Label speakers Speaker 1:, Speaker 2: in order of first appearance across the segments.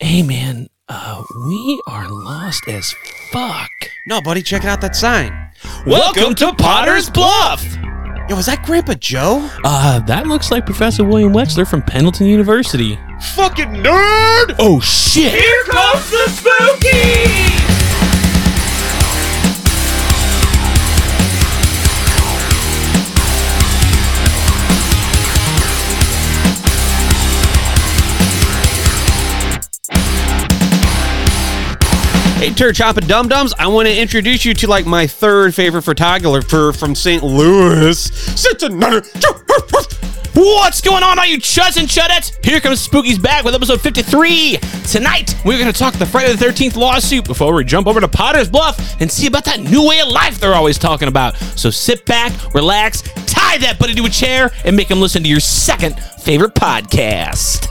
Speaker 1: Hey, man, uh, we are lost as fuck.
Speaker 2: No, buddy, check out that sign.
Speaker 3: Welcome to Potter's Bluff.
Speaker 2: Yo, is that Grandpa Joe?
Speaker 1: Uh, that looks like Professor William Wexler from Pendleton University.
Speaker 2: Fucking nerd!
Speaker 1: Oh, shit!
Speaker 3: Here comes the spooky.
Speaker 2: Hey, Turd Chopping Dum Dums, I want to introduce you to like my third favorite photographer from St. Louis. It's another.
Speaker 3: What's going on, all you chuds and chudettes? Here comes Spooky's back with episode 53. Tonight, we're going to talk the Friday the 13th lawsuit before we jump over to Potter's Bluff and see about that new way of life they're always talking about. So sit back, relax, tie that buddy to a chair, and make him listen to your second favorite podcast.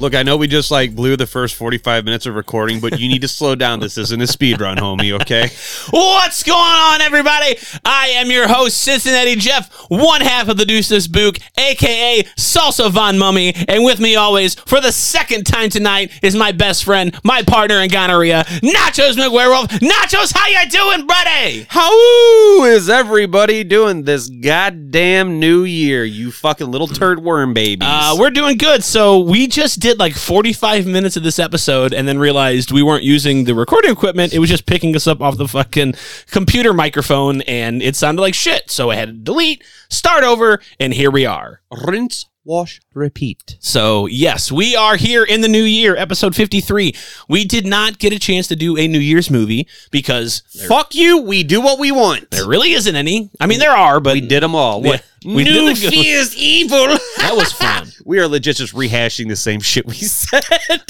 Speaker 2: Look, I know we just like blew the first 45 minutes of recording, but you need to slow down. This isn't a speed run, homie, okay?
Speaker 3: What's going on, everybody? I am your host, Cincinnati Jeff, one half of the Deuces Book, aka Salsa Von Mummy, and with me always, for the second time tonight, is my best friend, my partner in gonorrhea, Nachos McWerewolf. Nachos, how you doing, buddy?
Speaker 2: How is everybody doing this goddamn new year, you fucking little turd worm babies?
Speaker 3: Uh, we're doing good. So we just did like 45 minutes of this episode and then realized we weren't using the recording equipment. It was just picking us up off the fucking computer microphone and it sounded like shit. So I had to delete, start over, and here we are.
Speaker 2: Rinse, wash, repeat.
Speaker 3: So, yes, we are here in the new year, episode 53. We did not get a chance to do a New Year's movie because there,
Speaker 2: Fuck you, we do what we want.
Speaker 3: there really isn't any. I mean, there are, but
Speaker 2: We did them all. What?
Speaker 3: Yeah, we
Speaker 2: New
Speaker 3: did the good one.
Speaker 2: fears evil.
Speaker 3: that was fun.
Speaker 2: we are legit just rehashing the same shit we said.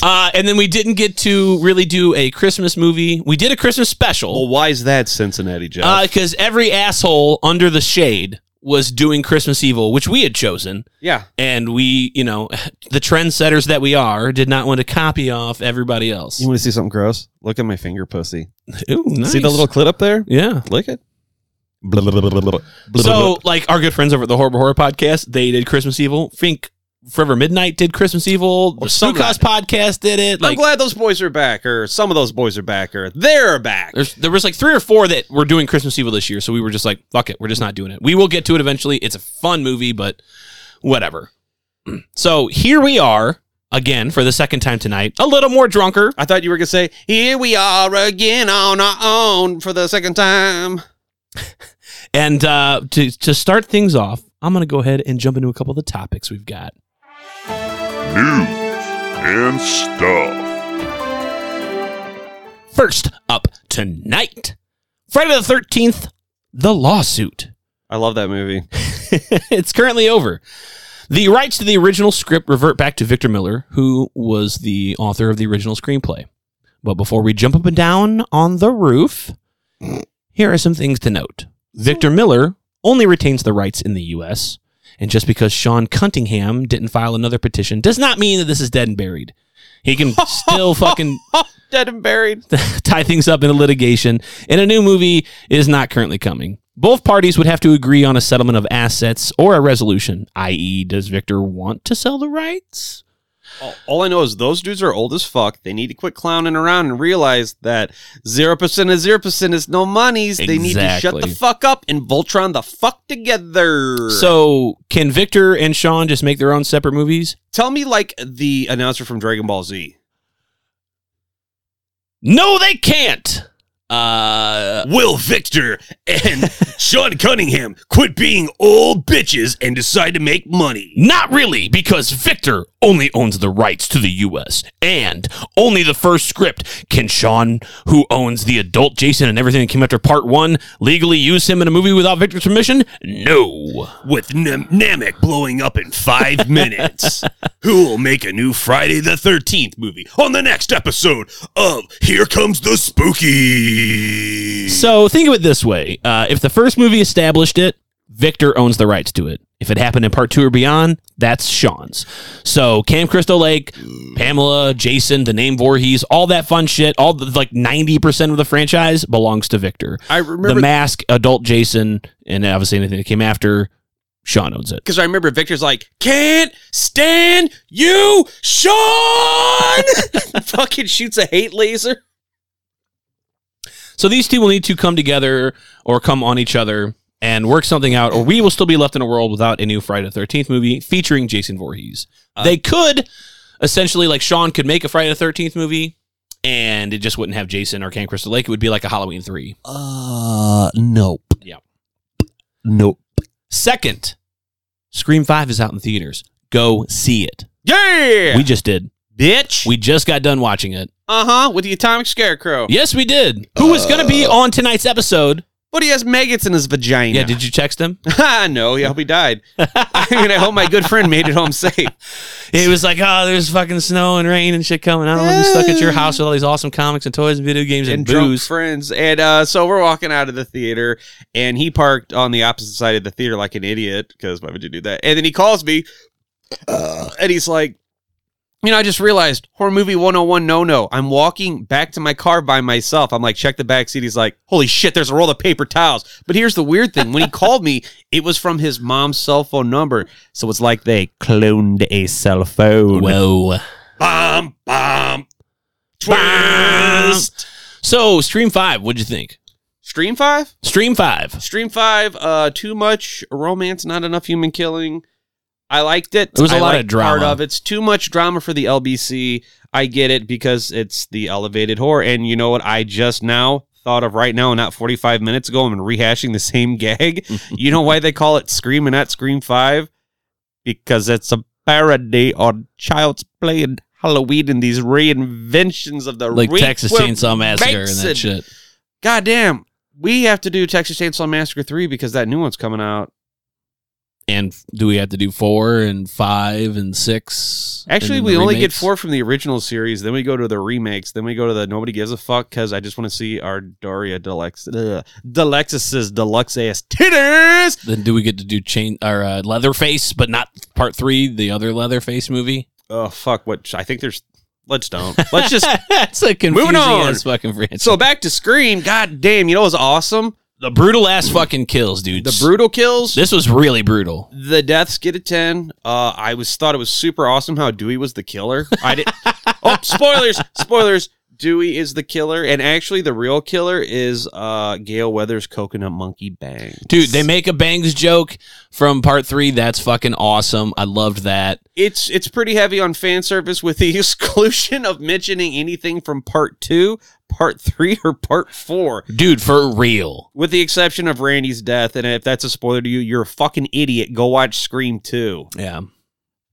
Speaker 3: Uh, and then we didn't get to really do a Christmas movie. We did a Christmas
Speaker 2: Well,
Speaker 3: special
Speaker 2: why is that, Cincinnati Jeff?
Speaker 3: because every asshole under the shade was doing Christmas Evil, which we had chosen.
Speaker 2: yeah.
Speaker 3: And we, you know, the trendsetters that we are, did not want to copy off everybody else.
Speaker 2: You want to see something gross? Look at my finger pussy.
Speaker 3: Ooh, nice.
Speaker 2: See the little clit up there?
Speaker 3: Yeah.
Speaker 2: Lick it.
Speaker 3: So, like our good friends over at the Horrible Horror Podcast, they did Christmas Evil. Think Forever Midnight did Christmas Evil. The
Speaker 2: Oh, some
Speaker 3: Spookhouse Podcast did it.
Speaker 2: I'm
Speaker 3: Like,
Speaker 2: glad those boys are back, or some of those boys are back, or they're back.
Speaker 3: there's, there was like three or four that were doing Christmas Evil this year, so we were just like, fuck it, we're just not doing it. We will get to it eventually. It's a fun movie, but whatever. So here we are again for the second time tonight, a little more drunker.
Speaker 2: I thought you were gonna say, "Here we are again on our own for the second time."
Speaker 3: And uh, to to start things off, I'm gonna go ahead and jump into a couple of the topics we've got.
Speaker 4: news, and stuff.
Speaker 3: First up tonight, Friday the Thirteenth, the lawsuit.
Speaker 2: I love that movie.
Speaker 3: it's currently over. The rights to the original script revert back to Victor Miller, who was the author of the original screenplay. But before we jump up and down on the roof, here are some things to note. Victor Miller only retains the rights in the U.S., and just because Sean Cunningham didn't file another petition does not mean that this is dead and buried. He can still fucking
Speaker 2: Dead and buried.
Speaker 3: tie things up in a litigation, and a new movie is not currently coming. Both parties would have to agree on a settlement of assets or a resolution, i.e., does Victor want to sell the rights?
Speaker 2: All, all I know is those dudes are old as fuck. They need to quit clowning around and realize that zero percent of zero percent is no monies. They need to shut the
Speaker 3: Exactly.
Speaker 2: fuck up and Voltron the fuck together.
Speaker 3: So, can Victor and Sean just make their own separate movies?
Speaker 2: tell me, like the announcer from Dragon Ball Z.
Speaker 3: No, they can't. Uh,
Speaker 2: Will Victor and Sean Cunningham quit being old bitches and decide to make money?
Speaker 3: not really, because Victor only owns the rights to the U.S. and only the first script. Can Sean, who owns the adult Jason and everything that came after part one, legally use him in a movie without Victor's permission? No.
Speaker 2: With Nam- Namek blowing up in five minutes. Who will make a new Friday the 13th movie on the next episode of Here Comes the Spooky?
Speaker 3: So think of it this way: uh, if the first movie established it, Victor owns the rights to it. If it happened in part two or beyond, that's Sean's. So Cam Crystal Lake, Pamela, Jason, the name Voorhees, all that fun shit, all the like ninety percent of the franchise belongs to Victor.
Speaker 2: I
Speaker 3: The
Speaker 2: remember
Speaker 3: mask, adult Jason, and obviously anything that came after Sean owns it.
Speaker 2: Because I remember Victor's like, can't stand you, Sean! Fucking shoots a hate laser.
Speaker 3: So these two will need to come together or come on each other and work something out, or we will still be left in a world without a new Friday the 13th movie featuring Jason Voorhees.
Speaker 2: Uh,
Speaker 3: they could essentially, like Sean could make a Friday the 13th movie and it just wouldn't have Jason or Camp Crystal Lake. It would be like a Halloween 3.
Speaker 4: Uh, nope.
Speaker 3: Yeah.
Speaker 4: Nope.
Speaker 3: Second, Scream 5 is out in theaters. Go see it.
Speaker 2: Yeah!
Speaker 3: We just did.
Speaker 2: bitch!
Speaker 3: We just got done watching it.
Speaker 2: uh huh, with the atomic scarecrow.
Speaker 3: Yes, we did. Who is going to
Speaker 2: Uh,
Speaker 3: be on tonight's episode?
Speaker 2: But he has maggots in his vagina.
Speaker 3: Yeah, did you text him?
Speaker 2: Ah, no, yeah, I hope he died. I mean, I hope my good friend made it home safe.
Speaker 3: He was like, "Oh, there's fucking snow and rain and shit coming. I don't want to be stuck at your house with all these awesome comics and toys and video games and,
Speaker 2: and drunk
Speaker 3: booze."
Speaker 2: friends. And uh, so we're walking out of the theater, and he parked on the opposite side of the theater like an idiot because why would you do that? And then he calls me, and he's like, you know, I just realized horror movie 101 no no. I'm walking back to my car by myself. I'm like, check the back seat. He's like, holy shit, there's a roll of paper towels. But here's the weird thing when he called me, it was from his mom's cell phone number. So it's like they cloned a cell phone.
Speaker 3: Whoa!
Speaker 4: Bomb,
Speaker 2: Um,
Speaker 4: bomb,
Speaker 2: Twist.
Speaker 3: So, Stream Five, what'd you think?
Speaker 2: Stream 5?
Speaker 3: Stream Five.
Speaker 2: Stream five, uh, too much romance, not enough human killing. I liked it.
Speaker 3: There was a
Speaker 2: a
Speaker 3: lot of drama.
Speaker 2: Part of it's too much drama for the LBC. I get it because it's the elevated horror. And you know what? I just now thought of right now, not 45 minutes ago. I'm rehashing the same gag. you know why they call it Scream and not Scream Five? Because it's a parody on Child's Play and Halloween and these reinventions of the
Speaker 3: Like Texas
Speaker 2: requel-
Speaker 3: Chainsaw Massacre and
Speaker 2: Mason.
Speaker 3: that shit.
Speaker 2: goddamn, we have to do Texas Chainsaw Massacre 3 because that new one's coming out.
Speaker 3: And do we have to do four and five and six? and
Speaker 2: Actually,
Speaker 3: then
Speaker 2: we
Speaker 3: the
Speaker 2: only
Speaker 3: remakes?
Speaker 2: get four from the original series. Then we go to the remakes. Then we go to the Nobody Gives a Fuck because I just want to see our Daria Deluxe, uh, Deluxe's deluxe ass titties.
Speaker 3: Then do we get to do chain or uh, Leatherface, but not part three, the other Leatherface movie?
Speaker 2: Oh, fuck. What? I think there's. Let's don't. Let's just.
Speaker 3: That's a confusing
Speaker 2: on.
Speaker 3: ass fucking franchise.
Speaker 2: so back to Scream. God damn. You know what's awesome?
Speaker 3: the brutal ass fucking kills, dude.
Speaker 2: The brutal kills.
Speaker 3: This was really brutal.
Speaker 2: The deaths get a ten. Uh, I was thought it was super awesome how Dewey was the killer. I did. oh, spoilers! Spoilers! Dewey is the killer, and actually, the real killer is uh, Gail Weathers' coconut monkey bang.
Speaker 3: Dude, they make a bangs joke from part three. That's fucking awesome. I loved that.
Speaker 2: it's it's pretty heavy on fan service with the exclusion of mentioning anything from part two, part three, or part four,
Speaker 3: Dude, for real.
Speaker 2: with the exception of Randy's death. And if that's a spoiler to you, you're a fucking idiot. Go watch Scream two.
Speaker 3: Yeah.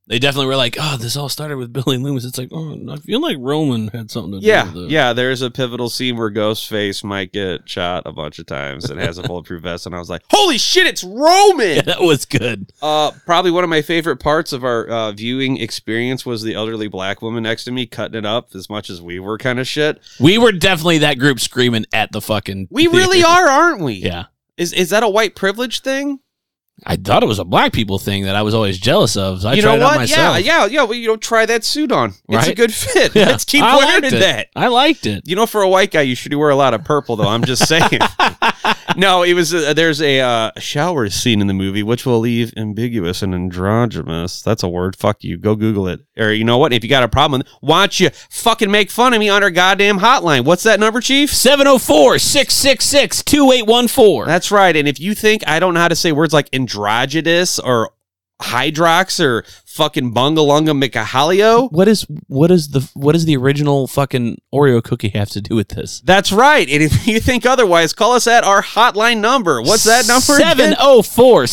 Speaker 3: They definitely were like, oh, this all started with Billy Loomis. It's like, oh, I feel like Roman had something to do
Speaker 2: Yeah,
Speaker 3: with it.
Speaker 2: yeah. There's a pivotal scene where Ghostface might get shot a bunch of times and has a bulletproof vest, and I was like, "Holy shit, it's
Speaker 3: Yeah,
Speaker 2: Roman!"
Speaker 3: that was good.
Speaker 2: uh, probably one of my favorite parts of our uh, viewing experience was the elderly black woman next to me cutting it up as much as we were kind of shit.
Speaker 3: We were definitely that group screaming at the fucking.
Speaker 2: We
Speaker 3: theater.
Speaker 2: really are, aren't we?
Speaker 3: Yeah.
Speaker 2: Is is that a white privilege thing?
Speaker 3: I thought it was a black people thing that I was always jealous of. So I
Speaker 2: you know
Speaker 3: tried it out
Speaker 2: what?
Speaker 3: myself.
Speaker 2: Yeah, yeah, yeah. Well, you don't try that suit on. It's a
Speaker 3: Right?
Speaker 2: good fit.
Speaker 3: Yeah.
Speaker 2: Let's keep
Speaker 3: I
Speaker 2: wearing
Speaker 3: liked it.
Speaker 2: that.
Speaker 3: I liked it.
Speaker 2: You know, for a white guy, you should wear a lot of purple, though. I'm just saying. no, it was uh, there's a uh, shower scene in the movie, which will leave ambiguous and androgynous. That's a word. Fuck you. Go Google it. Or you know what? If you got a problem, why don't you fucking make fun of me on our goddamn hotline? What's that number, Chief?
Speaker 3: 704 666 2814.
Speaker 2: That's right. And if you think I don't know how to say words like androgynous or hydrox or fucking bungalunga micahalio.
Speaker 3: What is what is the what does the original fucking Oreo cookie have to do with this?
Speaker 2: That's right. And if you think otherwise, call us at our hotline number. What's that number? again?
Speaker 3: 704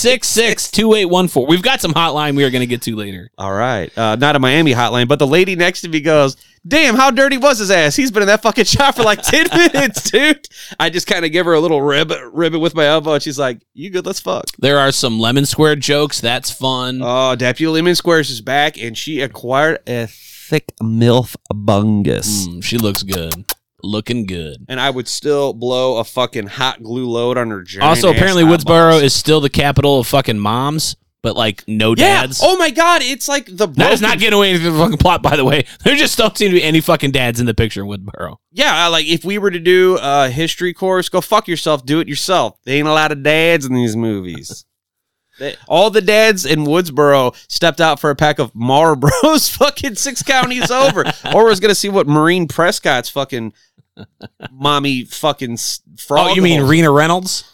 Speaker 3: 666 2814. We've got some hotline we are going to get to later.
Speaker 2: All right. Uh, not a Miami hotline, but the lady next to me goes, Damn, how dirty was his ass? He's been in that fucking shop for like 10 minutes, dude. I just kind of give her a little rib, rib it with my elbow, and she's like, You good? Let's fuck.
Speaker 3: There are some lemon square jokes. That's fun.
Speaker 2: Oh, Deputy Lemon Squares is back, and she acquired a thick MILF bungus.
Speaker 3: Mm, she looks good. Looking good.
Speaker 2: And I would still blow a fucking hot glue load on her giant
Speaker 3: Also,
Speaker 2: ass
Speaker 3: apparently,
Speaker 2: eyeballs.
Speaker 3: Woodsboro is still the capital of fucking moms, but like no
Speaker 2: Yeah.
Speaker 3: dads.
Speaker 2: Oh my God. It's like the
Speaker 3: that is
Speaker 2: broken-
Speaker 3: not getting away from the fucking plot, by the way. There just don't seem to be any fucking dads in the picture in Woodboro.
Speaker 2: Yeah, I- like if we were to do a history course, go fuck yourself, do it yourself. There ain't a lot of dads in these movies. They- all the dads in Woodsboro stepped out for a pack of Marlboros fucking six counties over. Or was going to see what Marine Prescott's fucking mommy fucking s- frog.
Speaker 3: Oh, you mean
Speaker 2: hole-
Speaker 3: Rena Reynolds?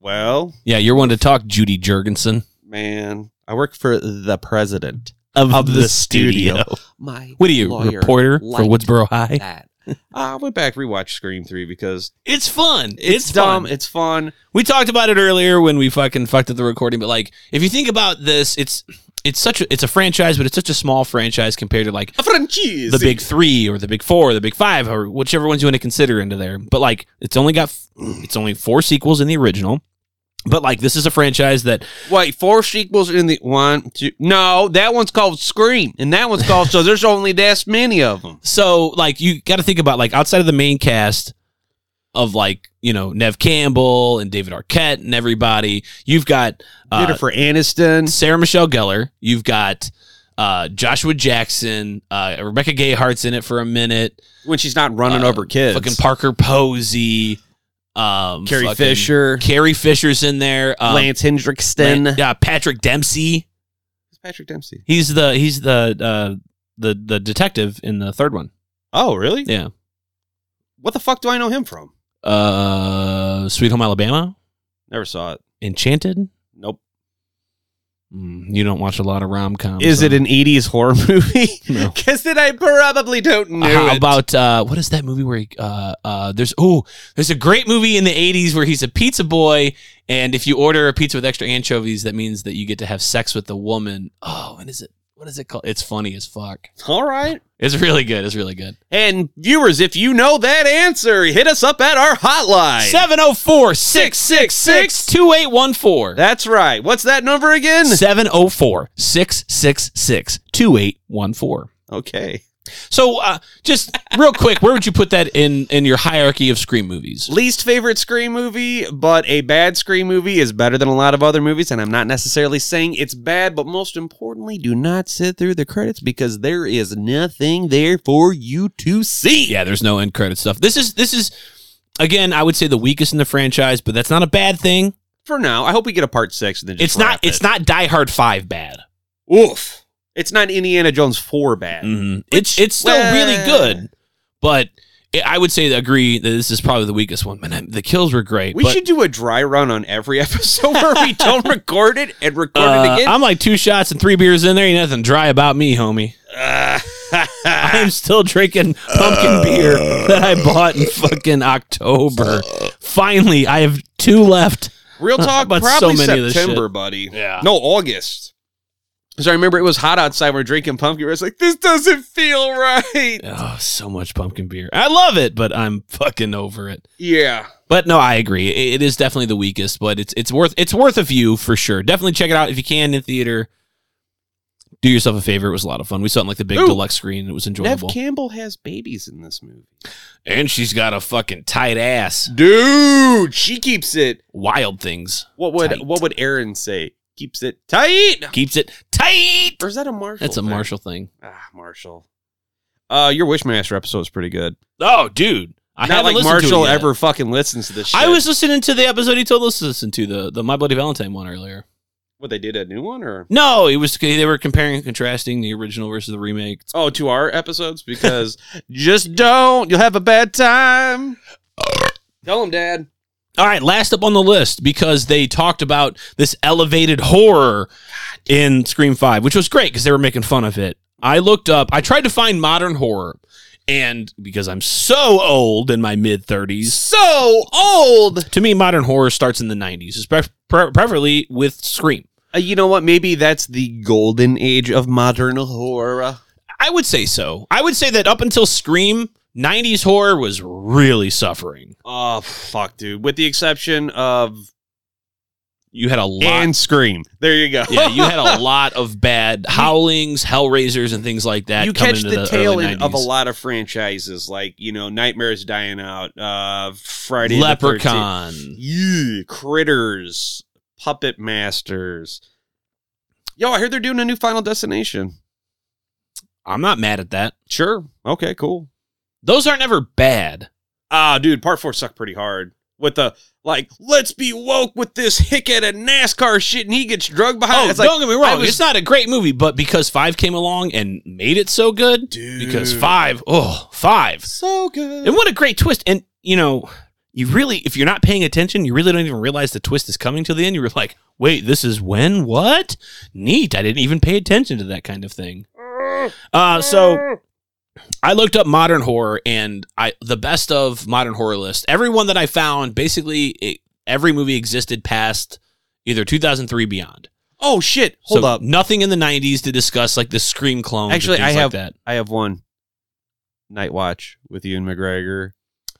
Speaker 2: Well,
Speaker 3: Yeah, you're one to talk, Judy Jurgensen
Speaker 2: man, I work for the president.
Speaker 3: of,
Speaker 2: the studio. My
Speaker 3: What are you,
Speaker 2: lawyer
Speaker 3: reporter for
Speaker 2: liked
Speaker 3: Woodsboro High?
Speaker 2: that. I went back rewatched Scream Three because
Speaker 3: It's fun.
Speaker 2: it's, dumb, it's fun.
Speaker 3: We talked about it earlier when we fucking fucked up the recording, but like, if you think about this, it's it's such a it's a franchise, but it's such a small franchise compared to like
Speaker 2: A franchise.
Speaker 3: the big three or the big four, or the big five, or whichever ones you want to consider into there. But like, it's only got f- it's only four sequels in the original. But like, this is a franchise that
Speaker 2: Wait, four sequels in the one, two. No, that one's called Scream, and that one's called. so there's only this many of them.
Speaker 3: so like you got to think about like outside of the main cast of like you know Nev Campbell and David Arquette and everybody, you've got uh,
Speaker 2: Jennifer Aniston.
Speaker 3: Sarah Michelle Gellar. You've got uh, Joshua Jackson. Uh, Rebecca Gayhart's in it for a minute.
Speaker 2: When she's not running
Speaker 3: uh,
Speaker 2: over kids.
Speaker 3: Fucking Parker Posey. Um,
Speaker 2: Carrie
Speaker 3: fucking-
Speaker 2: Fisher.
Speaker 3: Carrie Fisher's in there. Um,
Speaker 2: Lance Hendrickson.
Speaker 3: Lan- yeah, Patrick Dempsey.
Speaker 2: Patrick Dempsey.
Speaker 3: He's the he's the uh, the the detective in the third one.
Speaker 2: Oh, really?
Speaker 3: Yeah.
Speaker 2: What the fuck do I know him from?
Speaker 3: Uh, Sweet Home Alabama,
Speaker 2: Never saw it.
Speaker 3: Enchanted.
Speaker 2: Nope.
Speaker 3: Mm, you don't watch a lot of rom coms.
Speaker 2: Is it an 80s horror movie?
Speaker 3: No.
Speaker 2: Because then I probably don't know.
Speaker 3: How
Speaker 2: it.
Speaker 3: about uh, what is that movie where he, uh, uh, there's oh there's a great movie in the 80s where he's a pizza boy and if you order a pizza with extra anchovies that means that you get to have sex with the woman oh and is it what is it called it's funny as fuck
Speaker 2: All right.
Speaker 3: it's really good it's really good
Speaker 2: And viewers, if you know that answer, hit us up at our hotline.
Speaker 3: 704 666 2814
Speaker 2: That's right. What's that number again?
Speaker 3: 704 666 2814
Speaker 2: Okay.
Speaker 3: so uh, just real quick where would you put that in in your hierarchy of scream movies
Speaker 2: Least favorite Scream movie, but a bad Scream movie is better than a lot of other movies. And I'm not necessarily saying it's bad, but most importantly, do not sit through the credits because there is nothing there for you to see.
Speaker 3: Yeah, there's no end credit stuff. This is this is again, I would say the weakest in the franchise, but that's not a bad thing.
Speaker 2: For now, I hope we get a part six and then just
Speaker 3: it's not
Speaker 2: wrap it.
Speaker 3: it's not Die Hard Five bad.
Speaker 2: Oof. It's not Indiana Jones 4 bad.
Speaker 3: Mm, It's it's still
Speaker 2: Well-
Speaker 3: really good, but it, I would say agree that this is probably the weakest one. Man, I- the kills were great.
Speaker 2: We
Speaker 3: but,
Speaker 2: should do a dry run on every episode where we don't record it and record it
Speaker 3: Uh,
Speaker 2: again.
Speaker 3: I'm like two shots and three beers in there. Ain't nothing dry about me, homie. I'm still drinking pumpkin beer that I bought in fucking October. Finally, I have two left.
Speaker 2: Real talk,
Speaker 3: But so
Speaker 2: probably
Speaker 3: many of this
Speaker 2: September, buddy.
Speaker 3: Yeah.
Speaker 2: No, August. Because I remember it was hot outside. We're drinking pumpkin. beer. I was like, this doesn't feel right.
Speaker 3: Oh, so much pumpkin beer. I love it, but I'm fucking over it.
Speaker 2: Yeah.
Speaker 3: But no, I agree. It, it is definitely the weakest, but it's it's worth it's worth a view for sure. Definitely check it out if you can in theater. Do yourself a favor. It was a lot of fun. We saw it on, like the big
Speaker 2: Ooh.
Speaker 3: deluxe screen. It was
Speaker 2: Nev
Speaker 3: enjoyable.
Speaker 2: Campbell has babies in this movie.
Speaker 3: and she's got a fucking tight ass.
Speaker 2: Dude, she keeps it.
Speaker 3: Wild things
Speaker 2: What would
Speaker 3: Tight.
Speaker 2: what would Aaron say? Keeps it tight.
Speaker 3: keeps it tight.
Speaker 2: Or is that a Marshall?
Speaker 3: That's a
Speaker 2: thing?
Speaker 3: Marshall thing.
Speaker 2: Ah, Marshall. Uh, your Wishmaster episode is pretty good.
Speaker 3: Oh, dude, I
Speaker 2: Not
Speaker 3: haven't
Speaker 2: like
Speaker 3: listened to it
Speaker 2: Marshall
Speaker 3: yet.
Speaker 2: ever fucking listens to this. Shit.
Speaker 3: I was listening to the episode he told us to listen to the the My Bloody Valentine one earlier.
Speaker 2: What they did a new one or
Speaker 3: No, it was they were comparing and contrasting the original versus the remake.
Speaker 2: Oh, to our episodes because just don't. You'll have a bad time. Tell him, Dad.
Speaker 3: All right, last up on the list because they talked about this elevated horror in Scream 5, which was great because they were making fun of it. I looked up, I tried to find modern horror, and because I'm so old in my mid 30s,
Speaker 2: So old.
Speaker 3: to me, modern horror starts in the 90s, espe- pre- preferably with Scream.
Speaker 2: Uh, you know what? Maybe that's the golden age of modern horror.
Speaker 3: I would say so. I would say that up until Scream, 90s horror was really suffering.
Speaker 2: Oh fuck, dude. With the exception of
Speaker 3: You had a lot.
Speaker 2: and Scream. There you go.
Speaker 3: yeah, you had a lot of bad howlings, hellraisers, and things like that.
Speaker 2: you
Speaker 3: coming
Speaker 2: catch
Speaker 3: into
Speaker 2: the,
Speaker 3: the
Speaker 2: tail
Speaker 3: early
Speaker 2: end of a
Speaker 3: 90s.
Speaker 2: lot of franchises, like you know, Nightmares Dying Out, uh, Friday, the 13th.
Speaker 3: Leprechaun.
Speaker 2: Yeah, critters, puppet masters. Yo, I heard they're doing a new Final Destination.
Speaker 3: I'm not mad at that.
Speaker 2: Sure. Okay, cool.
Speaker 3: Those aren't ever bad.
Speaker 2: Ah, dude, part four sucked pretty hard. with the like, let's be woke with this hick at a NASCAR shit, and he gets drugged behind.
Speaker 3: Oh,
Speaker 2: it's like,
Speaker 3: don't get me wrong.
Speaker 2: was-
Speaker 3: it's not a great movie, but because Five came along and made it so good, because Five, oh, Five.
Speaker 2: so good.
Speaker 3: And what a great twist. And, you know, you really, if you're not paying attention, you really don't even realize the twist is coming till the end. You were like, wait, this is when? What? Neat. I didn't even pay attention to that kind of thing. Uh, so I looked up modern horror and I the best of modern horror list. Everyone that I found, basically, it, every movie existed past either 2003 beyond.
Speaker 2: oh shit! Hold
Speaker 3: So
Speaker 2: up.
Speaker 3: Nothing in the 90s to discuss, like the Scream clones. and
Speaker 2: Actually, I
Speaker 3: things
Speaker 2: have-
Speaker 3: like that.
Speaker 2: I have one. Night Watch with Ewan McGregor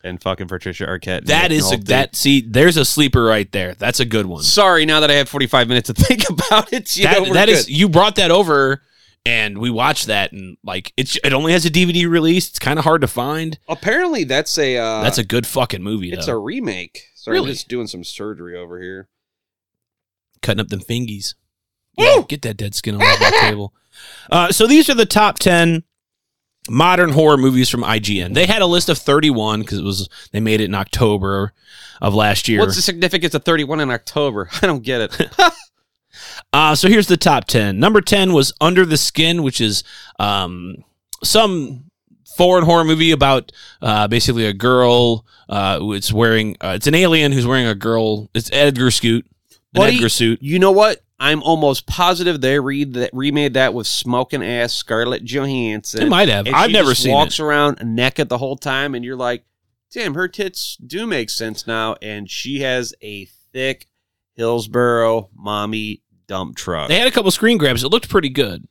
Speaker 2: and fucking Patricia Arquette. and
Speaker 3: That
Speaker 2: Nick
Speaker 3: is a,
Speaker 2: Nolte.
Speaker 3: that. See, there's a sleeper right there. That's a good one.
Speaker 2: Sorry, now that I have 45 minutes to think about it, you
Speaker 3: that,
Speaker 2: know, we're
Speaker 3: that is
Speaker 2: good.
Speaker 3: you brought that over and we watched that and like it's it only has a dvd release it's kind of hard to find
Speaker 2: apparently that's a uh,
Speaker 3: that's a good fucking movie
Speaker 2: it's a
Speaker 3: though
Speaker 2: remake. So
Speaker 3: Really?
Speaker 2: I'm just doing some surgery over here.
Speaker 3: cutting up them fingies yeah, get that dead skin on that table uh, so these are the top 10 modern horror movies from ign they had a list of 31 because it was they made it in october of last year
Speaker 2: What's the significance of 31 in October? I don't get it.
Speaker 3: Uh, so here's the top 10. Number 10 was Under the Skin, which is um, some foreign horror movie about uh, basically a girl uh, who's wearing, uh, it's an alien who's wearing a girl, it's Edgar Scoot, an
Speaker 2: Buddy-
Speaker 3: Edgar suit.
Speaker 2: you know what? I'm almost positive they read that remade that with smoking ass Scarlett Johansson.
Speaker 3: It might have.
Speaker 2: And
Speaker 3: I've
Speaker 2: she
Speaker 3: never
Speaker 2: just
Speaker 3: seen
Speaker 2: walks
Speaker 3: it.
Speaker 2: around naked the whole time, and you're like, damn, her tits do make sense now, and she has a thick Hillsboro mommy dump truck.
Speaker 3: They had a couple screen grabs. It looked pretty good.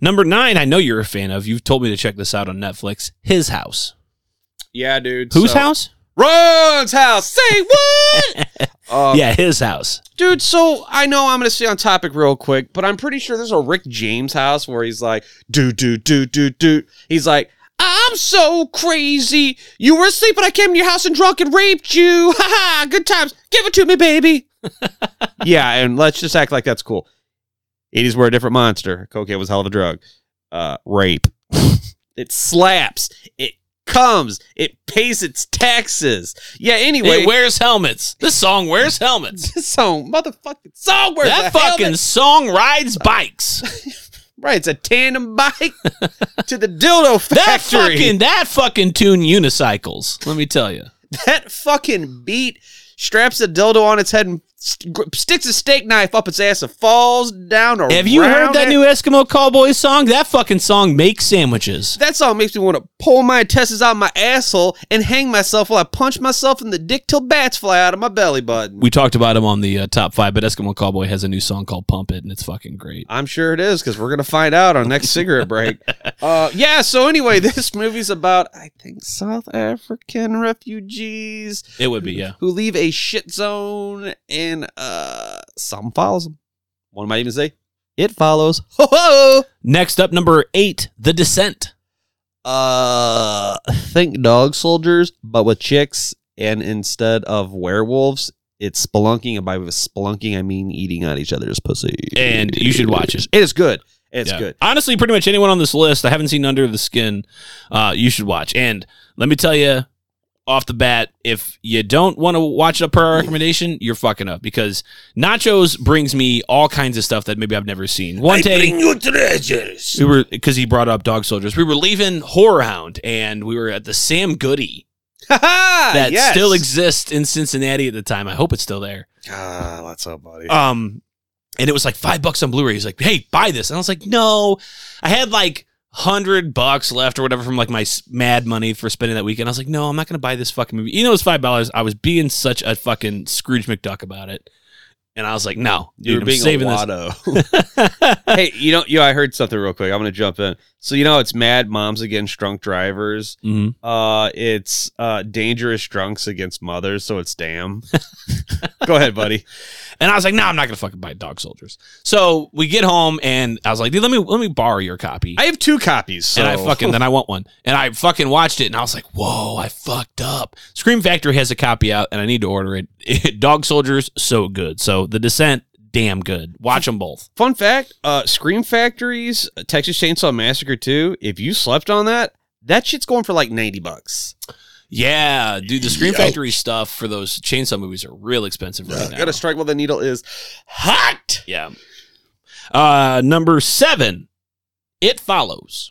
Speaker 3: Number nine, I know you're a fan of. You've told me to check this out on Netflix. His house.
Speaker 2: yeah, dude.
Speaker 3: Whose
Speaker 2: so-
Speaker 3: house?
Speaker 2: Ron's house. Say what? Uh,
Speaker 3: yeah, his house.
Speaker 2: Dude, so I know I'm gonna stay on topic real quick, but I'm pretty sure there's a Rick James house where he's like, do do do do do. He's like, I'm so crazy. You were asleep when I came to your house and drunk and raped you. Ha ha. Good times. Give it to me, baby. yeah, and let's just act like that's cool. 80s were a different monster. Cocaine was a hell of a drug. Uh, rape. it slaps. It comes. It pays its taxes. Yeah. Anyway,
Speaker 3: It wears helmets. This song wears helmets.
Speaker 2: this song, motherfucking song. Where's
Speaker 3: that
Speaker 2: the hell
Speaker 3: fucking song rides bikes.
Speaker 2: Right, it's a tandem bike to the dildo
Speaker 3: That
Speaker 2: factory.
Speaker 3: fucking that fucking tune unicycles. Let me tell you.
Speaker 2: That fucking beat straps a dildo on its head and st- gr- sticks a steak knife up its ass and falls down.
Speaker 3: Have you
Speaker 2: around
Speaker 3: heard that
Speaker 2: it.
Speaker 3: new Eskimo Cowboy song? That fucking song makes sandwiches.
Speaker 2: That song makes me want to pull my intestines out my asshole and hang myself while I punch myself in the dick till bats fly out of my belly button.
Speaker 3: We talked about him on the uh, top five, but Eskimo Cowboy has a new song called "Pump It" and it's fucking great.
Speaker 2: I'm sure it is because we're gonna find out on next cigarette break. Uh, yeah. So anyway, this movie's about I think South African refugees
Speaker 3: It would be yeah.
Speaker 2: who leave a shit zone and uh something follows them. One might even say it follows. Ho ho.
Speaker 3: Next up, number eight, The Descent.
Speaker 2: Uh, think dog soldiers, but with chicks, and instead of werewolves, it's spelunking. And by spelunking, I mean eating on each other's pussy.
Speaker 3: And you should watch it.
Speaker 2: It is good. It's
Speaker 3: Yeah.
Speaker 2: good.
Speaker 3: Honestly, pretty much anyone on this list I haven't seen Under the Skin, uh, you should watch. And let me tell you off the bat, if you don't want to watch it up per our recommendation, you're fucking up because Nachos brings me all kinds of stuff that maybe I've never seen. One
Speaker 4: I
Speaker 3: day
Speaker 4: bring you treasures.
Speaker 3: we were because he brought up Dog Soldiers. We were leaving Horror Hound and we were at the Sam Goody
Speaker 2: Ha ha!
Speaker 3: that
Speaker 2: yes.
Speaker 3: still exists in Cincinnati at the time. I hope it's still there.
Speaker 2: Ah, let's hope, buddy.
Speaker 3: Um, and it was like five bucks on Blu-ray. He's like, "Hey, buy this," and I was like, "No." I had like hundred bucks left or whatever from like my s- mad money for spending that weekend. I was like, "No, I'm not going to buy this fucking movie." You know, it's five dollars. I was being such a fucking Scrooge McDuck about it, and I was like, "No, dude, I'm saving this."
Speaker 2: this. hey, you know, you. I heard something real quick. I'm gonna jump in. So you know, it's Mad Moms against drunk drivers.
Speaker 3: Mhm.
Speaker 2: Uh, it's uh, dangerous drunks against mothers. So it's damn. Go ahead, buddy.
Speaker 3: And I was like, "No, I'm not going to fucking buy Dog Soldiers." So we get home, and I was like, "Dude, let me let me borrow your copy."
Speaker 2: I have two copies. So.
Speaker 3: And I fucking then I want one. And I fucking watched it and I was like, whoa, I fucked up. Scream Factory has a copy out and I need to order it. Dog Soldiers, so good. So The Descent, damn good. Watch them both.
Speaker 2: Fun fact: uh, Scream Factories, uh, Texas Chainsaw Massacre 2. If you slept on that, that shit's going for like ninety bucks.
Speaker 3: Yeah, dude, the Scream
Speaker 4: Yo.
Speaker 3: Factory stuff for those chainsaw movies are real expensive right now.
Speaker 2: Gotta strike while the needle is hot.
Speaker 3: yeah. Uh, number seven, It Follows.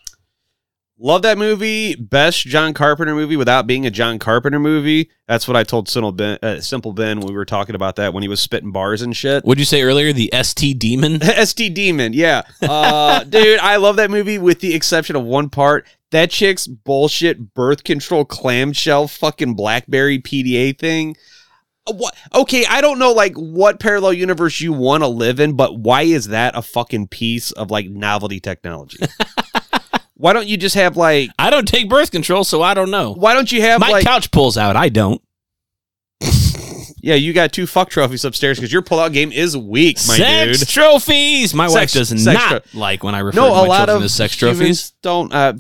Speaker 2: Love that movie. Best John Carpenter movie without being a John Carpenter movie. That's what I told Simple Ben, uh, Simple ben when we were talking about that when he was spitting bars and shit.
Speaker 3: What'd you say earlier? The ST Demon?
Speaker 2: ST Demon, yeah. Uh, dude, I love that movie with the exception of one part. That chick's bullshit birth control clamshell fucking Blackberry PDA thing. Uh, What? Okay, I don't know like what parallel universe you want to live in, but why is that a fucking piece of like novelty technology? why don't you just have like?
Speaker 3: I don't take birth control, so I don't know.
Speaker 2: Why don't you have
Speaker 3: My
Speaker 2: like?
Speaker 3: couch pulls out. I don't.
Speaker 2: yeah, you got two fuck trophies upstairs because your pullout game is weak, my
Speaker 3: sex
Speaker 2: dude.
Speaker 3: trophies. My
Speaker 2: Sex-
Speaker 3: wife does
Speaker 2: sex
Speaker 3: not like when I refer
Speaker 2: No,
Speaker 3: to my
Speaker 2: a lot
Speaker 3: children
Speaker 2: of
Speaker 3: as sex
Speaker 2: humans
Speaker 3: trophies.
Speaker 2: don't. Uh,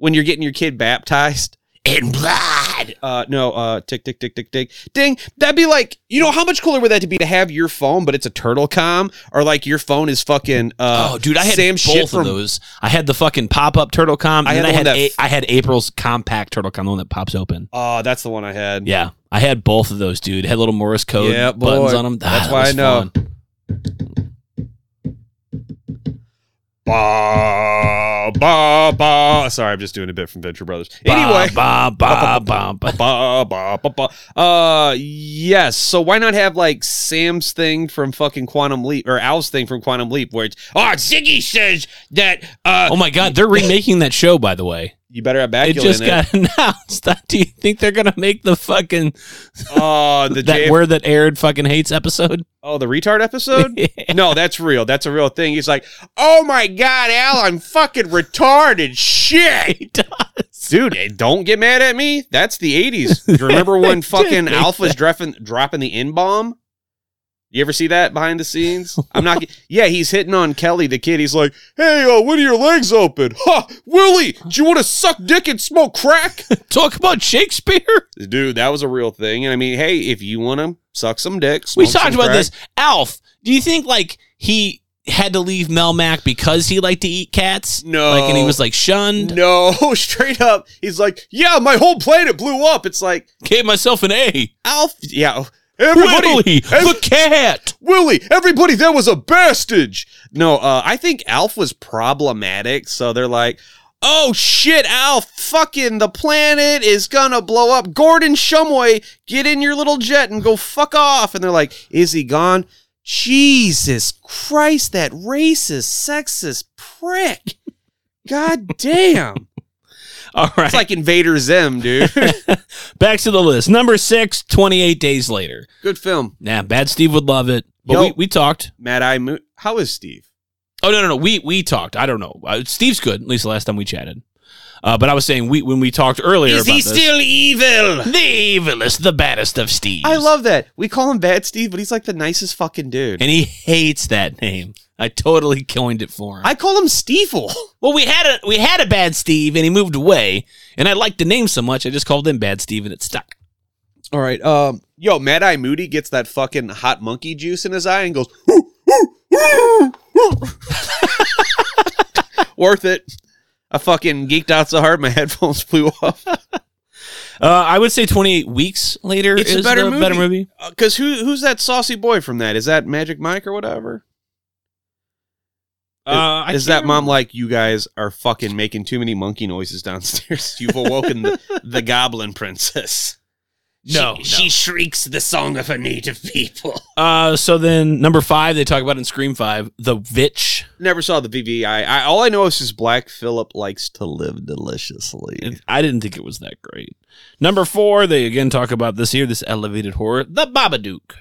Speaker 2: when you're getting your kid baptized,
Speaker 4: And blood.
Speaker 2: Uh, no, uh, tick, tick, tick, tick, tick, ding. That'd be like, you know, how much cooler would that to be to have your phone, but it's a turtle com, or like your phone is fucking. Uh,
Speaker 3: Oh, dude, I had
Speaker 2: Sam shit
Speaker 3: both
Speaker 2: from-
Speaker 3: of those. I had the fucking pop up turtle com, and
Speaker 2: I
Speaker 3: I then I
Speaker 2: had the one
Speaker 3: had
Speaker 2: that-
Speaker 3: a- I had April's compact turtle com, the one that pops open.
Speaker 2: Oh, that's the one I had.
Speaker 3: Yeah, I had both of those, dude. Had little Morse code
Speaker 2: Yeah, boy.
Speaker 3: buttons on Ah, them.
Speaker 2: That's why I know. Ba ba ba. Sorry, I'm just doing a bit from Venture Brothers. Anyway.
Speaker 3: ba, ba, ba, ba.
Speaker 2: Ba, ba, ba, ba. Uh, yes. So why not have like Sam's thing from fucking Quantum Leap or Al's thing from Quantum Leap, where it's oh Ziggy says that uh
Speaker 3: Oh my god, they're remaking that show. By the way,
Speaker 2: you better have
Speaker 3: it
Speaker 2: Bacula
Speaker 3: just
Speaker 2: in it.
Speaker 3: got announced. Do you think they're gonna make the fucking
Speaker 2: Oh, the
Speaker 3: that
Speaker 2: JF-
Speaker 3: word that aired fucking hates episode?
Speaker 2: Oh, the retard episode? no, that's real. That's a real thing. He's like, oh my God, Al, I'm fucking retarded. Shit.
Speaker 3: It does.
Speaker 2: Dude, eh, don't get mad at me. That's the 80s. Do you remember when fucking
Speaker 3: make
Speaker 2: Alpha's dropping, dropping the N bomb? You ever see that behind the scenes? I'm not. Yeah, he's hitting on Kelly, the kid. He's like, hey, uh, when are your legs open? Huh, Willie, do you want to suck dick and smoke crack?
Speaker 3: Talk about Shakespeare.
Speaker 2: Dude, that was a real thing. And I mean, hey, if you want to suck some dick,
Speaker 3: We
Speaker 2: smoke
Speaker 3: talked
Speaker 2: some
Speaker 3: about
Speaker 2: crack-
Speaker 3: this. Alf, do you think like he had to leave Melmac because he liked to eat cats?
Speaker 2: No.
Speaker 3: Like and he was like shunned.
Speaker 2: No, straight up. He's like, yeah, my whole planet blew up. It's like,
Speaker 3: Gave myself an A.
Speaker 2: Alf, yeah, everybody,
Speaker 3: Willy,
Speaker 2: ev-
Speaker 3: the cat.
Speaker 2: Willie, everybody, there was a bastage. No, uh, I think Alf was problematic, so they're like, oh shit, Alf, fucking the planet is gonna blow up. Gordon Shumway, get in your little jet and go fuck off. And they're like, is he gone? Jesus Christ, that racist, sexist prick. God damn.
Speaker 3: All right.
Speaker 2: It's like Invader Zim, dude.
Speaker 3: Back to the list. Number six, 28 days later.
Speaker 2: Good film.
Speaker 3: Nah, Bad Steve would love it. But
Speaker 2: Yo.
Speaker 3: we, we talked.
Speaker 2: Mad Eye Moon. How is Steve?
Speaker 3: Oh no no no. We we talked. I don't know. Uh, Steve's good. At least the last time we chatted. Uh, but I was saying we when we talked earlier. about this-
Speaker 2: evil?
Speaker 3: the evilest, the baddest of Steves?
Speaker 2: I love that. We call him Bad Steve, but he's like the nicest fucking dude.
Speaker 3: and he hates that name. I totally coined it for him.
Speaker 2: I call him Steefle.
Speaker 3: Well, we had a we had a bad Steve, and he moved away. And I liked the name so much, I just called him Bad Steve, and it stuck.
Speaker 2: All right. Um. Yo, Mad Eye Moody gets that fucking hot monkey juice in his eye and goes. Worth it. I fucking geeked out so hard my headphones flew off.
Speaker 3: Uh, I would say 28 weeks later
Speaker 2: It's a
Speaker 3: is
Speaker 2: better
Speaker 3: the
Speaker 2: movie.
Speaker 3: better movie.
Speaker 2: Uh, Cause who who's that saucy boy from that? Is that Magic Mike or whatever?
Speaker 3: Uh, I
Speaker 2: is that
Speaker 3: can't
Speaker 2: mom like you guys are fucking making too many monkey noises downstairs? You've awoken the, the goblin princess.
Speaker 3: No,
Speaker 4: She,
Speaker 3: no.
Speaker 4: she shrieks the song of her native people.
Speaker 3: Uh, so then number five, they talk about in Scream Five, the witch.
Speaker 2: Never saw the VVI. I, all I know is just Black Phillip likes to live deliciously.
Speaker 3: I didn't think it was that great. Number four, they again talk about this here, this elevated horror, the Babadook.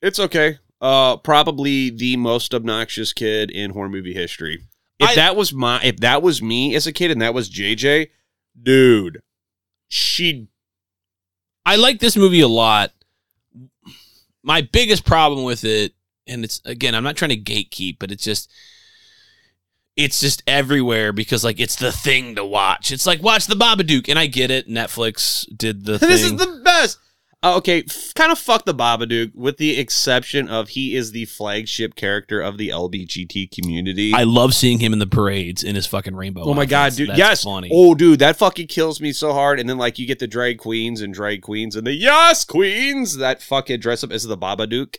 Speaker 2: It's okay. Uh, probably the most obnoxious kid in horror movie history. If
Speaker 3: I-
Speaker 2: that was my, if that was me as a kid, and that was JJ, dude, she
Speaker 3: I like this movie a lot. My biggest problem with it, and it's again, I'm not trying to gatekeep, but it's just it's just everywhere because like it's the thing to watch. It's like watch the Babadook, and I get it. Netflix did the
Speaker 2: this
Speaker 3: thing.
Speaker 2: is the best. Uh, okay, f- kind of fuck the Babadook, with the exception of he is the flagship character of the LBGT community.
Speaker 3: I love seeing him in the parades in his fucking rainbow.
Speaker 2: Oh my
Speaker 3: outfits.
Speaker 2: god, dude!
Speaker 3: That's
Speaker 2: yes,
Speaker 3: funny.
Speaker 2: oh dude, that fucking kills me so hard. And then like you get the drag queens and drag queens and the yes queens that fucking dress up as the Babadook.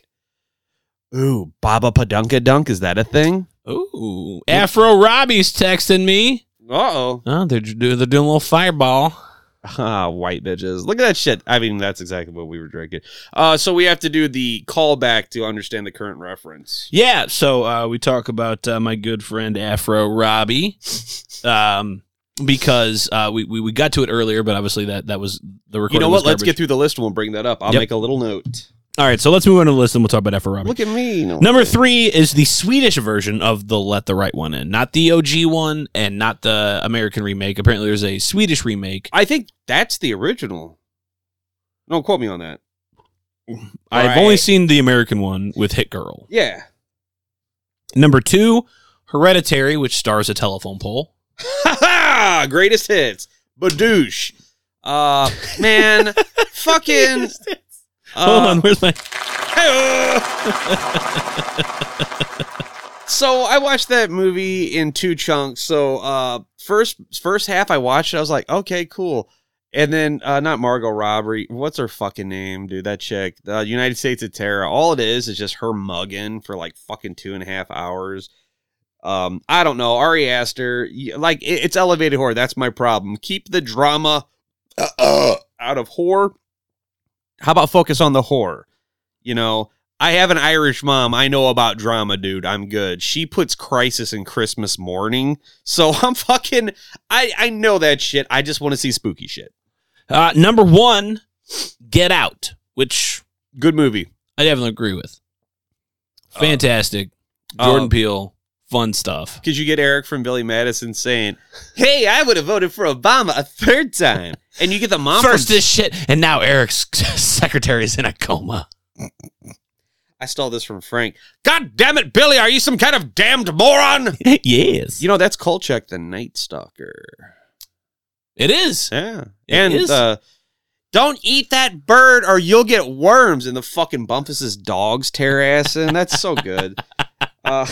Speaker 2: Ooh, Baba Padunka Dunk, is that a thing?
Speaker 3: Ooh, Afro Robbie's texting me.
Speaker 2: Uh oh,
Speaker 3: Oh, they're do- they're doing a little fireball.
Speaker 2: ah, white bitches. Look at that shit. I mean, that's exactly what we were drinking. Uh, so we have to do the callback to understand the current reference.
Speaker 3: Yeah, so uh, we talk about uh, my good friend Afro Robbie, um, because uh, we, we we got to it earlier, but obviously that that was the recording.
Speaker 2: You know
Speaker 3: was
Speaker 2: what? Let's
Speaker 3: garbage.
Speaker 2: get through the list and we'll bring that up. I'll
Speaker 3: Yep.
Speaker 2: make a little note.
Speaker 3: All right, so let's move on to the list, and we'll talk about Afro Robbie.
Speaker 2: Look at me. No.
Speaker 3: Number three is the Swedish version of the Let the Right One In, not the OG one, and not the American remake. Apparently, there's a Swedish remake.
Speaker 2: I think that's the original. Don't quote me on that.
Speaker 3: I've
Speaker 2: Right.
Speaker 3: only seen the American one with Hit Girl.
Speaker 2: Yeah.
Speaker 3: Number two, Hereditary, which stars a telephone pole.
Speaker 2: Ha ha! Greatest hits. Badoosh. Uh, man, fucking. Uh,
Speaker 3: Hold on, where's my?
Speaker 2: So I watched that movie in two chunks. So uh, first first half I watched, it, I was like, okay, cool. And then uh, not Margot Robbery. What's her fucking name, dude? That chick, the United States of Terror. All it is is just her mugging for like fucking two and a half hours. Um, I don't know Ari Aster. y- Like it- it's elevated horror. That's my problem. Keep the drama uh, uh, out of horror. How about focus on the horror? You know, I have an Irish mom. I know about drama, dude. I'm good. She puts crisis in Christmas morning. So I'm fucking I I know that shit. I just want to see spooky shit.
Speaker 3: Uh, number one, Get Out, which
Speaker 2: Good movie.
Speaker 3: I definitely agree with. Um, Fantastic,
Speaker 2: Uh,
Speaker 3: Jordan Peele, fun stuff.
Speaker 2: Cuz you get Eric from Billy Madison saying, "Hey, I would have voted for Obama a third time." And you get the mom
Speaker 3: First
Speaker 2: from,
Speaker 3: this shit, and now Eric's secretary is in a coma.
Speaker 2: I stole this from Frank. "God damn it, Billy, are you some kind of damned moron?"
Speaker 3: yes,
Speaker 2: You know, that's Kolchak the Night Stalker.
Speaker 3: it is.
Speaker 2: Yeah.
Speaker 3: It
Speaker 2: and
Speaker 3: is.
Speaker 2: uh, don't eat that bird or you'll get worms. And the fucking Bumpus's dogs tear ass in. That's so good. Uh,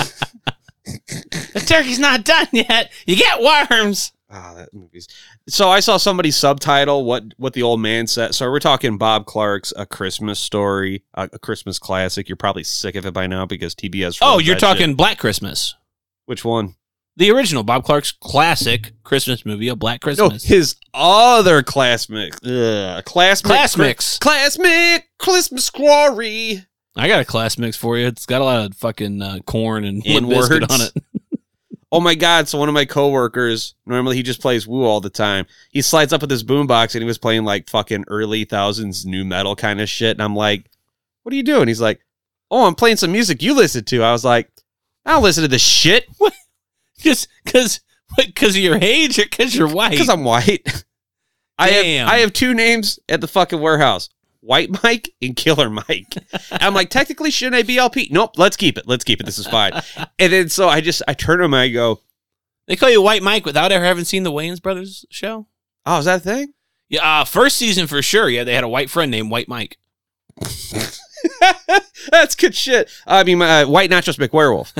Speaker 3: The turkey's not done yet. You get worms.
Speaker 2: ah, that movie's. So I saw somebody subtitle what what the old man said. So we're talking Bob Clark's A Christmas Story, a, a Christmas classic. You're probably sick of it by now because TBS.
Speaker 3: Oh,
Speaker 2: runs
Speaker 3: you're
Speaker 2: that shit.
Speaker 3: talking Black Christmas,
Speaker 2: which one?
Speaker 3: the original Bob Clark's classic Christmas movie, a Black
Speaker 2: No,
Speaker 3: Christmas.
Speaker 2: his other classmate. Ugh, classmate.
Speaker 3: Class mix.
Speaker 2: Classmate Christmas Story.
Speaker 3: I got a class mix for you. It's got a lot of fucking uh, corn and
Speaker 2: In
Speaker 3: Limp Bizkit
Speaker 2: words.
Speaker 3: on it.
Speaker 2: Oh my God. So one of my coworkers, normally he just plays Woo all the time. He slides up with his boombox and he was playing like fucking early thousands new metal kind of shit. And I'm like, what are you doing? He's like, oh, I'm playing some music you listen to. I was like, I don't listen to this shit
Speaker 3: Just because because of your age or because you're white.
Speaker 2: because I'm white. I
Speaker 3: Damn.
Speaker 2: have, I have two names at the fucking warehouse. White Mike and Killer Mike. I'm like, technically, shouldn't I be LP? Nope, let's keep it. Let's keep it. This is fine. And then so I just, I turn to him and I go,
Speaker 3: they call you White Mike without ever having seen the Wayans Brothers show.
Speaker 2: oh, is that a thing?
Speaker 3: Yeah, uh, first season for sure. Yeah, they had a white friend named White Mike.
Speaker 2: That's good shit. I mean, my, uh, White Nachos McWerewolf.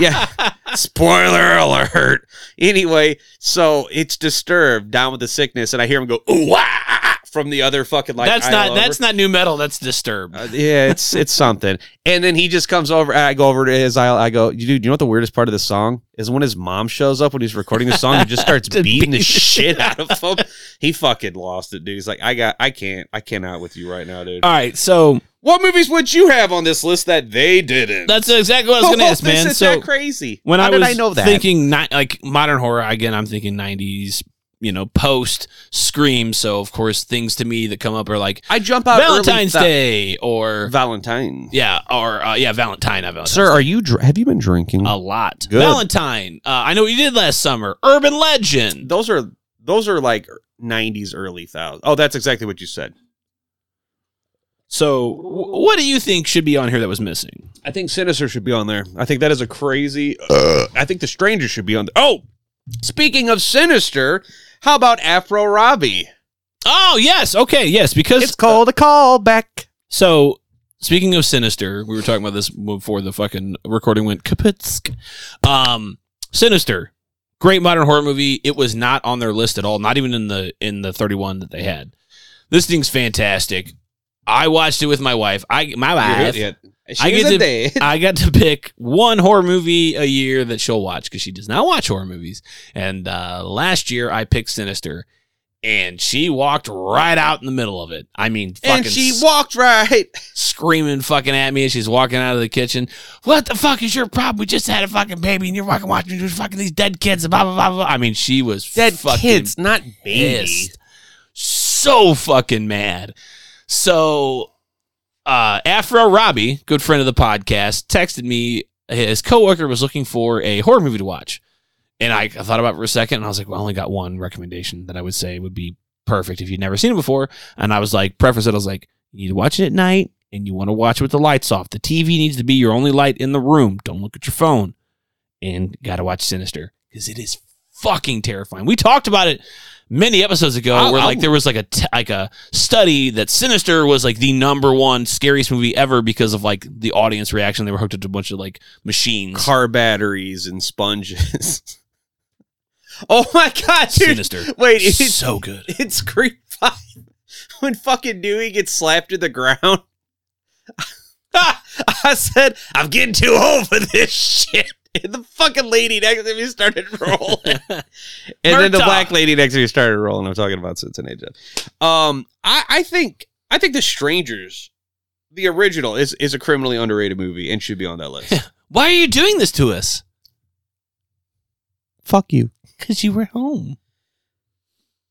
Speaker 2: yeah. Spoiler alert. Anyway, so it's disturbed down with the sickness, and I hear him go ooh wah, ah, ah," from the other fucking like.
Speaker 3: that's
Speaker 2: aisle
Speaker 3: not
Speaker 2: over.
Speaker 3: that's not new metal. That's disturbed.
Speaker 2: Uh, yeah, it's it's something. And then he just comes over. I go over to his aisle. I go, dude. You know what the weirdest part of the song is? When his mom shows up when he's recording the song, and just starts
Speaker 3: Just
Speaker 2: beating the
Speaker 3: beat-
Speaker 2: shit out of him. He fucking lost it, dude. He's like, I got, I can't, I cannot with you right now, dude.
Speaker 3: All right, so
Speaker 2: what movies would you have on this list that they didn't?
Speaker 3: that's exactly what I was going to
Speaker 2: Oh,
Speaker 3: ask, man.
Speaker 2: This is
Speaker 3: so
Speaker 2: that crazy.
Speaker 3: when
Speaker 2: How
Speaker 3: I
Speaker 2: did
Speaker 3: was
Speaker 2: I know that?
Speaker 3: thinking ni- like modern horror again, I'm thinking 90s, you know, post Scream. So of course, things to me that come up are like
Speaker 2: I jump out
Speaker 3: Valentine's
Speaker 2: Uh, early-
Speaker 3: Day or
Speaker 2: Valentine.
Speaker 3: yeah, or uh, yeah, Valentine. I've
Speaker 2: Sir, are you? Dr- have you been drinking?
Speaker 3: a lot.
Speaker 2: Good.
Speaker 3: Valentine. Uh, I know what you did last summer. Urban Legend.
Speaker 2: those are those are like '90s, early thousand. Oh, that's exactly what you said.
Speaker 3: So, w- what do you think should be on here that was missing?
Speaker 2: I think Sinister should be on there. I think that is a crazy. Uh, I think The Stranger should be on there. Oh, speaking of Sinister, how about Afro Robbie?
Speaker 3: Oh yes, okay, yes, because
Speaker 2: It's called a callback.
Speaker 3: so speaking of Sinister, we were talking about this before the fucking recording went kaputsk. Um, Sinister, great modern horror movie. It was not on their list at all, not even in the in the thirty one that they had. This thing's fantastic. I watched it with my wife. I my wife.
Speaker 2: Yeah, yeah.
Speaker 3: I
Speaker 2: She's
Speaker 3: get
Speaker 2: a
Speaker 3: to-
Speaker 2: date.
Speaker 3: I got to pick one horror movie a year that she'll watch because she does not watch horror movies. And uh, last year I picked Sinister, and she walked right out in the middle of it. I mean, fucking
Speaker 2: And she
Speaker 3: s-
Speaker 2: walked right.
Speaker 3: screaming fucking at me as she's walking out of the kitchen. What the fuck is your problem? We just had a fucking baby, and you're fucking watching you're fucking these dead kids. and Blah blah blah blah. I mean, she was
Speaker 2: Dead
Speaker 3: fucking
Speaker 2: kids, not babies.
Speaker 3: pissed. So fucking mad. So uh Afro Robbie, good friend of the podcast, texted me his coworker was looking for a horror movie to watch. And I, I thought about it for a second and I was like, well, I only got one recommendation that I would say would be perfect if you'd never seen it before. And I was like, preface it, I was like, you need to watch it at night and you want to watch it with the lights off. The TV needs to be your only light in the room. Don't look at your phone. And got to watch Sinister because it is fucking terrifying. We talked about it many episodes ago
Speaker 2: I'll-
Speaker 3: where like
Speaker 2: I'll-
Speaker 3: there was like a t- like a study that Sinister was like the number one scariest movie ever because of like the audience reaction. They were hooked up to a bunch of like machines.
Speaker 2: Car batteries and sponges. oh my god, dude.
Speaker 3: Sinister.
Speaker 2: Wait, it's
Speaker 3: so good.
Speaker 2: it's creep five when fucking Dewey gets slapped to the ground. I said, I'm getting too old for this shit. And the fucking lady next to me started rolling. and then the
Speaker 3: Murtaugh.
Speaker 2: black lady next to me started rolling. I'm talking about Cincinnati Jeff. Um I, I think I think The Strangers, the original, is is a criminally underrated movie and should be on that list.
Speaker 3: Why are you doing this to us?
Speaker 2: Fuck you.
Speaker 3: Because you were home.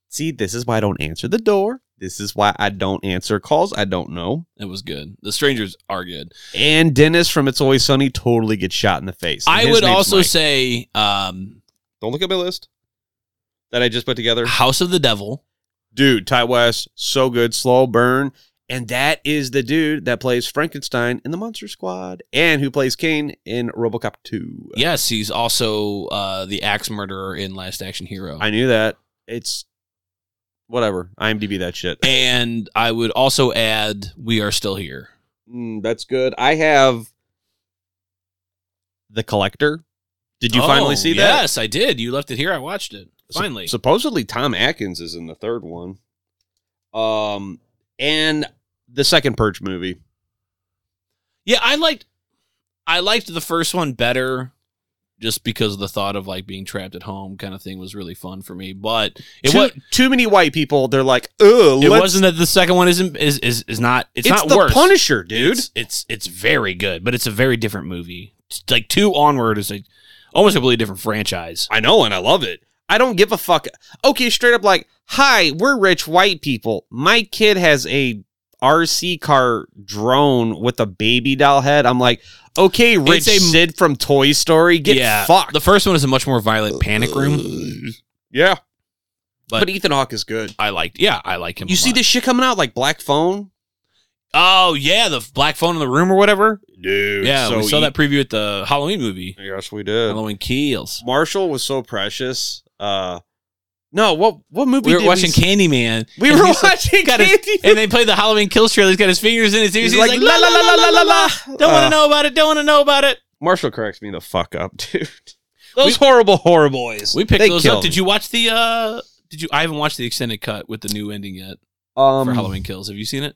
Speaker 2: See, this is why I don't answer the door. This is why I don't answer calls I don't know.
Speaker 3: It was good. The strangers are good.
Speaker 2: And Dennis from It's Always Sunny totally gets shot in the face. And
Speaker 3: I
Speaker 2: his
Speaker 3: would
Speaker 2: name's
Speaker 3: also
Speaker 2: Mike.
Speaker 3: say um,
Speaker 2: don't look at my list that I just put together.
Speaker 3: House of the Devil.
Speaker 2: Dude, Ty West, so good, slow burn. And that is the dude that plays Frankenstein in the Monster Squad and who plays Kane in Robocop 2.
Speaker 3: Yes, he's also uh, the axe murderer in Last Action Hero.
Speaker 2: I knew that. It's whatever. IMDb that shit.
Speaker 3: and I would also add We Are Still Here.
Speaker 2: Mm, that's good. I have The Collector. Did you finally
Speaker 3: Oh,
Speaker 2: see that?
Speaker 3: Yes, I did. You left it here. I watched it.
Speaker 2: Sup-
Speaker 3: Finally.
Speaker 2: supposedly Tom Atkins is in the third one. Um and the second Purge movie.
Speaker 3: yeah, I liked I liked the first one better just because the thought of like being trapped at home kind of thing was really fun for me. But it
Speaker 2: too,
Speaker 3: was
Speaker 2: too many white people, they're like, ugh,
Speaker 3: it
Speaker 2: let's-
Speaker 3: wasn't that the second one isn't is is, is not it's,
Speaker 2: it's,
Speaker 3: not
Speaker 2: the
Speaker 3: worse.
Speaker 2: Punisher, dude.
Speaker 3: It's, it's it's very good, but it's a very different movie. It's like two onward is like almost a completely different franchise.
Speaker 2: I know and I love it. I don't give a fuck. Okay, straight up like, hi, we're rich white people. My kid has a RC car drone with a baby doll head. I'm like, okay, rich
Speaker 3: a-
Speaker 2: Sid from Toy Story, get fucked.
Speaker 3: The first one is a much more violent panic room.
Speaker 2: yeah.
Speaker 3: But-
Speaker 2: But, Ethan Hawke is good.
Speaker 3: I liked. Yeah, I like him.
Speaker 2: You
Speaker 3: a
Speaker 2: see
Speaker 3: lot.
Speaker 2: this shit coming out like Black Phone?
Speaker 3: Oh yeah, the black phone in the room or whatever.
Speaker 2: dude.
Speaker 3: yeah,
Speaker 2: so
Speaker 3: we saw
Speaker 2: e-
Speaker 3: that preview at the Halloween movie.
Speaker 2: Yes, we did.
Speaker 3: Halloween Kills.
Speaker 2: Marshall was so precious. Uh, no, what what movie?
Speaker 3: We were
Speaker 2: did
Speaker 3: watching
Speaker 2: We, s-
Speaker 3: Candyman.
Speaker 2: we
Speaker 3: and
Speaker 2: were
Speaker 3: he's like-
Speaker 2: watching
Speaker 3: got his-
Speaker 2: Candy.
Speaker 3: and they played the Halloween Kills trailer. He's got his fingers in his ears.
Speaker 2: He's
Speaker 3: He's, like, la la la la la Uh. la. Don't want to
Speaker 2: Uh,
Speaker 3: know about it. Don't want to know about it.
Speaker 2: Marshall corrects me the fuck up, dude. Those horrible horror boys.
Speaker 3: We picked those up. Did you watch the? uh Did you? I haven't watched the extended cut with the new ending yet
Speaker 2: um,
Speaker 3: for Halloween Kills. Have you seen it?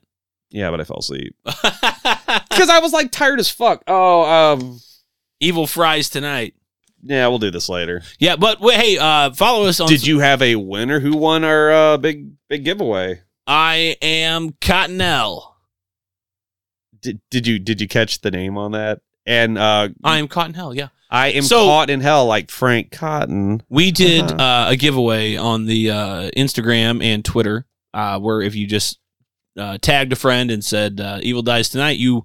Speaker 2: Yeah, but I fell asleep
Speaker 3: Ah.
Speaker 2: because I was like tired as fuck. Oh, um,
Speaker 3: Evil fries tonight.
Speaker 2: yeah, we'll do this later.
Speaker 3: Yeah, but wait, hey, uh, follow us on.
Speaker 2: Did you have a winner who won our uh, big big giveaway?
Speaker 3: I am Cottonelle.
Speaker 2: Did, did you did you catch the name on that? And uh,
Speaker 3: I am Cottonelle. Yeah.
Speaker 2: I am
Speaker 3: So-
Speaker 2: caught in hell like Frank Cotton.
Speaker 3: We did
Speaker 2: Uh-huh.
Speaker 3: uh, a giveaway on the uh, Instagram and Twitter, uh, where if you just uh, tagged a friend and said uh, "Evil Dies Tonight," you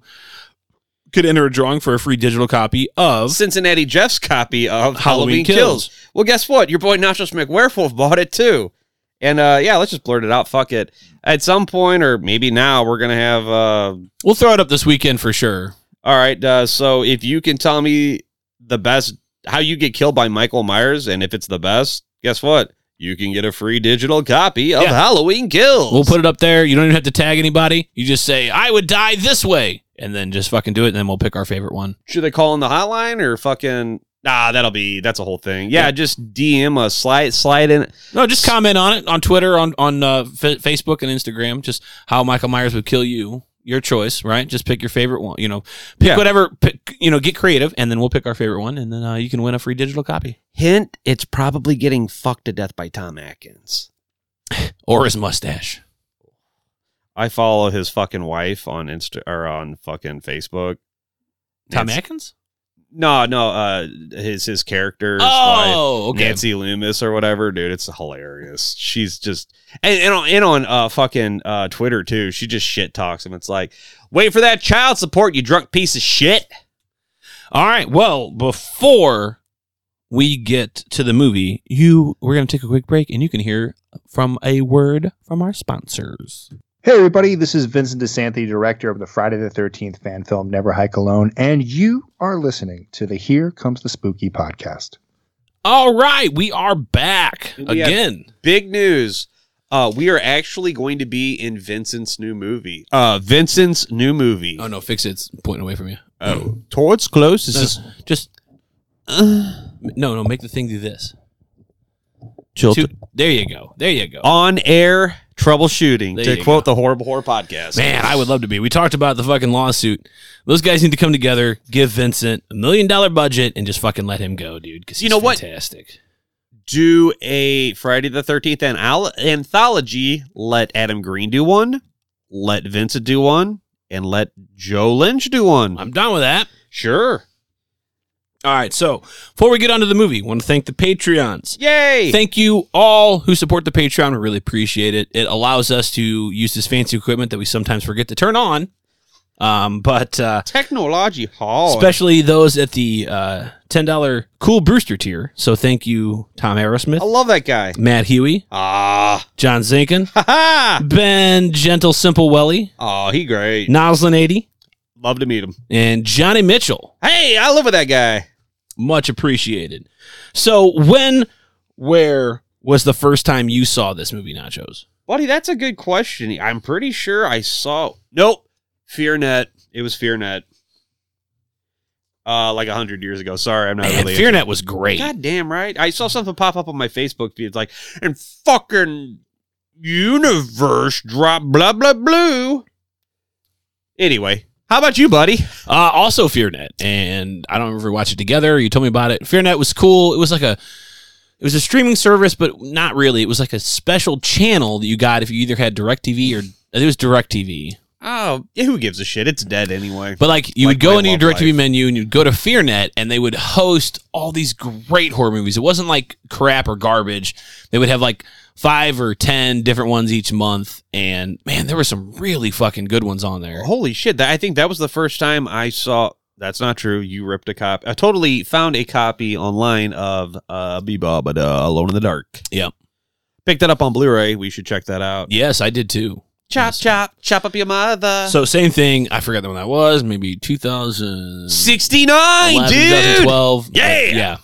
Speaker 3: could enter a drawing for a free digital copy of
Speaker 2: Cincinnati Jeff's copy of Halloween,
Speaker 3: Halloween
Speaker 2: Kills.
Speaker 3: Kills.
Speaker 2: Well, guess what? Your boy Nachos McWerewolf bought it too. And uh, yeah, let's just blurt it out. Fuck it. At some point, or maybe now, we're gonna have. Uh,
Speaker 3: We'll throw it up this weekend for sure.
Speaker 2: all right. Uh, so if you can tell me the best how you get killed by Michael Myers, and if it's the best, guess what? you can get a free digital copy of
Speaker 3: Yeah.
Speaker 2: Halloween Kills.
Speaker 3: We'll put it up there. You don't even have to tag anybody. You just say, I would die this way. And then just fucking do it. And then we'll pick our favorite one.
Speaker 2: Should they call in the hotline or fucking? Nah, that'll be that's a whole thing. Yeah, just DM us, slide slide in.
Speaker 3: No, just comment on it on Twitter, on, on uh, F- Facebook and Instagram. Just how Michael Myers would kill you. Your choice, right? Just pick your favorite one. You know, pick
Speaker 2: Yeah.
Speaker 3: whatever, pick, you know, get creative. And then we'll pick our favorite one. And then uh, you can win a free digital copy
Speaker 2: Hint: It's probably getting fucked to death by Tom Atkins.
Speaker 3: or his mustache.
Speaker 2: I follow his fucking wife on Insta or on fucking Facebook.
Speaker 3: Tom
Speaker 2: Nancy-
Speaker 3: Atkins?
Speaker 2: No, no, uh, his his character. his wife.
Speaker 3: Oh, okay.
Speaker 2: Nancy Loomis or whatever, dude. It's hilarious. She's just and, and on and on uh fucking uh Twitter too. She just shit talks him. It's like, wait for that child support, you drunk piece of shit.
Speaker 3: All right. Well, before we get to the movie, you we're going to take a quick break and you can hear from a word from our sponsors.
Speaker 5: Hey, everybody, this is Vincent DeSanti, director of the Friday the 13th fan film Never Hike Alone, and you are listening to the Here Comes the Spooky podcast.
Speaker 3: All right, we are back
Speaker 2: We have-
Speaker 3: again.
Speaker 2: Big news. Uh we are actually going to be in Vincent's new movie. Uh Vincent's new movie.
Speaker 3: oh no, fix it. It's pointing away from you.
Speaker 2: Oh. Towards close is
Speaker 3: Just just uh, no, no, make the thing do this. Two- there you go. There you go.
Speaker 2: on air troubleshooting
Speaker 3: There
Speaker 2: to
Speaker 3: you
Speaker 2: quote the horrible horror podcast.
Speaker 3: Man, I would love to be. We talked about the fucking lawsuit. Those guys need to come together, give Vincent a million dollar budget, and just fucking let him go, dude. Because
Speaker 2: You know what?
Speaker 3: Fantastic.
Speaker 2: do a Friday the 13th an- al- anthology. Let Adam Green do one, let Vincent do one, and let Joe Lynch do one.
Speaker 3: I'm done with that.
Speaker 2: sure.
Speaker 3: All right, so before we get onto the movie, want to thank the Patreons.
Speaker 2: Yay.
Speaker 3: Thank you all who support the Patreon. We really appreciate it. It allows us to use this fancy equipment that we sometimes forget to turn on. Um, but uh,
Speaker 2: Technology Hall.
Speaker 3: especially those at the uh, ten dollar Cool Brewster tier. So thank you, Tom
Speaker 2: I
Speaker 3: Aerosmith,
Speaker 2: love that guy.
Speaker 3: Matt Huey,
Speaker 2: Ah.
Speaker 3: John Zinkin,
Speaker 2: Ha ha.
Speaker 3: Ben Gentle Simple Welly,
Speaker 2: Oh, he great.
Speaker 3: Noslin eighty,
Speaker 2: Love to meet him.
Speaker 3: and Johnny Mitchell.
Speaker 2: Hey, I live with that guy.
Speaker 3: much appreciated. So, when, where was the first time you saw this movie, Nachos?
Speaker 2: Buddy, that's a good question. I'm pretty sure I saw. Nope. FearNet. It was FearNet. Uh, like a hundred years ago. Sorry, I'm not
Speaker 3: Man,
Speaker 2: really.
Speaker 3: FearNet was great.
Speaker 2: God damn right. I saw something pop up on my Facebook feed. It's like, and fucking universe drop blah blah blue. Anyway, how about you, buddy?
Speaker 3: Uh, also, FearNet, and I don't remember if we watched it together. You told me about it. FearNet was cool. It was like a, it was a streaming service, but not really. It was like a special channel that you got if you either had DirecTV or I think it was DirecTV.
Speaker 2: Oh, who gives a shit? It's dead anyway.
Speaker 3: But like you
Speaker 2: Like
Speaker 3: would go
Speaker 2: my
Speaker 3: into your
Speaker 2: love
Speaker 3: DirecTV
Speaker 2: life.
Speaker 3: menu and you'd go to FearNet and they would host all these great horror movies. It wasn't like crap or garbage. They would have like five or ten different ones each month, and man, there were some really fucking good ones on there.
Speaker 2: Holy shit! That, I think that was the first time I saw. That's not true. You ripped a copy. I totally found a copy online of uh, Bebop, but uh, Alone in the Dark.
Speaker 3: Yep.
Speaker 2: Picked that up on Blu-ray. We should check that out.
Speaker 3: Yes, I did too.
Speaker 2: Chop,
Speaker 3: Yes.
Speaker 2: chop, chop up your mother.
Speaker 3: So same thing. I forgot the one that was. Maybe 2000,
Speaker 2: 69,
Speaker 3: 11,
Speaker 2: dude.
Speaker 3: 2012.
Speaker 4: Yeah!
Speaker 3: Like, yeah.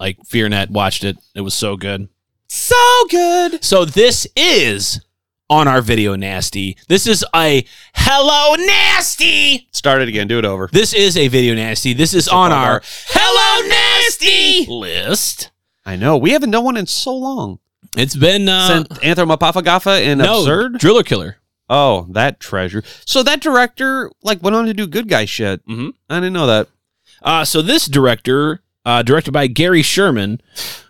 Speaker 3: Like FearNet watched it. It was so good.
Speaker 2: So good.
Speaker 3: So this is on our video nasty. This is a hello nasty.
Speaker 2: Start it again. Do it over.
Speaker 3: This is a video nasty. This is on
Speaker 2: on
Speaker 3: our
Speaker 2: our
Speaker 3: hello nasty list.
Speaker 2: I know. We haven't done one in so long.
Speaker 3: It's been uh,
Speaker 2: Since Anthropophagatha and
Speaker 3: no
Speaker 2: Absurd.
Speaker 3: driller killer.
Speaker 2: Oh, that treasure. So that director like went on to do good guy shit.
Speaker 3: Mhm.
Speaker 2: I didn't know that.
Speaker 3: Uh, so this director, uh, directed by Gary Sherman,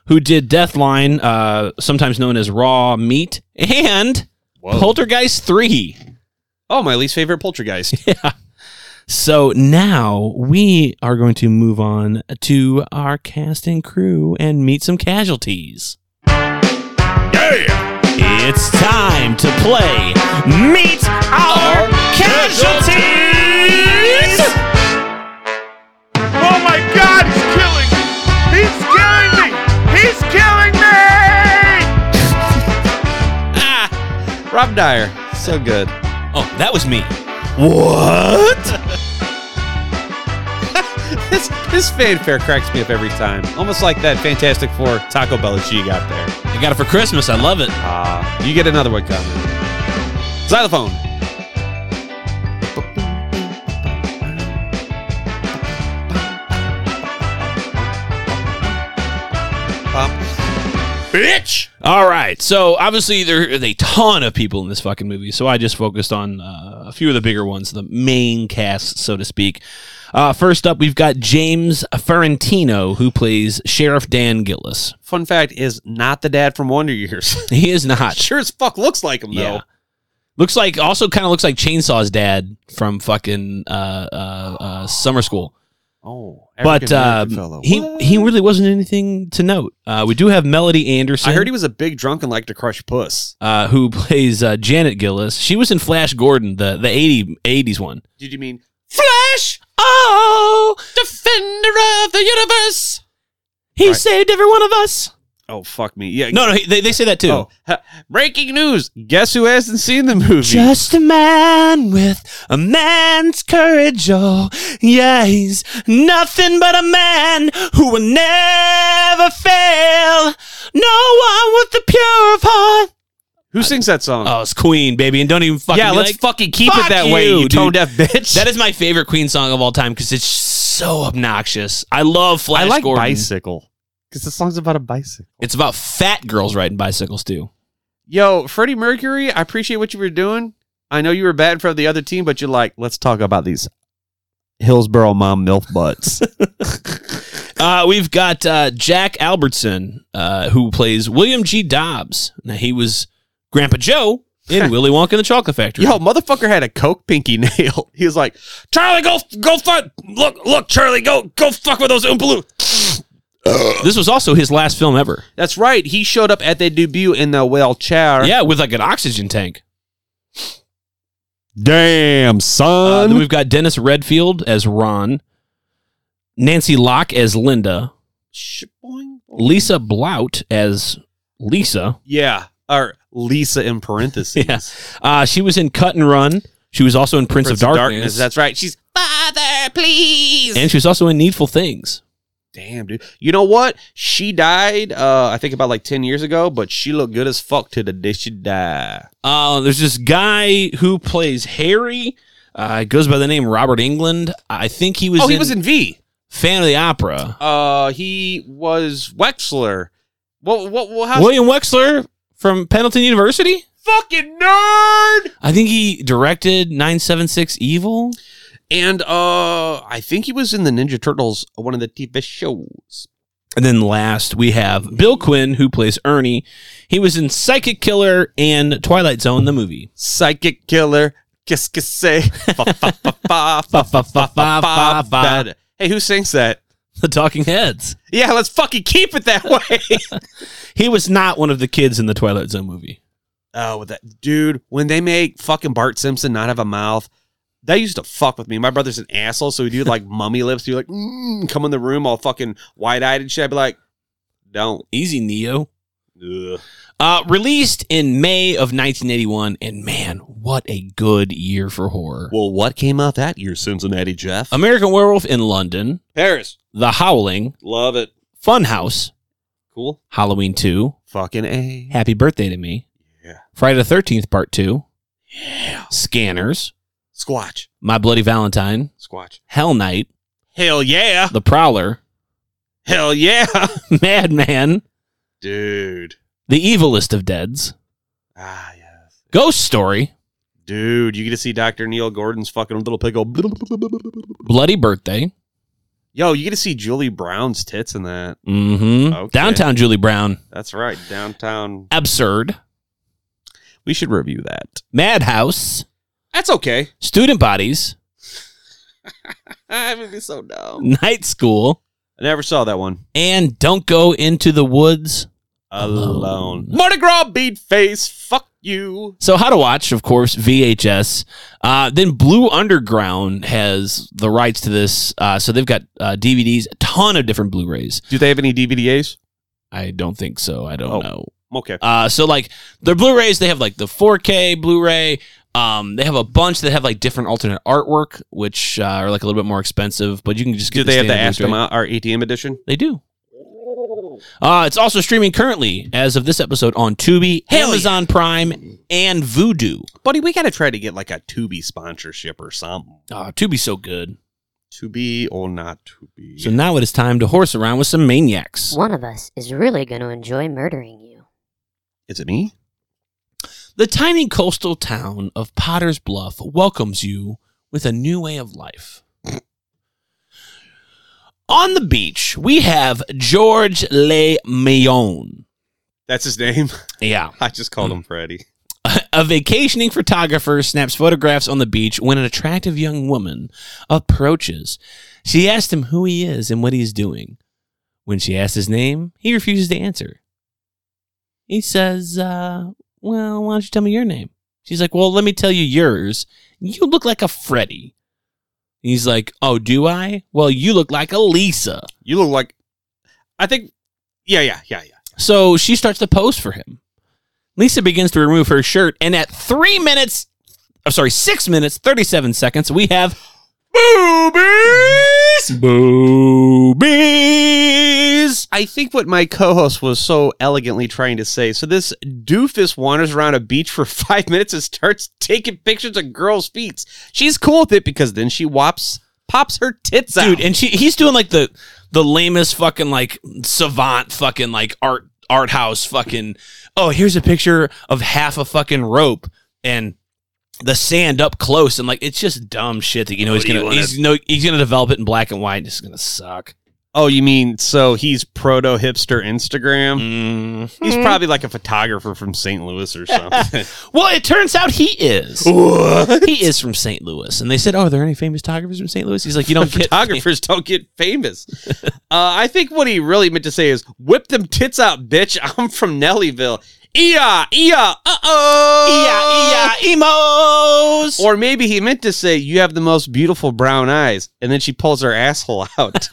Speaker 3: who did Deathline, uh, sometimes known as Raw Meat, and Poltergeist Three.
Speaker 2: Oh, my least favorite poltergeist.
Speaker 3: So now we are going to move on to our cast and crew and meet some casualties.
Speaker 6: Yeah!
Speaker 3: It's time to play Meet Our Casualties!
Speaker 6: Oh my god, he's killing me! He's killing me! He's killing me!
Speaker 2: ah, Rob Dyer. So good.
Speaker 3: Oh, that was me.
Speaker 2: What? this this fanfare cracks me up every time. Almost like that Fantastic Four Taco Bell that she got there.
Speaker 3: I got it for Christmas. I love it.
Speaker 2: Uh, you get another one coming. Xylophone.
Speaker 4: Bitch!
Speaker 3: All right. So obviously there is a ton of people in this fucking movie. So I just focused on uh, a few of the bigger ones, the main cast, so to speak. Uh, first up, we've got James Ferrantino, who plays Sheriff Dan Gillis.
Speaker 2: Fun fact is not the dad from Wonder Years.
Speaker 3: He is not.
Speaker 2: sure as fuck looks like him though.
Speaker 3: Yeah. Looks like also kind of looks like Chainsaw's dad from fucking uh, uh, uh, summer school.
Speaker 2: Oh,
Speaker 3: But uh,
Speaker 2: African-American fellow.
Speaker 3: he
Speaker 2: What?
Speaker 3: he really wasn't anything to note. Uh, we do have Melody Anderson.
Speaker 2: I heard he was a big drunk and liked to crush puss.
Speaker 3: uh, who plays uh, Janet Gillis. She was in Flash Gordon, the the 80, 80s one.
Speaker 2: Did you mean Flash?
Speaker 3: Oh,
Speaker 2: Defender of the universe.
Speaker 3: he
Speaker 2: Right.
Speaker 3: saved every one of us.
Speaker 2: Oh fuck me. Yeah.
Speaker 3: No, no, he, they, they say that too.
Speaker 2: Oh, ha- breaking news. Guess who hasn't seen the movie?
Speaker 3: Just a man with a man's courage. Oh, yeah, he's nothing but a man who will never fail. No one with the pure of heart.
Speaker 2: who sings that song?
Speaker 3: Oh, it's Queen, baby, and don't even fucking.
Speaker 2: yeah,
Speaker 3: be
Speaker 2: let's
Speaker 3: like,
Speaker 2: fucking keep
Speaker 3: "Fuck
Speaker 2: it that way,
Speaker 3: you,
Speaker 2: you
Speaker 3: dude."
Speaker 2: tone deaf bitch.
Speaker 3: That is my favorite Queen song of all time because it's so obnoxious. I love Flash
Speaker 2: I like
Speaker 3: Gordon.
Speaker 2: bicycle because the song's about a bicycle.
Speaker 3: It's about fat girls riding bicycles too.
Speaker 2: Yo, Freddie Mercury, I appreciate what you were doing. I know you were bad for the other team, but you're like, let's talk about these Hillsboro mom milf butts.
Speaker 3: Uh, we've got uh, Jack Albertson, uh, who plays William G. Dobbs. Now he was Grandpa Joe in Willy Wonka and the Chocolate Factory.
Speaker 2: Yo, motherfucker had a coke pinky nail. He was like,
Speaker 4: Charlie, go go fuck. Look, look, Charlie, go go fuck with those Oompa Loo-
Speaker 3: This was also his last film ever.
Speaker 2: that's right. He showed up at the debut in the wheelchair.
Speaker 3: Yeah, with like an oxygen tank. Uh,
Speaker 2: Damn,
Speaker 3: then
Speaker 2: son.
Speaker 3: we've got Dennis Redfield as Ron, Nancy Locke as Linda, Lisa Blout as Lisa.
Speaker 2: yeah. Or Lisa in parentheses.
Speaker 3: Yeah. Uh, she was in Cut and Run. She was also in Prince, of Darkness.
Speaker 2: That's right. She's father, please.
Speaker 3: and she was also in Needful Things.
Speaker 2: Damn, dude. You know what? She died, uh, I think about like 10 years ago, but she looked good as fuck to the day she died.
Speaker 3: Uh, there's this guy who plays Harry. Uh, goes by the name Robert England. I think he was.
Speaker 2: oh,
Speaker 3: in
Speaker 2: he was in V.
Speaker 3: Fan of the Opera.
Speaker 2: Uh, he was Wexler. What, what, what, how?
Speaker 3: William Wexler from Pendleton University.
Speaker 2: Fucking nerd!
Speaker 3: I think he directed 976 Evil.
Speaker 2: And, uh, I think he was in the Ninja Turtles, uh, one of the TV shows.
Speaker 3: And then last we have Bill Quinn, who plays Ernie. He was in Psychic Killer and Twilight Zone, the movie.
Speaker 2: Psychic Killer, Kiss Kiss Say, fa fa fa fa fa
Speaker 3: fa fa
Speaker 2: fa fa fa. Hey, who sings that?
Speaker 3: The Talking Heads.
Speaker 2: Yeah, let's fucking keep it that way.
Speaker 3: He was not one of the kids in the Twilight Zone movie.
Speaker 2: Oh, with that dude, when they make fucking Bart Simpson not have a mouth, that used to fuck with me. My brother's an asshole, so he'd do like mummy lips. He'd be like, mm, come in the room all fucking wide eyed and shit. I'd be like, don't.
Speaker 3: Easy Neo.
Speaker 2: Ugh.
Speaker 3: Uh, released in May of 1981, and man, what a good year for horror!
Speaker 2: Well, what came out that year, Cincinnati Jeff?
Speaker 3: American Werewolf in London,
Speaker 2: Um, Paris.
Speaker 3: The Howling,
Speaker 2: Love it.
Speaker 3: Funhouse,
Speaker 2: Cool.
Speaker 3: Halloween 2,
Speaker 2: Fucking A.
Speaker 3: Happy Birthday to Me,
Speaker 2: Yeah.
Speaker 3: Friday the 13th Part 2, yeah. Scanners,
Speaker 2: Squatch.
Speaker 3: My Bloody Valentine,
Speaker 2: Squatch.
Speaker 3: Hell Night,
Speaker 2: Hell yeah.
Speaker 3: The Prowler,
Speaker 2: Hell yeah.
Speaker 3: Madman,
Speaker 2: Dude.
Speaker 3: The Evilest of Deads,
Speaker 2: Ah, yes.
Speaker 3: Ghost Story,
Speaker 2: Dude, you get to see Dr. Neil Gordon's fucking little pickle.
Speaker 3: Bloody Birthday,
Speaker 2: Yo, you get to see Julie Brown's tits in that.
Speaker 3: mm-hmm.
Speaker 2: Okay.
Speaker 3: Downtown Julie Brown,
Speaker 2: That's right. Downtown.
Speaker 3: Absurd,
Speaker 2: We should review that.
Speaker 3: Madhouse,
Speaker 2: That's okay.
Speaker 3: Student Bodies,
Speaker 2: I would be so dumb.
Speaker 3: Night School,
Speaker 2: I never saw that one.
Speaker 3: and Don't Go Into the Woods. Alone.
Speaker 2: Alone. Mardi Gras bead face. Fuck you.
Speaker 3: So, How to Watch, of course, VHS. Uh, then Blue Underground has the rights to this. Uh, so, they've got uh, DVDs, a ton of different Blu rays.
Speaker 2: Do they have any DVDAs?
Speaker 3: I don't think so. I don't
Speaker 2: Oh.
Speaker 3: know.
Speaker 2: Okay.
Speaker 3: Uh, so, like, their Blu rays, they have like the 4K Blu ray. Um, they have a bunch that have like different alternate artwork, which uh, are like a little bit more expensive, but you can just get
Speaker 2: Do they have the
Speaker 3: standard Blu-ray.
Speaker 2: Astro or ATM edition?
Speaker 3: They do. Uh, it's also streaming currently as of this episode on Tubi, Amazon Prime, and Vudu.
Speaker 2: Buddy, we got to try to get like a Tubi sponsorship or something.
Speaker 3: Ah, Tubi's so good.
Speaker 2: To be or not to be.
Speaker 3: So now it is time to horse around with some maniacs.
Speaker 7: One of us is really going to enjoy murdering you.
Speaker 2: Is it me?
Speaker 3: The tiny coastal town of Potter's Bluff welcomes you with a new way of life. On the beach, we have George Le Mayon.
Speaker 2: That's his name.
Speaker 3: Yeah.
Speaker 2: I just called him Freddy.
Speaker 3: A vacationing photographer snaps photographs on the beach when an attractive young woman approaches. She asks him who he is and what he's doing. When she asks his name, he refuses to answer. He says, uh, Well, why don't you tell me your name? She's like, Well, let me tell you yours. You look like a Freddy. He's like, Oh, do I? Well, you look like a Lisa.
Speaker 2: You look like. I think. Yeah, yeah, yeah, yeah.
Speaker 3: So she starts to pose for him. Lisa begins to remove her shirt, and at three minutes, I'm sorry, six minutes, 37 seconds, we have boobies! Boobies!
Speaker 2: I think what my co host was so elegantly trying to say so this doofus wanders around a beach for five minutes and starts taking pictures of girls' feet. She's cool with it because then she wops, pops her tits out.
Speaker 3: Dude, and she he's doing like the the lamest fucking like savant fucking like art art house fucking oh, here's a picture of half a fucking rope and the sand up close and like it's just dumb shit that you know he's
Speaker 4: do you
Speaker 3: gonna
Speaker 4: wanna-
Speaker 3: he's no he's gonna develop it in black and white. It's gonna suck.
Speaker 2: oh, you mean so he's proto hipster Instagram?
Speaker 3: Mm.
Speaker 2: He's probably like a photographer from St. Louis or something.
Speaker 3: Well, it turns out he is.
Speaker 4: What?
Speaker 3: he is from St. Louis. And they said, Oh, are there any famous photographers from St. Louis? He's like, You don't get
Speaker 2: Photographers don't get famous. uh, I think what he really meant to say is, "Whip them tits out, bitch! I'm from Nellyville." Ea, ea, uh oh,
Speaker 3: Yeah, yeah, emos.
Speaker 2: Or maybe he meant to say, "You have the most beautiful brown eyes," and then she pulls her asshole out.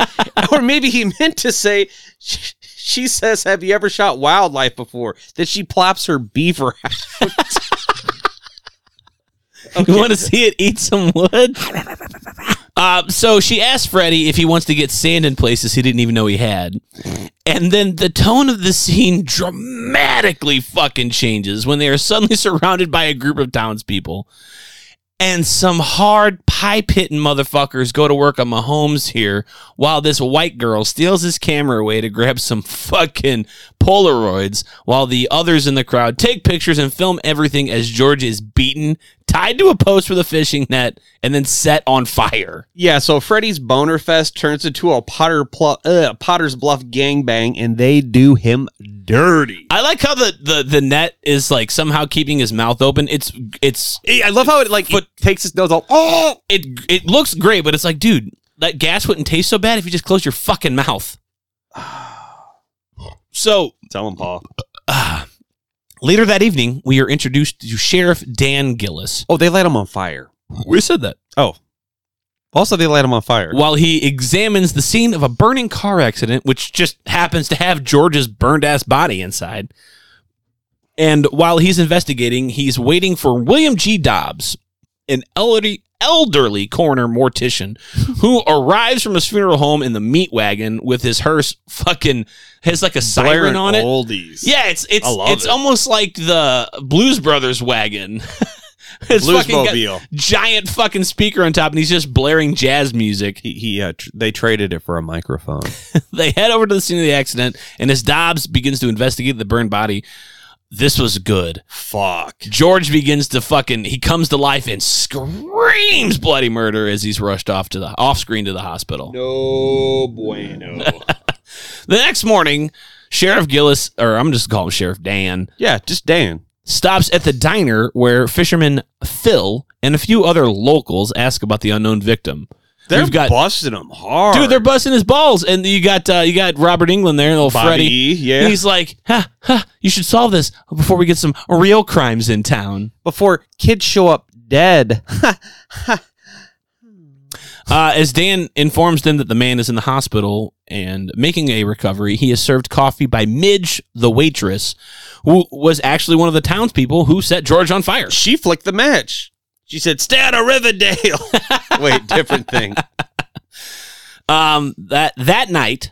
Speaker 2: or maybe he meant to say. She, she says, "Have you ever shot wildlife before?" Then she plops her beaver out.
Speaker 3: You want to see it eat some wood? Uh, so she asked Freddie if he wants to get sand in places he didn't even know he had. And then the tone of the scene dramatically fucking changes when they are suddenly surrounded by a group of townspeople. And some hard pipe hitting motherfuckers go to work on Mahomes here while this white girl steals his camera away to grab some fucking Polaroids while the others in the crowd take pictures and film everything as George is beaten, tied to a post with a fishing net, and then set on fire.
Speaker 2: Yeah, so Freddy's Boner Fest turns into a Potter pl- uh, Potter's Bluff gangbang, and they do him dirty.
Speaker 3: I like how the, the, the net is like somehow keeping his mouth open. It's it's
Speaker 2: I love how it like it takes his nose all. Oh,
Speaker 3: it it looks great, but it's like, dude, that gas wouldn't taste so bad if you just closed your fucking mouth. So
Speaker 2: tell him, Paul.
Speaker 3: Ah. later that evening, we are introduced to Sheriff Dan Gillis.
Speaker 2: Oh, they light him on fire.
Speaker 3: We said that.
Speaker 2: Also, they light him on fire.
Speaker 3: While he examines the scene of a burning car accident, which just happens to have George's burned ass body inside. And while he's investigating, he's waiting for William G. Dobbs, an elderly, elderly coroner mortician, who arrives from his funeral home in the meat wagon with his hearse fucking has like a siren on it.
Speaker 2: Oldies. Yeah,
Speaker 3: Yeah, it's it's
Speaker 2: I love
Speaker 3: it's
Speaker 2: it.
Speaker 3: almost like the Blues Brothers wagon. it's fucking got
Speaker 2: Bluesmobile.
Speaker 3: giant fucking speaker on top, and he's just blaring jazz music.
Speaker 2: He, he uh, tr- they traded it for a microphone.
Speaker 3: They head over to the scene of the accident, and as Dobbs begins to investigate the burned body, this was good.
Speaker 2: Fuck.
Speaker 3: George begins to fucking he comes to life and screams bloody murder as he's rushed off to the off screen to the hospital.
Speaker 2: No bueno.
Speaker 3: The next morning, Sheriff Gillis, or I'm just gonna call him Sheriff Dan,
Speaker 2: yeah, just Dan.
Speaker 3: stops at the diner where fisherman Phil and a few other locals ask about the unknown victim.
Speaker 2: They're
Speaker 3: We've got-
Speaker 2: busting him hard,
Speaker 3: Dude, they're busting his balls, and you got uh, you got Robert England there, and little
Speaker 2: Bobby. E,
Speaker 3: Freddie.
Speaker 2: Yeah.
Speaker 3: He's like, ha, ha, you should solve this before we get some real crimes in town.
Speaker 2: Before kids show up dead.
Speaker 3: Uh, as Dan informs them that the man is in the hospital and making a recovery, he is served coffee by Midge, the waitress, who was actually one of the townspeople who set George on fire.
Speaker 2: she flicked the match. She said, "Stay out of Riverdale." Wait, different thing.
Speaker 3: Um, that that night,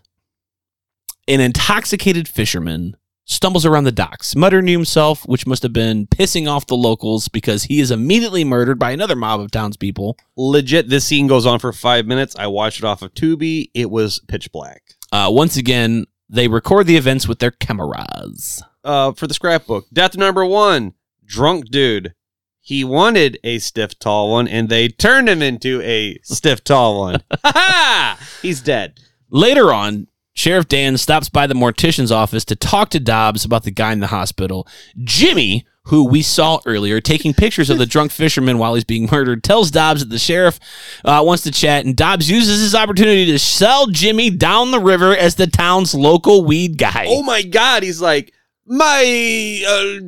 Speaker 3: an intoxicated fisherman stumbles around the docks, muttering to himself, which must have been pissing off the locals because he is immediately murdered by another mob of townspeople.
Speaker 2: Legit, this scene goes on for five minutes. I watched it off of Tubi. It was pitch black.
Speaker 3: Uh, once again, they record the events with their cameras.
Speaker 2: uh, for the scrapbook. Death number one, drunk dude. He wanted a stiff tall one, and they turned him into a stiff tall one. Ha ha! He's dead.
Speaker 3: Later on, Sheriff Dan stops by the mortician's office to talk to Dobbs about the guy in the hospital. Jimmy, who we saw earlier taking pictures of the drunk fisherman while he's being murdered, tells Dobbs that the sheriff uh, wants to chat, and Dobbs uses his opportunity to sell Jimmy down the river as the town's local weed guy.
Speaker 2: Oh my god! He's like my uh,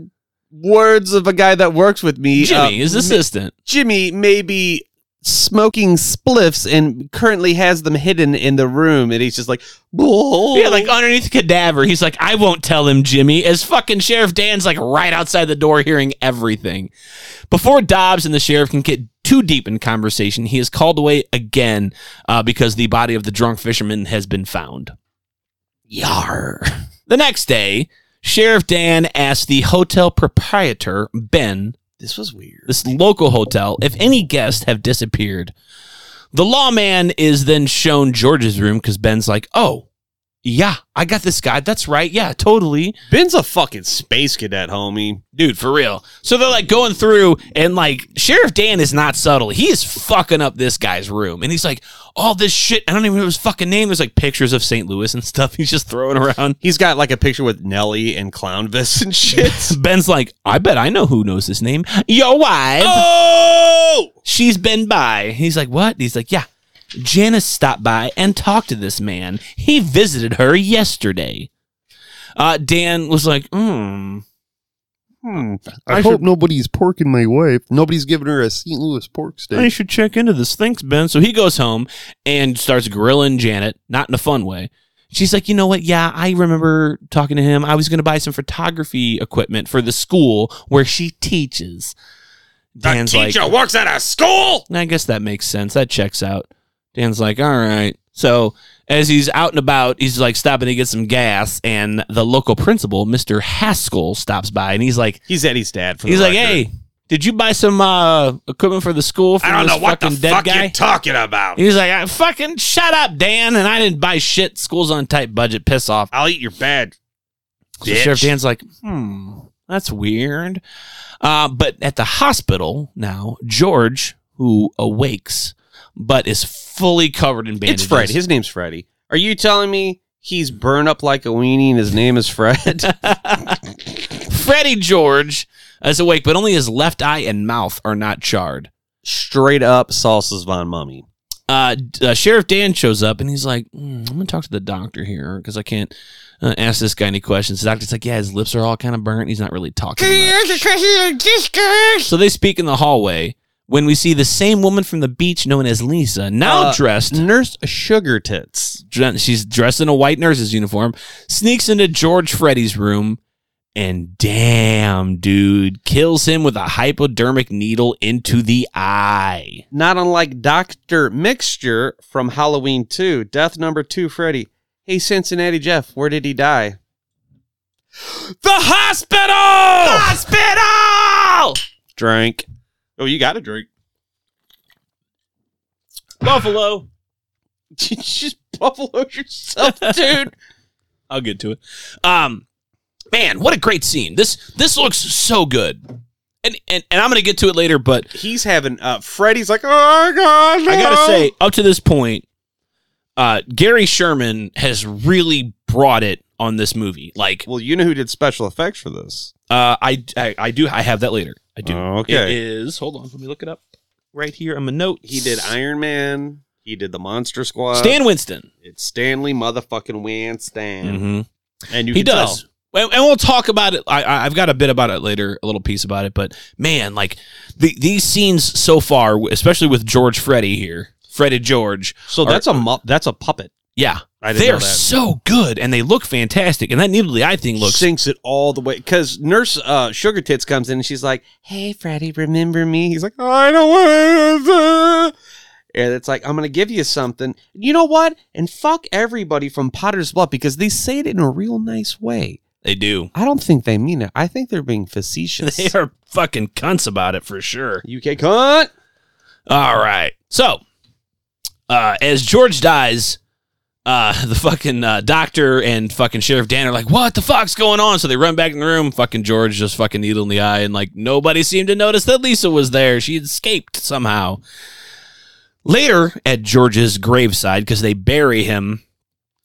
Speaker 2: words of a guy that works with me. uh,
Speaker 3: Jimmy, his assistant.
Speaker 2: Jimmy may be smoking spliffs and currently has them hidden in the room, and he's just like, Whoa.
Speaker 3: Yeah, like oh. underneath the cadaver, he's like, I won't tell him, Jimmy, as fucking Sheriff Dan's like right outside the door hearing everything. Before Dobbs and the sheriff can get too deep in conversation, he is called away again uh, because the body of the drunk fisherman has been found. Yar. The next day, Sheriff Dan asks the hotel proprietor, Ben,
Speaker 2: this was weird.
Speaker 3: this local hotel if any guests have disappeared. The lawman is then shown George's room because Ben's like, oh, yeah, I got this guy. That's right. Yeah, totally.
Speaker 2: Ben's a fucking space cadet, homie.
Speaker 3: Dude, for real. So they're like going through, and like Sheriff Dan is not subtle. He is fucking up this guy's room. And he's like, all this shit. I don't even know his fucking name. There's like pictures of St. Louis and stuff he's just throwing around.
Speaker 2: He's got like a picture with Nelly and Clownvis and shit.
Speaker 3: Ben's like, I bet I know who knows this name. Your wife.
Speaker 2: oh!
Speaker 3: She's been by. He's like, What? He's like, Yeah. Janice stopped by and talked to this man. He visited her yesterday. Uh, Dan was like, Hmm.
Speaker 8: Hmm. I, hope nobody's porking my wife. Nobody's giving her a St. Louis pork
Speaker 3: I
Speaker 8: steak.
Speaker 3: should check into this. Thanks, Ben. So he goes home and starts grilling Janet, not in a fun way. She's like, you know what? Yeah, I remember talking to him. I was going to buy some photography equipment for the school where she teaches.
Speaker 4: The
Speaker 3: Dan's like,
Speaker 4: teacher works at a school.
Speaker 3: I guess that makes sense. That checks out. Dan's like, all right. So as he's out and about, he's like stopping to get some gas, and the local principal, Mr. Haskell, stops by, and he's like,
Speaker 2: He's Eddie's dad. For the
Speaker 3: he's like,
Speaker 2: record.
Speaker 3: hey, did you buy some uh, equipment for the school for
Speaker 4: I don't
Speaker 3: this
Speaker 4: know what the
Speaker 3: fucking dead
Speaker 4: fuck
Speaker 3: guy?
Speaker 4: you're talking about.
Speaker 3: he's like, I fucking shut up, Dan, and I didn't buy shit. School's on tight budget. Piss off.
Speaker 4: I'll eat your bed.
Speaker 3: So Sheriff Dan's like, hmm, that's weird. Uh, but at the hospital now, George, who awakes but is fully covered in bandages.
Speaker 2: it's Fred. His name's Freddy. Are you telling me he's burned up like a weenie and his name is Fred?
Speaker 3: Freddy George is awake, but only his left eye and mouth are not charred.
Speaker 2: Straight up salsas von mummy.
Speaker 3: Uh, d- uh, Sheriff Dan shows up and he's like, "Hmm, I'm going to talk to the doctor here because I can't uh, ask this guy any questions. The doctor's like, Yeah, his lips are all kind of burnt. He's not really talking. much." So they speak in the hallway when we see the same woman from the beach known as Lisa, now
Speaker 2: Uh,
Speaker 3: dressed
Speaker 2: Nurse Sugar Tits.
Speaker 3: dre- she's dressed in a white nurse's uniform, sneaks into George Freddy's room, and damn, dude, kills him with a hypodermic needle into the eye.
Speaker 2: Not unlike Dr. Mixture from Halloween 2, Death Number 2, Freddy. Hey, Cincinnati Jeff, where did he die?
Speaker 4: The hospital.
Speaker 3: Hospital!
Speaker 2: Drink. Oh, you got to drink.
Speaker 3: Buffalo.
Speaker 2: You just buffalo yourself, dude.
Speaker 3: I'll get to it. Um, man, what a great scene. This this looks so good. And, and, and I'm gonna get to it later, but
Speaker 2: He's having, uh, Freddy's like, oh, my God.
Speaker 3: I gotta
Speaker 2: no."
Speaker 3: say, up to this point, uh, Gary Sherman has really brought it on this movie. Like,
Speaker 2: Well, you know who did special effects for this?
Speaker 3: uh, I, I I do I have that later. I do. It
Speaker 2: Okay.
Speaker 3: is. Hold on, let me look it up right here. I'm a note.
Speaker 2: he did uh, Iron Man. He did the Monster Squad.
Speaker 3: Stan Winston.
Speaker 2: it's Stanley motherfucking Winston. And you
Speaker 3: Mm-hmm. He
Speaker 2: can tell.
Speaker 3: does. And and we'll talk about it. I, I- I've got a bit about it later, a little piece about it. But man, like the, these scenes so far, especially with George Freddy here, Freddy George,
Speaker 2: So
Speaker 3: Or-
Speaker 2: that's a mu- that's a puppet.
Speaker 3: yeah,
Speaker 2: I didn't know
Speaker 3: they're
Speaker 2: that.
Speaker 3: so good and they look fantastic. And that needle to the eye thing looks
Speaker 2: Sinks it all the way because Nurse uh, Sugar Tits comes in and she's like, "Hey, Freddy, remember me?" He's like, "I don't want." to." and it's like I'm gonna give you something. You know what? And fuck everybody from Potter's Bluff because they say it in a real nice way.
Speaker 3: They do.
Speaker 2: I don't think they mean it. I think they're being facetious.
Speaker 3: They are fucking cunts about it for sure.
Speaker 2: UK cunt.
Speaker 3: All right. So, uh, as George dies, uh, the fucking uh, doctor and fucking Sheriff Dan are like, "What the fuck's going on?" So they run back in the room. Fucking George just fucking needle in the eye, and like nobody seemed to notice that Lisa was there. She had escaped somehow. Later at George's graveside, because they bury him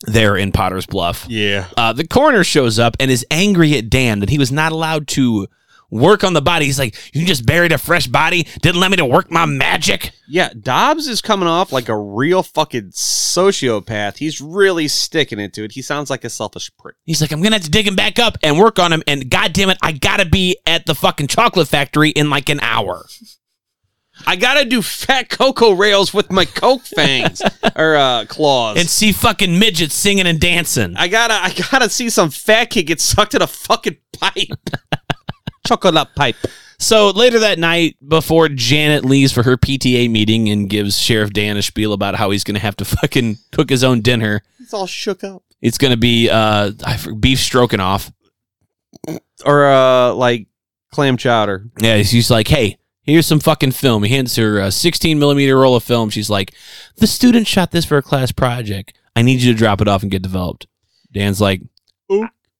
Speaker 3: there in Potter's Bluff.
Speaker 4: Yeah.
Speaker 3: Uh, the coroner shows up and is angry at Dan that he was not allowed to work on the body. He's like, "You just buried a fresh body. Didn't let me to work my magic."
Speaker 2: Yeah, Dobbs is coming off like a real fucking sociopath. He's really sticking it to it. He sounds like a selfish prick.
Speaker 3: He's like, "I'm gonna have to dig him back up and work on him." And goddamn it, I gotta be at the fucking chocolate factory in like an hour.
Speaker 2: I gotta do fat cocoa rails with my coke fangs or uh, claws.
Speaker 3: And see fucking midgets singing and dancing.
Speaker 2: I gotta, I gotta see some fat kid get sucked in a fucking pipe, chocolate pipe.
Speaker 3: So later that night, before Janet leaves for her PTA meeting and gives Sheriff Dan a spiel about how he's gonna have to fucking cook his own dinner,
Speaker 2: It's all shook up.
Speaker 3: it's gonna be uh I for- beef stroking off.
Speaker 2: Or uh, like clam chowder.
Speaker 3: Yeah, she's like, hey, here's some fucking film. He hands her a 16 millimeter roll of film. She's like, the student shot this for a class project. I need you to drop it off and get developed. Dan's like,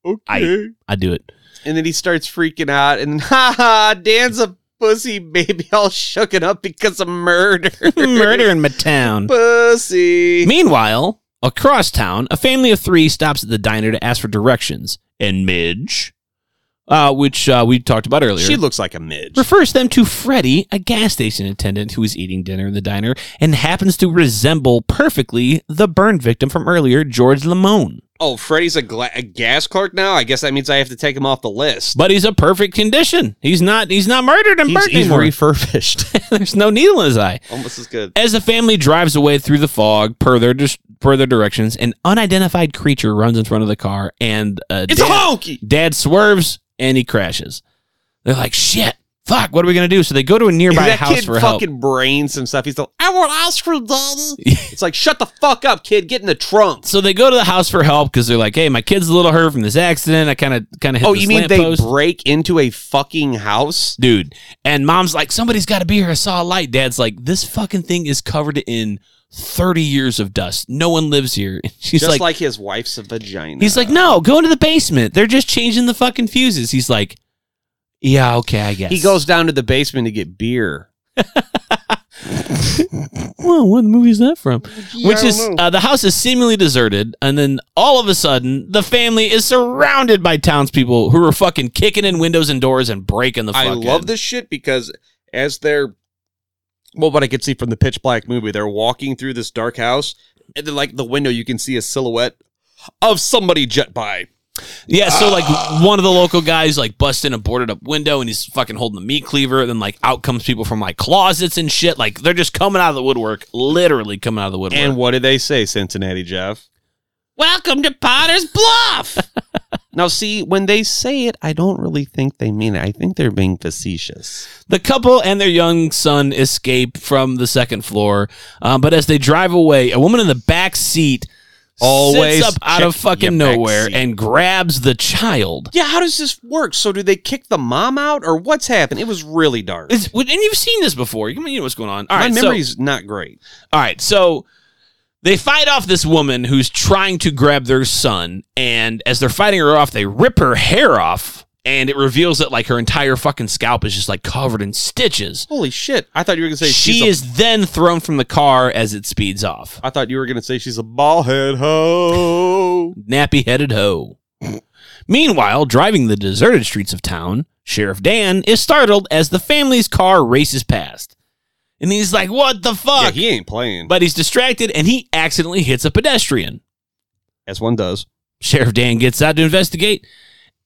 Speaker 4: Okay.
Speaker 3: I do it.
Speaker 2: And then he starts freaking out, and ha ha, Dan's a pussy baby, all shook it up because of murder.
Speaker 3: Murder in my town.
Speaker 2: pussy.
Speaker 3: Meanwhile, across town, a family of three stops at the diner to ask for directions. And Midge, uh, which uh, we talked about earlier,
Speaker 2: She looks like a midge.
Speaker 3: refers them to Freddy, a gas station attendant who is eating dinner in the diner and happens to resemble perfectly the burn victim from earlier, George Lamone.
Speaker 2: Oh, Freddy's a, gla- a gas clerk now. I guess that means I have to take him off the list.
Speaker 3: But he's a perfect condition. He's not. He's not murdered and burnt anymore.
Speaker 2: refurbished.
Speaker 3: There's no needle in his eye.
Speaker 2: Almost as good.
Speaker 3: As the family drives away through the fog, per their dis- per their directions, an unidentified creature runs in front of the car, and uh,
Speaker 2: It's a
Speaker 3: Dad-
Speaker 2: honky.
Speaker 3: Dad swerves and he crashes. They're like, "Shit, fuck, what are we gonna do?" So they go to a nearby
Speaker 2: that
Speaker 3: house
Speaker 2: kid
Speaker 3: for help.
Speaker 2: fucking brains some stuff. He's like, I want ice cream, daddy. it's like, shut the fuck up, kid. Get in the trunk.
Speaker 3: So they go to the house for help because they're like, "Hey, my kid's a little hurt from this accident. I kind of kind of hit
Speaker 2: Oh,
Speaker 3: this
Speaker 2: you mean they
Speaker 3: lamppost."
Speaker 2: break into a fucking house?
Speaker 3: dude. And mom's like, somebody's got to be here. I saw a light. Dad's like, this fucking thing is covered in 30 years of dust. No one lives here. And she's
Speaker 2: Just
Speaker 3: like,
Speaker 2: like, his wife's a vagina.
Speaker 3: he's like, no, go into the basement. They're just changing the fucking fuses. He's like, yeah, okay, I guess.
Speaker 2: He goes down to the basement to get beer.
Speaker 3: Whoa, what movie is that from?
Speaker 8: Gee, I
Speaker 3: Which
Speaker 8: don't
Speaker 3: is
Speaker 8: know.
Speaker 3: uh, the house is seemingly deserted, and then all of a sudden, the family is surrounded by townspeople who are fucking kicking in windows and doors and breaking the. Fuck
Speaker 2: I love
Speaker 3: in.
Speaker 2: this shit because as they're well, what I could see from the pitch black movie, they're walking through this dark house, and then like the window, you can see a silhouette of somebody jet by.
Speaker 3: Yeah, so like one of the local guys like busts in a boarded up window and he's fucking holding the meat cleaver. And then like out comes people from like closets and shit. Like they're just coming out of the woodwork, literally coming out of the woodwork.
Speaker 2: And what did they say, Cincinnati Jeff? Welcome to Potter's Bluff. now, see, when they say it, I don't really think they mean it. I think they're being facetious.
Speaker 3: the couple and their young son escape from the second floor, um, but as they drive away, a woman in the back seat
Speaker 2: Always
Speaker 3: sits up out
Speaker 2: check
Speaker 3: of fucking
Speaker 2: your back
Speaker 3: nowhere
Speaker 2: seat.
Speaker 3: and grabs the child.
Speaker 2: Yeah, how does this work? So, do they kick the mom out, or what's happened? It was really dark.
Speaker 3: It's- and you've seen this before. You know what's going on. All
Speaker 2: My
Speaker 3: right, so-
Speaker 2: memory's not great.
Speaker 3: All right, so they fight off this woman who's trying to grab their son, and as they're fighting her off, they rip her hair off, and it reveals that like her entire fucking scalp is just like covered in stitches.
Speaker 2: Holy shit! I thought you were gonna say she's
Speaker 3: She
Speaker 2: a-
Speaker 3: is then thrown from the car as it speeds off.
Speaker 2: I thought you were gonna say she's a ball head hoe.
Speaker 3: Nappy headed hoe. Meanwhile, driving the deserted streets of town, Sheriff Dan is startled as the family's car races past. And he's like, What the
Speaker 2: Yeah,
Speaker 3: fuck?
Speaker 2: he ain't playing.
Speaker 3: but he's distracted and he accidentally hits a pedestrian.
Speaker 2: as one does.
Speaker 3: Sheriff Dan gets out to investigate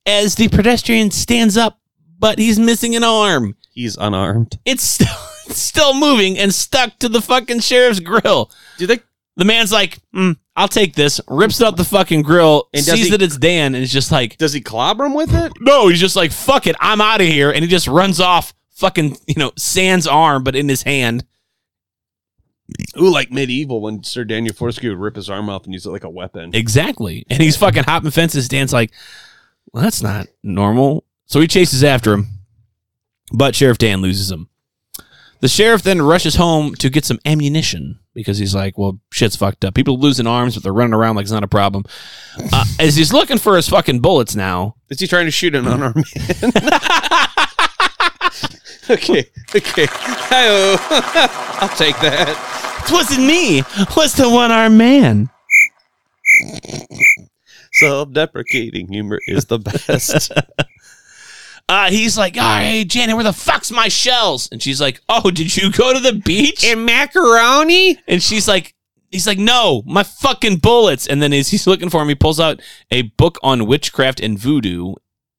Speaker 3: as the pedestrian stands up, but he's missing an arm.
Speaker 2: He's unarmed.
Speaker 3: It's still, it's still moving and stuck to the fucking sheriff's grill.
Speaker 2: Do they?
Speaker 3: The man's like, mm, I'll take this, rips it up the fucking grill,
Speaker 2: And does
Speaker 3: sees
Speaker 2: he-
Speaker 3: that it's Dan, and is just like,
Speaker 2: Does he clobber him with it?
Speaker 3: no, he's just like, fuck it, I'm out of here. And he just runs off fucking, you know, Sans arm, but in his hand.
Speaker 2: Ooh, like medieval when Sir Daniel Fortescue would rip his arm off and use it like a weapon.
Speaker 3: Exactly. And he's fucking hopping fences. Dan's like, well, that's not normal. So he chases after him, but Sheriff Dan loses him. The sheriff then rushes home to get some ammunition because he's like, well, shit's fucked up. People are losing arms, but they're running around like it's not a problem. Uh, as he's looking for his fucking bullets now,
Speaker 2: Is he trying to shoot an unarmed man? okay, okay. Hi-oh. I'll take that.
Speaker 3: it wasn't me, was the one armed man.
Speaker 2: Self-deprecating humor is the best.
Speaker 3: Uh, he's like, all right, hey, Janet, where the fuck's my shells? And she's like, oh, did you go to the beach?
Speaker 2: macaroni?
Speaker 3: And she's like, he's like, no, my fucking bullets. And then as he's looking for him, he pulls out a book on witchcraft and voodoo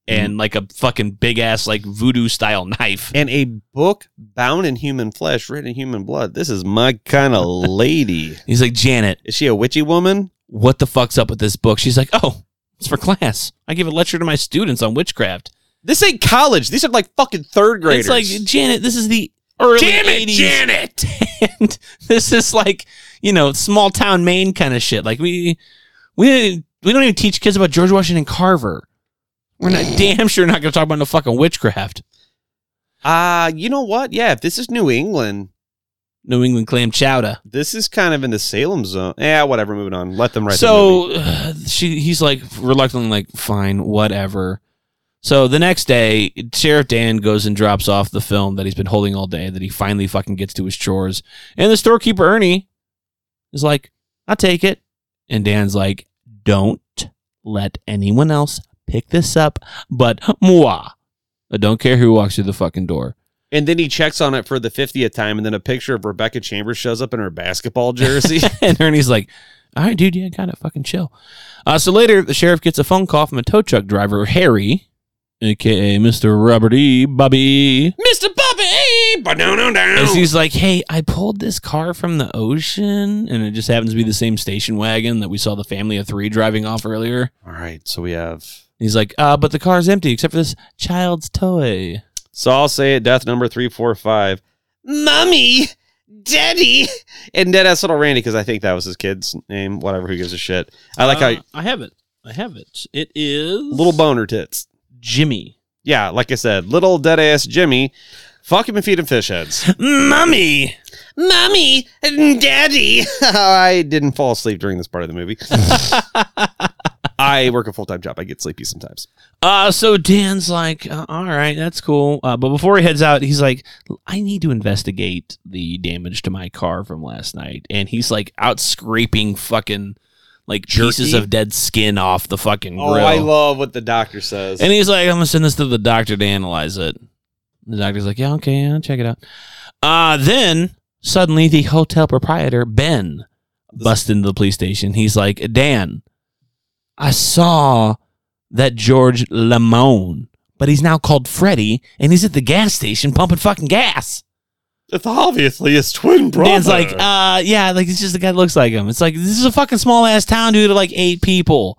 Speaker 3: and like a fucking big ass, like voodoo style knife.
Speaker 2: And a book bound in human flesh, written in human blood. This is my kind of lady.
Speaker 3: He's like, Janet,
Speaker 2: Is she a witchy woman?
Speaker 3: what the fuck's up with this book? She's like, oh, it's for class. I give a lecture to my students on witchcraft.
Speaker 2: This ain't college. These are like fucking third
Speaker 3: It's
Speaker 2: graders.
Speaker 3: like, Janet, this is the early
Speaker 4: Damn it,
Speaker 3: 80s.
Speaker 4: Janet!
Speaker 3: and this is like you know small town Maine kind of shit. Like we we we don't even teach kids about George Washington Carver. We're not damn sure not going to talk about no fucking witchcraft.
Speaker 2: uh, you know what? Yeah, if this is New England,
Speaker 3: New England clam chowder.
Speaker 2: this is kind of in the Salem zone. Yeah, whatever. Moving on. Let them write. the movie.
Speaker 3: so uh, she he's like reluctantly like fine whatever. So the next day, Sheriff Dan goes and drops off the film that he's been holding all day that he finally fucking gets to his chores. And the storekeeper Ernie is like, I'll take it. And Dan's like, don't let anyone else pick this up but moi. I don't care who walks through the fucking door.
Speaker 2: and then he checks on it for the fiftieth time, and then a picture of Rebecca Chambers shows up in her basketball jersey.
Speaker 3: and Ernie's like, all right, dude, yeah, I got it. Fucking chill. Uh, so later, the sheriff gets a phone call from a tow truck driver, Harry, aka Mr. Robert E. Bobby.
Speaker 4: Mr. Bobby! But no, no,
Speaker 3: As
Speaker 4: no.
Speaker 3: he's like, hey, I pulled this car from the ocean, and it just happens to be the same station wagon that we saw the family of three driving off earlier.
Speaker 2: All right, so we have.
Speaker 3: He's like, uh, but the car's empty except for this child's toy.
Speaker 2: So I'll say it. Death number three, four, five. Mummy, Daddy, and dead ass little Randy because I think that was his kid's name. Whatever. Who gives a shit? I like
Speaker 3: Uh,
Speaker 2: how
Speaker 3: I have it. I have it. It is
Speaker 2: little boner tits.
Speaker 3: Jimmy.
Speaker 2: Yeah, like I said, little dead ass Jimmy. Fuck him and feed him fish heads.
Speaker 3: Mummy.
Speaker 2: Mommy and Daddy. I didn't fall asleep during this part of the movie. I work a full time job. I get sleepy sometimes.
Speaker 3: Uh, so Dan's like, uh, all right, that's cool. Uh, but before he heads out, he's like, I need to investigate the damage to my car from last night. And he's like out scraping fucking like pieces
Speaker 2: Jerky? Oh,
Speaker 3: of dead skin off the fucking grill.
Speaker 2: love what the doctor says.
Speaker 3: and he's like, I'm gonna send this to the doctor to analyze it. The doctor's like, yeah, okay, I'll check it out. Uh, then suddenly the hotel proprietor, Ben, busts into the police station. He's like, Dan, I saw that George Lamone, but he's now called Freddy, and he's at the gas station pumping fucking gas.
Speaker 2: it's obviously his twin
Speaker 3: Dan's like, uh, yeah, like it's just the guy that looks like him. It's like this is a fucking small ass town, dude, of like eight people,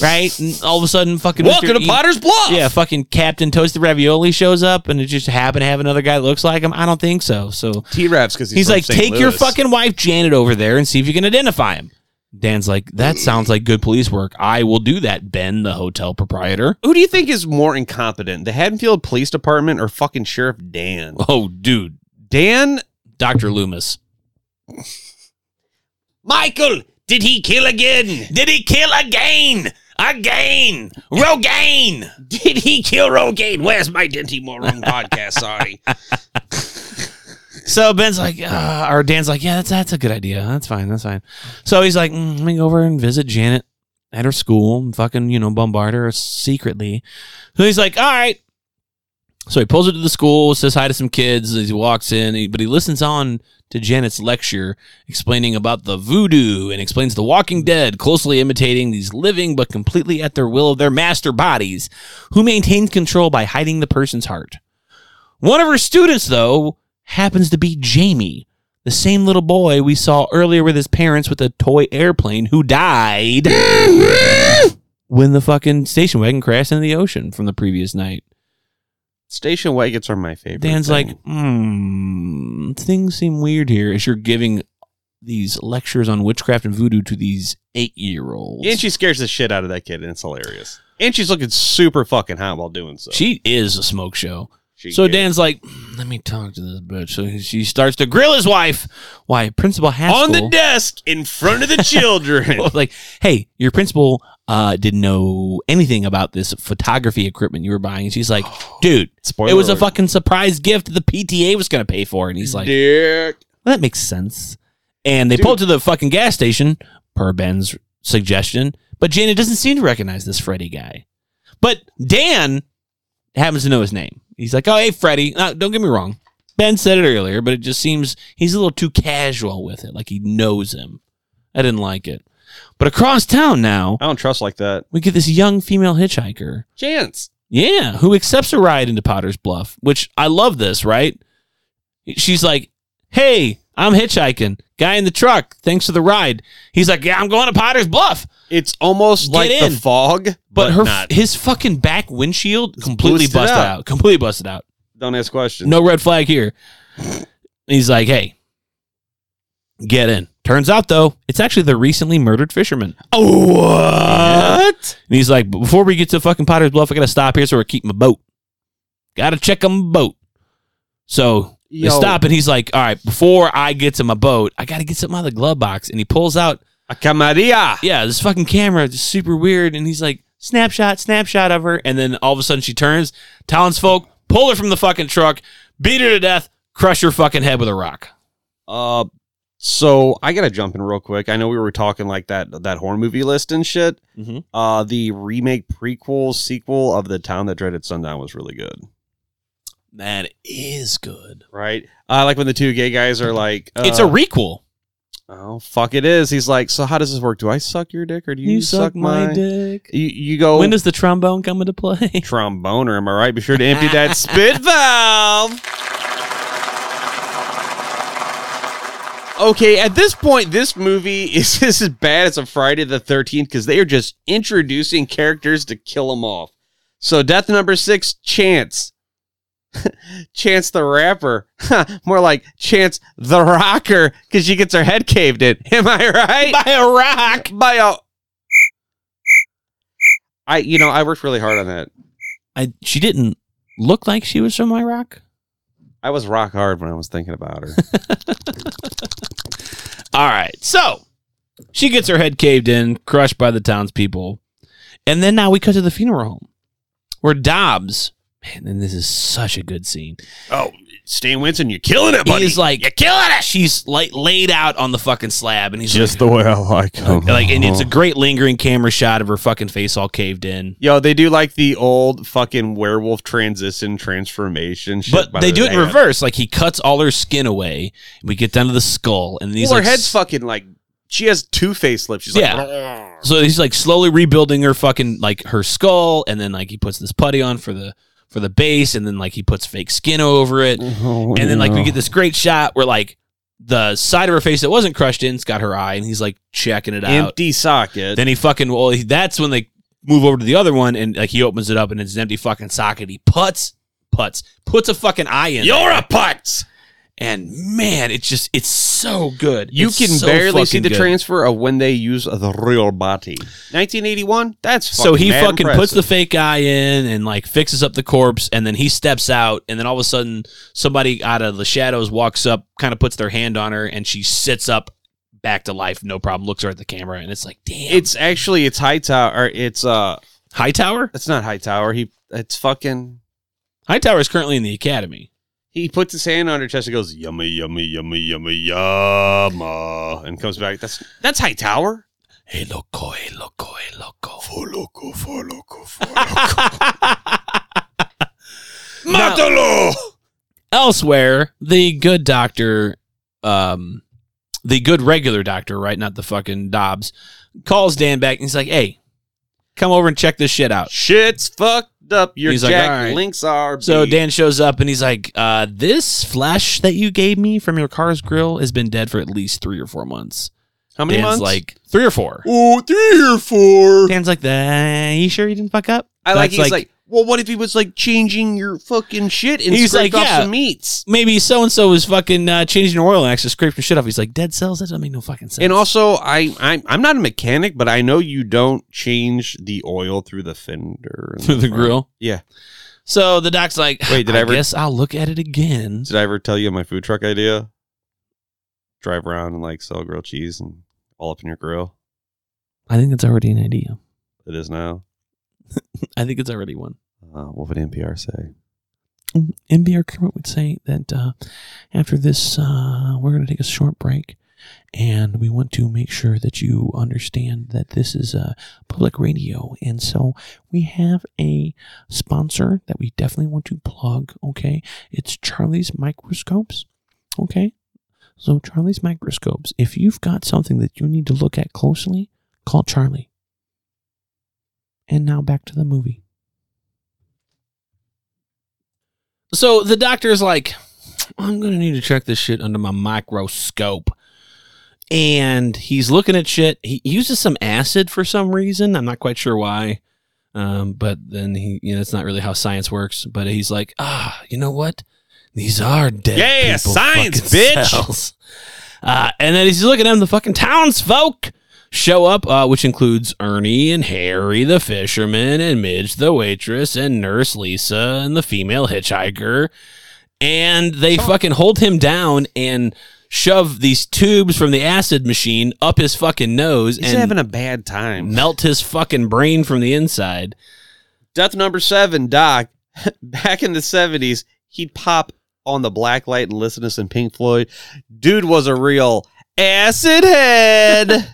Speaker 3: right? And all of a sudden, fucking
Speaker 2: Welcome
Speaker 3: Mr.
Speaker 2: to
Speaker 3: E-
Speaker 2: Potter's Bluff.
Speaker 3: yeah, fucking Captain Toasted Ravioli shows up and it just happened to have another guy that looks like him. I don't think so. So
Speaker 2: T Raps because
Speaker 3: he's, like, take your fucking wife Janet over there and see if you can identify him. Dan's like, that sounds like good police work. I will do that, Ben, the hotel proprietor.
Speaker 2: Who do you think is more incompetent, the Haddonfield Police Department or fucking Sheriff Dan?
Speaker 3: Oh, dude,
Speaker 2: Dan,
Speaker 3: Dr. Loomis.
Speaker 4: Michael, did he kill again?
Speaker 3: Did he kill again? Again? Rogaine!
Speaker 4: Did he kill Rogaine? Where's my Dinty Moron podcast? Sorry.
Speaker 3: So Ben's like, uh, or Dan's like, yeah, that's that's a good idea. That's fine. That's fine. So he's like, mm, let me go over and visit Janet at her school and fucking you know bombard her secretly. So he's like, all right. So he pulls her to the school, says hi to some kids as he walks in, he- but he listens on to Janet's lecture explaining about the voodoo and explains the Walking Dead, closely imitating these living but completely at their will of their master bodies, who maintain control by hiding the person's heart. One of her students, though, happens to be Jamie, the same little boy we saw earlier with his parents with a toy airplane who died when the fucking station wagon crashed into the ocean from the previous night.
Speaker 2: station wagons are my favorite.
Speaker 3: Dan's
Speaker 2: thing.
Speaker 3: like, hmm, things seem weird here as you're giving these lectures on witchcraft and voodoo to these eight year olds.
Speaker 2: And she scares the shit out of that kid, and it's hilarious. And she's looking super fucking hot while doing so.
Speaker 3: she is a smoke show.
Speaker 2: She
Speaker 3: So
Speaker 2: gets-
Speaker 3: Dan's like, "Hmm, let me talk to this bitch. So she starts to grill his wife. Why, Principal Haskell?
Speaker 2: on the desk in front of the children.
Speaker 3: was like, hey, your principal uh, didn't know anything about this photography equipment you were buying. And she's like, dude,
Speaker 2: Spoiler
Speaker 3: it was a
Speaker 2: alert.
Speaker 3: fucking surprise gift the PTA was going to pay for. And he's like,
Speaker 2: Dick.
Speaker 3: well, that makes sense. And they
Speaker 2: Dude.
Speaker 3: pull to the fucking gas station, per Ben's suggestion. But Janet doesn't seem to recognize this Freddy guy. But Dan happens to know his name. He's like, oh, hey, Freddy. Now, don't get me wrong. Ben said it earlier, but it just seems he's a little too casual with it, like he knows him. I didn't like it. But across town now,
Speaker 2: I don't trust like that.
Speaker 3: we get this young female hitchhiker.
Speaker 2: Chance.
Speaker 3: Yeah, who accepts a ride into Potter's Bluff, which I love this, right? She's like, Hey, I'm hitchhiking. Guy in the truck, thanks for the ride. He's like, Yeah, I'm going to Potter's Bluff.
Speaker 2: It's almost
Speaker 3: Get
Speaker 2: like
Speaker 3: in.
Speaker 2: the fog, but,
Speaker 3: But her
Speaker 2: not.
Speaker 3: his fucking back windshield completely
Speaker 2: boosted
Speaker 3: busted
Speaker 2: out.
Speaker 3: out. Completely busted out.
Speaker 2: Don't ask questions.
Speaker 3: No red flag here. He's like, Hey, get in. Turns out though, it's actually the recently murdered fisherman.
Speaker 2: What?
Speaker 3: And he's like, "But before we get to fucking Potter's Bluff, I gotta stop here so I keep my boat. Gotta check on my boat. So they stop and he's like, All right, before I get to my boat, I gotta get something out of the glove box. And he pulls out,
Speaker 2: A camarilla.
Speaker 3: yeah, this fucking camera, it's super weird. And he's like, snapshot, snapshot of her. And then all of a sudden she turns, townsfolk, pull her from the fucking truck, beat her to death, crush her fucking head with a rock.
Speaker 2: Uh, so I gotta jump in real quick. I know we were talking like that that horror movie list and shit.
Speaker 3: Mhm.
Speaker 2: Uh, the remake, prequel, sequel of the Town That Dreaded Sundown was really good.
Speaker 3: That is good.
Speaker 2: Right? Uh, like when the two gay guys are like, uh,
Speaker 3: it's a requel.
Speaker 2: oh fuck, it is. He's like, so how does this work? Do I suck your dick or do you, suck, my dick?
Speaker 3: dick.
Speaker 2: You, you go
Speaker 3: When does the trombone come into play?
Speaker 2: tromboner. Am I right? Be sure to empty that spit valve. Okay, at this point, this movie is just as bad as a Friday the 13th because they are just introducing characters to kill them off. So, death number six, Chance. Chance the rapper. More like Chance the rocker because she gets her head caved in. Am I right?
Speaker 3: By a rock.
Speaker 2: By a. I, you know, I worked really hard on that.
Speaker 3: I she didn't look like she was from Iraq.
Speaker 2: I was rock hard when I was thinking about her.
Speaker 3: All right, so she gets her head caved in, crushed by the townspeople, and then now we cut to the funeral home where Dobbs. Man, and this is such a good scene.
Speaker 4: Oh, Stan Winston, you're killing it, buddy.
Speaker 3: He's like,
Speaker 4: you're killing it.
Speaker 3: She's like laid out on the fucking slab, and he's just
Speaker 4: the way I like
Speaker 3: like, like, and
Speaker 2: Uh-huh.
Speaker 3: it's a great lingering camera shot of her fucking face all caved in.
Speaker 2: Yo, they do like the old fucking werewolf transition transformation shit.
Speaker 3: But
Speaker 2: by
Speaker 3: they
Speaker 2: the
Speaker 3: do it in
Speaker 2: way.
Speaker 3: reverse. Like he cuts all her skin away. We get down to the skull, and these
Speaker 2: well,
Speaker 3: like,
Speaker 2: her head's fucking like she has two faced lips. She's like,
Speaker 3: yeah. So he's like slowly rebuilding her fucking like her skull, and then like he puts this putty on for the for the base, and then like he puts fake skin over it,
Speaker 2: Oh,
Speaker 3: and then like we get this great shot where like the side of her face that wasn't crushed in's got her eye, and he's like checking it out.
Speaker 2: empty socket.
Speaker 3: Then he fucking well, he, that's when they move over to the other one, and like he opens it up, and it's an empty fucking socket. He puts puts puts a fucking eye in,
Speaker 4: You're a putz.
Speaker 3: and man, it's just it's so good.
Speaker 2: you
Speaker 3: It's
Speaker 2: can
Speaker 3: so
Speaker 2: barely see
Speaker 3: fucking
Speaker 2: the
Speaker 3: good.
Speaker 2: transfer of when they use the real body. 1981. That's
Speaker 3: so he
Speaker 2: mad
Speaker 3: fucking puts the
Speaker 2: impressive.
Speaker 3: fake guy in and like fixes up the corpse and then he steps out and then all of a sudden somebody out of the shadows walks up kind of puts their hand on her and she sits up back to life no problem looks her at the camera and it's like damn
Speaker 2: It's actually it's Hightower. Or it's uh,
Speaker 3: hightower
Speaker 2: it's not Hightower. He it's fucking.
Speaker 3: hightower is currently in the academy
Speaker 2: He puts his hand on her chest and goes yummy, yummy, yummy, yummy, yumma, and comes back. That's that's Hightower.
Speaker 3: hey loco hey loco hey loco
Speaker 4: loco, for loco, for
Speaker 3: Now-
Speaker 4: Matalo.
Speaker 3: elsewhere the good doctor um the good regular doctor right not the fucking dobbs calls dan back and he's like hey come over and check this shit out
Speaker 2: Shit's fucked up. Your
Speaker 3: Uh, He's like,
Speaker 2: jack
Speaker 3: "All right."
Speaker 2: links are
Speaker 3: So
Speaker 2: beat."
Speaker 3: Dan shows up and he's like, uh, "This flesh that you gave me from your car's grill has been dead for at least three or four months."
Speaker 2: How many
Speaker 3: Dan's
Speaker 2: months?
Speaker 3: Like three or four.
Speaker 4: Oh, three or four.
Speaker 3: Dan's like, "That you sure you didn't fuck up?"
Speaker 2: I like.
Speaker 3: That's
Speaker 2: He's like, well, what if he was like changing your fucking shit and
Speaker 3: He's
Speaker 2: scraped
Speaker 3: like,
Speaker 2: off
Speaker 3: yeah.
Speaker 2: some meats?
Speaker 3: Maybe so and so was fucking uh, changing oil and actually scraped some shit off. He's like, dead cells? That doesn't make no fucking sense.
Speaker 2: And also, I I'm, I'm not a mechanic, but I know you don't change the oil through the fender and
Speaker 3: through the
Speaker 2: front.
Speaker 3: grill.
Speaker 2: Yeah.
Speaker 3: So the doc's like,
Speaker 2: Wait, did I ever-
Speaker 3: guess I'll look at it again.
Speaker 2: Did I ever tell you my food truck idea? Drive around and like sell grilled cheese and all up in your grill.
Speaker 3: I think that's already an idea.
Speaker 2: It is now.
Speaker 3: I think it's already one.
Speaker 2: Uh, what would NPR say?
Speaker 3: Mm, NBR Kermit would say that uh, after this, uh, we're going to take a short break, and we want to make sure that you understand that this is uh, public radio, and so we have a sponsor that we definitely want to plug. Okay, it's Charlie's Microscopes. Okay, so Charlie's Microscopes. If you've got something that you need to look at closely, call Charlie. And now back to the movie. So the doctor's like, I'm gonna need to check this shit under my microscope. And he's looking at shit. He uses some acid for some reason. I'm not quite sure why. Um, but then he, you know, it's not really how science works. But he's like, ah, you know what? These are dead.
Speaker 2: Yeah,
Speaker 3: people
Speaker 2: science,
Speaker 3: fucking
Speaker 2: bitch.
Speaker 3: cells." Uh, and then he's looking at him, the fucking townsfolk show up, uh, which includes Ernie and Harry the fisherman and Midge the waitress and Nurse Lisa and the female hitchhiker. And they fucking hold him down and shove these tubes from the acid machine up his fucking nose
Speaker 2: He's
Speaker 3: and
Speaker 2: having a bad time.
Speaker 3: melt his fucking brain from the inside.
Speaker 2: Death number seven, Doc. Back in the seventies, he'd pop on the black light and listen to some Pink Floyd. Dude was a real acid head.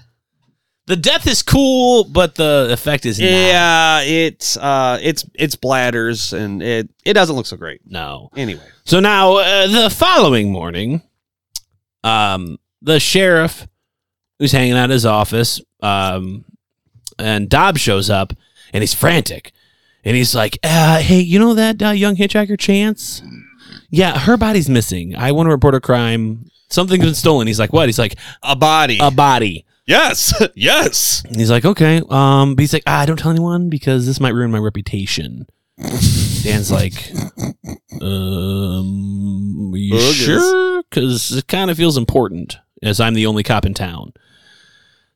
Speaker 3: The death is cool, but the effect is yeah.
Speaker 2: yeah, it's uh, it's it's bladders and it it doesn't look so great.
Speaker 3: No.
Speaker 2: Anyway,
Speaker 3: So now, uh, the following morning, um, the sheriff who's hanging out at his office, um, and Dobbs shows up and he's frantic. And he's like, uh, hey, you know that uh, young hitchhiker Chance? Yeah, her body's missing. I want to report a crime. Something's been stolen. He's like, what? He's like,
Speaker 2: a body.
Speaker 3: a body.
Speaker 4: Yes, yes.
Speaker 3: And he's like, okay. Um, but he's like, ah, don't tell anyone because this might ruin my reputation. Dan's like, um, are you
Speaker 2: Bogus.
Speaker 3: sure? Because it kind of feels important as I'm the only cop in town.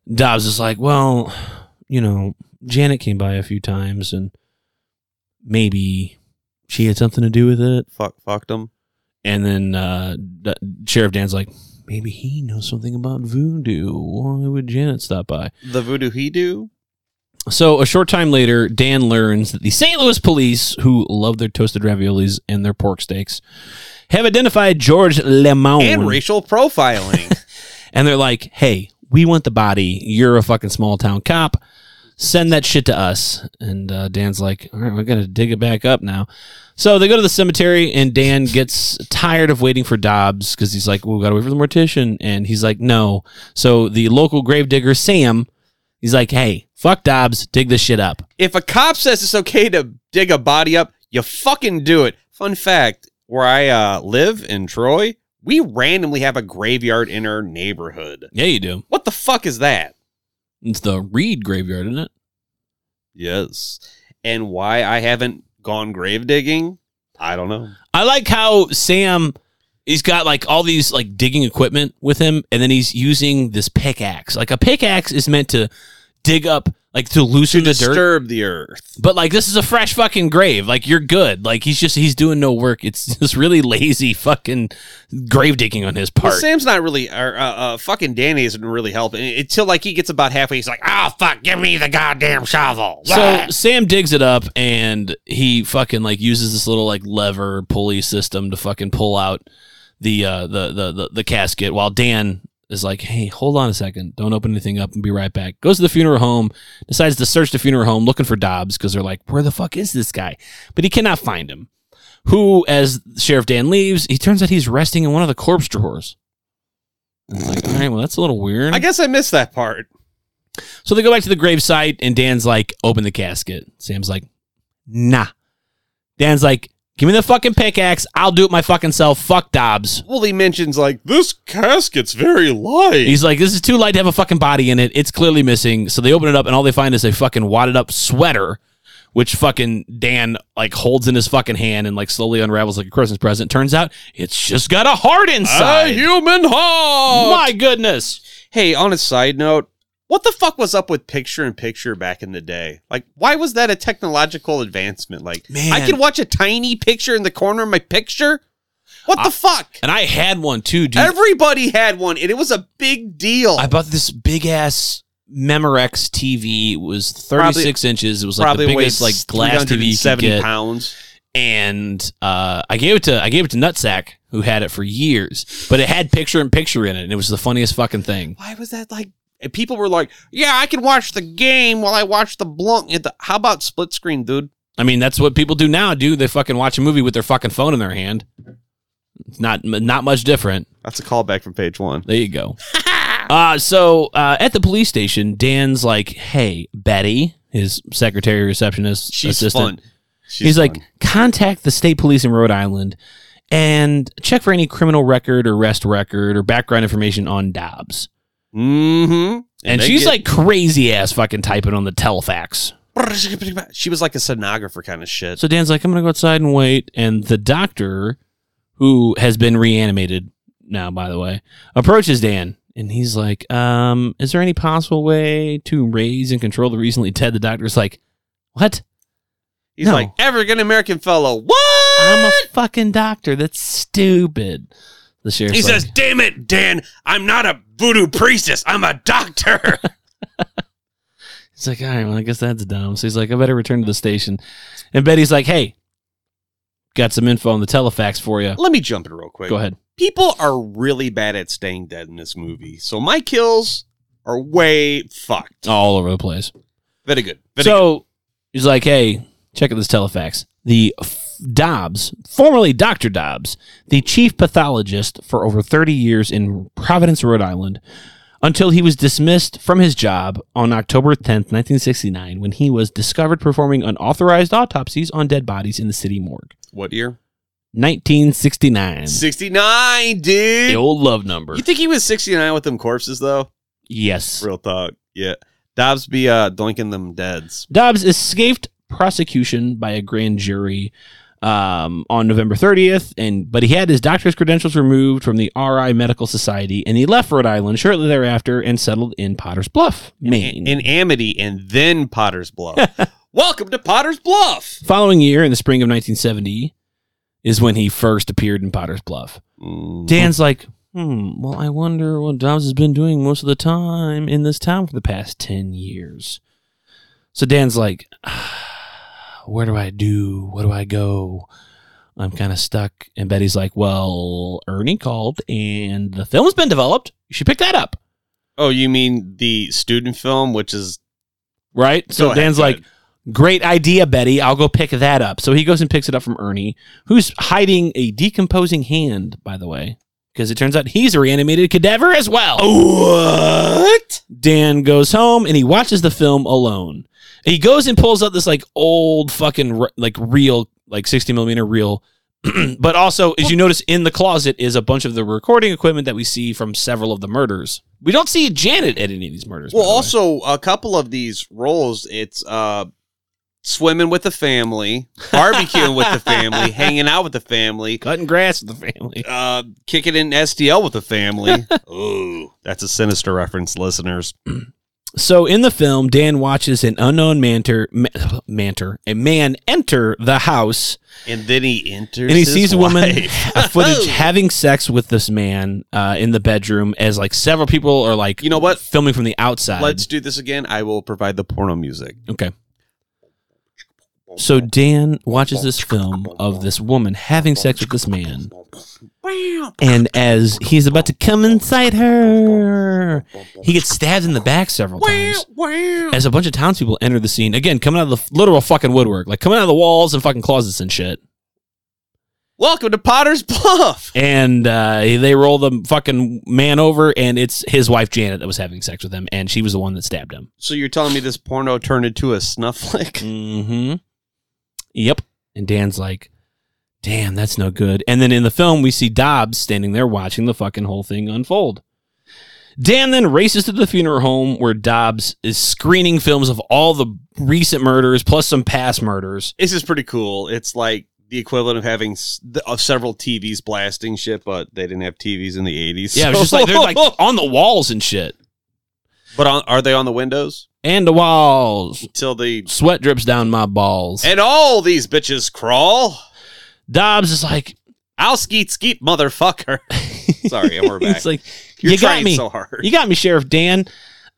Speaker 3: Dobbs is like, well, you know, Janet came by a few times and maybe she had something to do with it.
Speaker 2: Fuck, fucked him.
Speaker 3: And then uh, D- Sheriff Dan's like, maybe he knows something about voodoo. Why would Janet stop by?
Speaker 2: The voodoo he do.
Speaker 3: So a short time later, Dan learns that the St. Louis police, who love their toasted raviolis and their pork steaks, have identified George Lemon.
Speaker 2: and racial profiling.
Speaker 3: And they're like, hey, we want the body. You're a fucking small town cop. Send that shit to us. And uh, Dan's like, all right, we're going to dig it back up now. So they go to the cemetery, and Dan gets tired of waiting for Dobbs because he's like, well, we got to wait for the mortician. And he's like, no. So the local gravedigger, Sam, he's like, hey, fuck Dobbs, dig this shit up.
Speaker 2: if a cop says it's okay to dig a body up, you fucking do it. Fun fact: Where I uh, live in Troy, we randomly have a graveyard in our neighborhood.
Speaker 3: Yeah, you do.
Speaker 2: What the fuck is that?
Speaker 3: It's the Reed graveyard, isn't it?
Speaker 2: Yes. And why I haven't gone grave digging? I don't know.
Speaker 3: I like how Sam he's got like all these like digging equipment with him and then he's using this pickaxe. Like a pickaxe is meant to dig up like to loosen the dirt.
Speaker 2: Disturb the earth.
Speaker 3: But like this is a fresh fucking grave. Like you're good. Like he's just he's doing no work. It's just really lazy fucking grave digging on his
Speaker 2: Well,
Speaker 3: part.
Speaker 2: Sam's not really, or uh, uh, fucking Danny isn't really helping eh, until like he gets about halfway. He's like, "Ah, fuck, give me the goddamn shovel."
Speaker 3: So Sam digs it up and he fucking like uses this little like lever pulley system to fucking pull out the uh the the the, the casket while Dan is like, hey, hold on a second. Don't open anything up and be right back. Goes to the funeral home, decides to search the funeral home looking for Dobbs because they're like, where the fuck is this guy? But he cannot find him. Who, as Sheriff Dan leaves, he turns out he's resting in one of the corpse drawers. And it's like, all right, well, that's a little weird.
Speaker 2: I guess I missed that part.
Speaker 3: So they go back to the gravesite, and Dan's like, open the casket. Sam's like, nah. Dan's like, give me the fucking pickaxe. I'll do it my fucking self. Fuck Dobbs.
Speaker 2: Well, he mentions like
Speaker 4: This casket's very light.
Speaker 3: He's like, this is too light to have a fucking body in it. It's clearly missing. So they open it up, and all they find is a fucking wadded up sweater which fucking Dan like holds in his fucking hand and like slowly unravels like a Christmas present. Turns out it's just got a heart
Speaker 2: A
Speaker 3: inside.
Speaker 2: human heart.
Speaker 3: My goodness.
Speaker 2: Hey, on a side note, what the fuck was up with picture in picture back in the day? Like, why was that a technological advancement? Like,
Speaker 3: Man.
Speaker 2: I can watch a tiny picture in the corner of my picture. What
Speaker 3: I-
Speaker 2: the fuck?
Speaker 3: And I had one too, dude.
Speaker 2: Everybody had one, and it was a big deal.
Speaker 3: I bought this big ass Memorex TV. It was 36 inches. It was like the biggest like glass TV you could
Speaker 2: 70
Speaker 3: get.
Speaker 2: pounds.
Speaker 3: And uh, I gave it to I gave it to Nutsack, who had it for years. But it had picture in picture in it, and it was the funniest fucking thing.
Speaker 2: Why was that like? and People were like, "Yeah, I can watch the game while I watch the blunt." at the- How about split screen, dude?
Speaker 3: I mean, that's what people do now. Do they fucking watch a movie with their fucking phone in their hand? It's not not much different.
Speaker 2: That's a callback from page one.
Speaker 3: There you go. uh, so uh, at the police station, Dan's like, "Hey, Betty, his secretary, receptionist,
Speaker 2: She's
Speaker 3: assistant.
Speaker 2: fun. She's
Speaker 3: He's like,
Speaker 2: fun.
Speaker 3: contact the state police in Rhode Island and check for any criminal record or arrest record or background information on Dobbs."
Speaker 2: Mm-hmm.
Speaker 3: And, she's like crazy ass fucking typing on the telefax.
Speaker 2: like, she was like a sonographer kind of shit.
Speaker 3: So Dan's like, I'm gonna go outside and wait. And the doctor, who has been reanimated now, by the way, approaches Dan and he's like, um, is there any possible way to raise and control the recently dead? The doctor's like, What?
Speaker 2: He's
Speaker 3: No.
Speaker 2: like, African American fellow. What?
Speaker 3: I'm a fucking doctor. That's stupid. The sheriff's
Speaker 4: He
Speaker 3: like,
Speaker 4: says, "Damn it, Dan! I'm not a voodoo priestess. I'm a doctor."
Speaker 3: He's like, all right, well, I guess that's dumb. So he's like, I better return to the station. And Betty's like, hey, got some info on the telefax for you.
Speaker 2: Let me jump in real quick.
Speaker 3: Go ahead.
Speaker 2: People are really bad at staying dead in this movie. So my kills are way fucked.
Speaker 3: All over the place.
Speaker 2: Very good. Very good.
Speaker 3: Oh. so he's like, hey, check out this telefax. The F- Dobbs, formerly Dr. Dobbs, the chief pathologist for over 30 years in Providence, Rhode Island, until he was dismissed from his job on October 10th, 1969, when he was discovered performing unauthorized autopsies on dead bodies in the city morgue.
Speaker 2: what year?
Speaker 3: 1969.
Speaker 2: 69,
Speaker 3: The
Speaker 2: dude.
Speaker 3: old love number.
Speaker 2: You think he was 69 with them corpses, though?
Speaker 3: Yes.
Speaker 2: Real talk. Yeah. Dobbs be uh, doinking them deads.
Speaker 3: Dobbs escaped prosecution by a grand jury um, on November 30th, and but he had his doctor's credentials removed from the RI Medical Society, and he left Rhode Island shortly thereafter and settled in Potter's Bluff, Maine.
Speaker 2: In Amity and then Potter's Bluff. Welcome to Potter's Bluff.
Speaker 3: Following year, in the spring of 1970, is when he first appeared in Potter's Bluff.
Speaker 2: Mm.
Speaker 3: Dan's like, hmm, well, I wonder what Dobbs has been doing most of the time in this town for the past 10 years. So Dan's like, "Ah, where do I do? Where do I go? I'm kind of stuck. And Betty's like, well, Ernie called and the film's been developed. You should pick that up.
Speaker 2: Oh, you mean the student film, which is
Speaker 3: Right? So
Speaker 2: Go ahead,
Speaker 3: Dan's
Speaker 2: go
Speaker 3: like,
Speaker 2: ahead.
Speaker 3: Great idea, Betty. I'll go pick that up. So he goes and picks it up from Ernie, who's hiding a decomposing hand, by the way, because it turns out he's a reanimated cadaver as well.
Speaker 4: what?
Speaker 3: Dan goes home and he watches the film alone. He goes and pulls out this like old fucking re- like reel, like 60 millimeter reel. but also, as you notice in the closet is a bunch of the recording equipment that we see from several of the murders. We don't see Janet at any of these murders. by
Speaker 2: well,
Speaker 3: the way.
Speaker 2: also a couple of these roles. It's uh, swimming with the family, barbecuing with the family, hanging out with the family,
Speaker 3: cutting grass with the family.
Speaker 2: uh, kicking in STL with the family. Ooh, that's a sinister reference, listeners.
Speaker 3: So in the film, Dan watches an unknown manter, ma- manter, a man enter the house,
Speaker 2: And then he enters,
Speaker 3: and he
Speaker 2: his
Speaker 3: sees a woman
Speaker 2: wife.
Speaker 3: a footage having sex with this man uh, in the bedroom. As like several people are like,
Speaker 2: You know what?
Speaker 3: filming from the outside.
Speaker 2: Let's do this again. I will provide the porno music.
Speaker 3: okay. So Dan watches this film of this woman having sex with this man, and as he's about to come inside her, he gets stabbed in the back several times. As a bunch of townspeople enter the scene, again coming out of the literal fucking woodwork, like coming out of the walls and fucking closets and shit.
Speaker 2: Welcome to Potter's Bluff.
Speaker 3: And uh, they roll the fucking man over, and it's his wife Janet that was having sex with him, and she was the one that stabbed him.
Speaker 2: So you're telling me this porno turned into a snuff flick?
Speaker 3: Mm-hmm. Yep. And Dan's like, "Damn, that's no good." And then in the film, we see Dobbs standing there watching the fucking whole thing unfold. Dan then races to the funeral home where Dobbs is screening films of all the recent murders plus some past murders.
Speaker 2: This is pretty cool. It's like the equivalent of having s- the- of several TVs blasting shit, but they didn't have TVs in the 80s.
Speaker 3: Yeah, it's just like they're like on the walls and shit.
Speaker 2: but on, are they on the windows?
Speaker 3: And the walls.
Speaker 2: Till the
Speaker 3: Sweat drips down my balls.
Speaker 2: and all these bitches crawl.
Speaker 3: Dobbs is like,
Speaker 2: I'll skeet skeet, motherfucker. Sorry, and we're back.
Speaker 3: It's like,
Speaker 2: You're
Speaker 3: you got
Speaker 2: trying
Speaker 3: me.
Speaker 2: so hard.
Speaker 3: you got me, Sheriff Dan.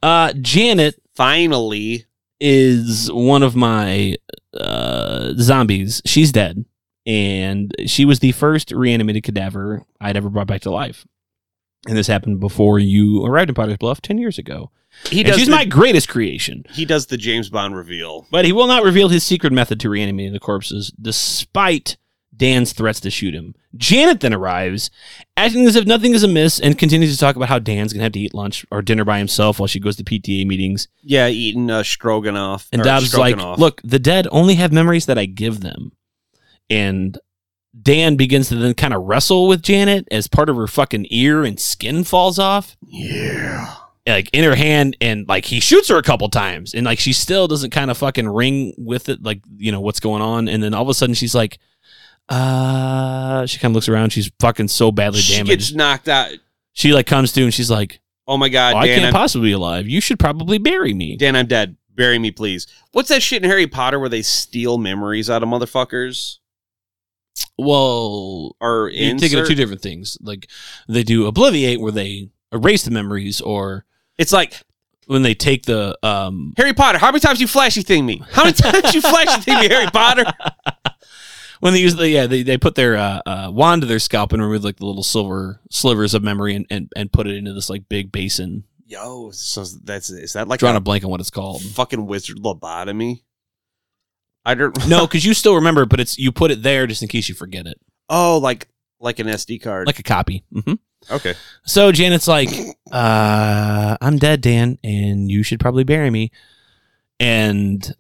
Speaker 3: Uh, Janet
Speaker 2: Finally,
Speaker 3: is one of my uh, zombies. She's dead, and she was the first reanimated cadaver I'd ever brought back to life. And this happened before you arrived in Potter's Bluff ten years ago.
Speaker 2: he
Speaker 3: And
Speaker 2: does.
Speaker 3: she's
Speaker 2: the,
Speaker 3: my greatest creation,
Speaker 2: he does the James Bond reveal.
Speaker 3: but he will not reveal his secret method to reanimating the corpses, despite Dan's threats to shoot him. Janet then arrives, acting as if nothing is amiss, and continues to talk about how Dan's gonna have to eat lunch or dinner by himself while she goes to PTA meetings.
Speaker 2: Yeah, eating uh, stroganoff.
Speaker 3: And
Speaker 2: or
Speaker 3: Dobbs is like,
Speaker 2: stroganoff.
Speaker 3: look, the dead only have memories that I give them. And Dan begins to then kind of wrestle with Janet as part of her fucking ear and skin falls off.
Speaker 4: Yeah.
Speaker 3: Like in her hand, and like he shoots her a couple times, and like she still doesn't kind of fucking ring with it, like you know what's going on. And then all of a sudden she's like, uh, she kind of looks around. She's fucking so badly
Speaker 2: she
Speaker 3: damaged.
Speaker 2: gets knocked out.
Speaker 3: she like comes to and she's like,
Speaker 2: Oh my god,
Speaker 3: oh, I
Speaker 2: Dan,
Speaker 3: can't
Speaker 2: I'm,
Speaker 3: possibly be alive. You should probably bury me.
Speaker 2: Dan, I'm dead. Bury me, please. What's that shit in Harry Potter where they steal memories out of motherfuckers?
Speaker 3: Well,
Speaker 2: Or
Speaker 3: You're thinking of
Speaker 2: insert-
Speaker 3: two different things. Like they do obliviate, where they erase the memories, or
Speaker 2: It's like
Speaker 3: when they take the um,
Speaker 2: Harry Potter. How many times you flashy thing me? How many times you flashy thing me, Harry Potter?
Speaker 3: when they use the yeah they, they put their uh, uh, wand to their scalp and remove like the little silver slivers of memory and, and, and put it into this like big basin.
Speaker 2: Yo, so that's is that like
Speaker 3: Drawing
Speaker 2: a
Speaker 3: a blank on what it's called.
Speaker 2: fucking wizard lobotomy? I don't.
Speaker 3: No, because you still remember, it, but it's you put it there just in case you forget it,
Speaker 2: Oh, like like an SD card.
Speaker 3: like a copy. hmm
Speaker 2: okay.
Speaker 3: So Janet's like, uh, I'm dead, Dan, and you should probably bury me. And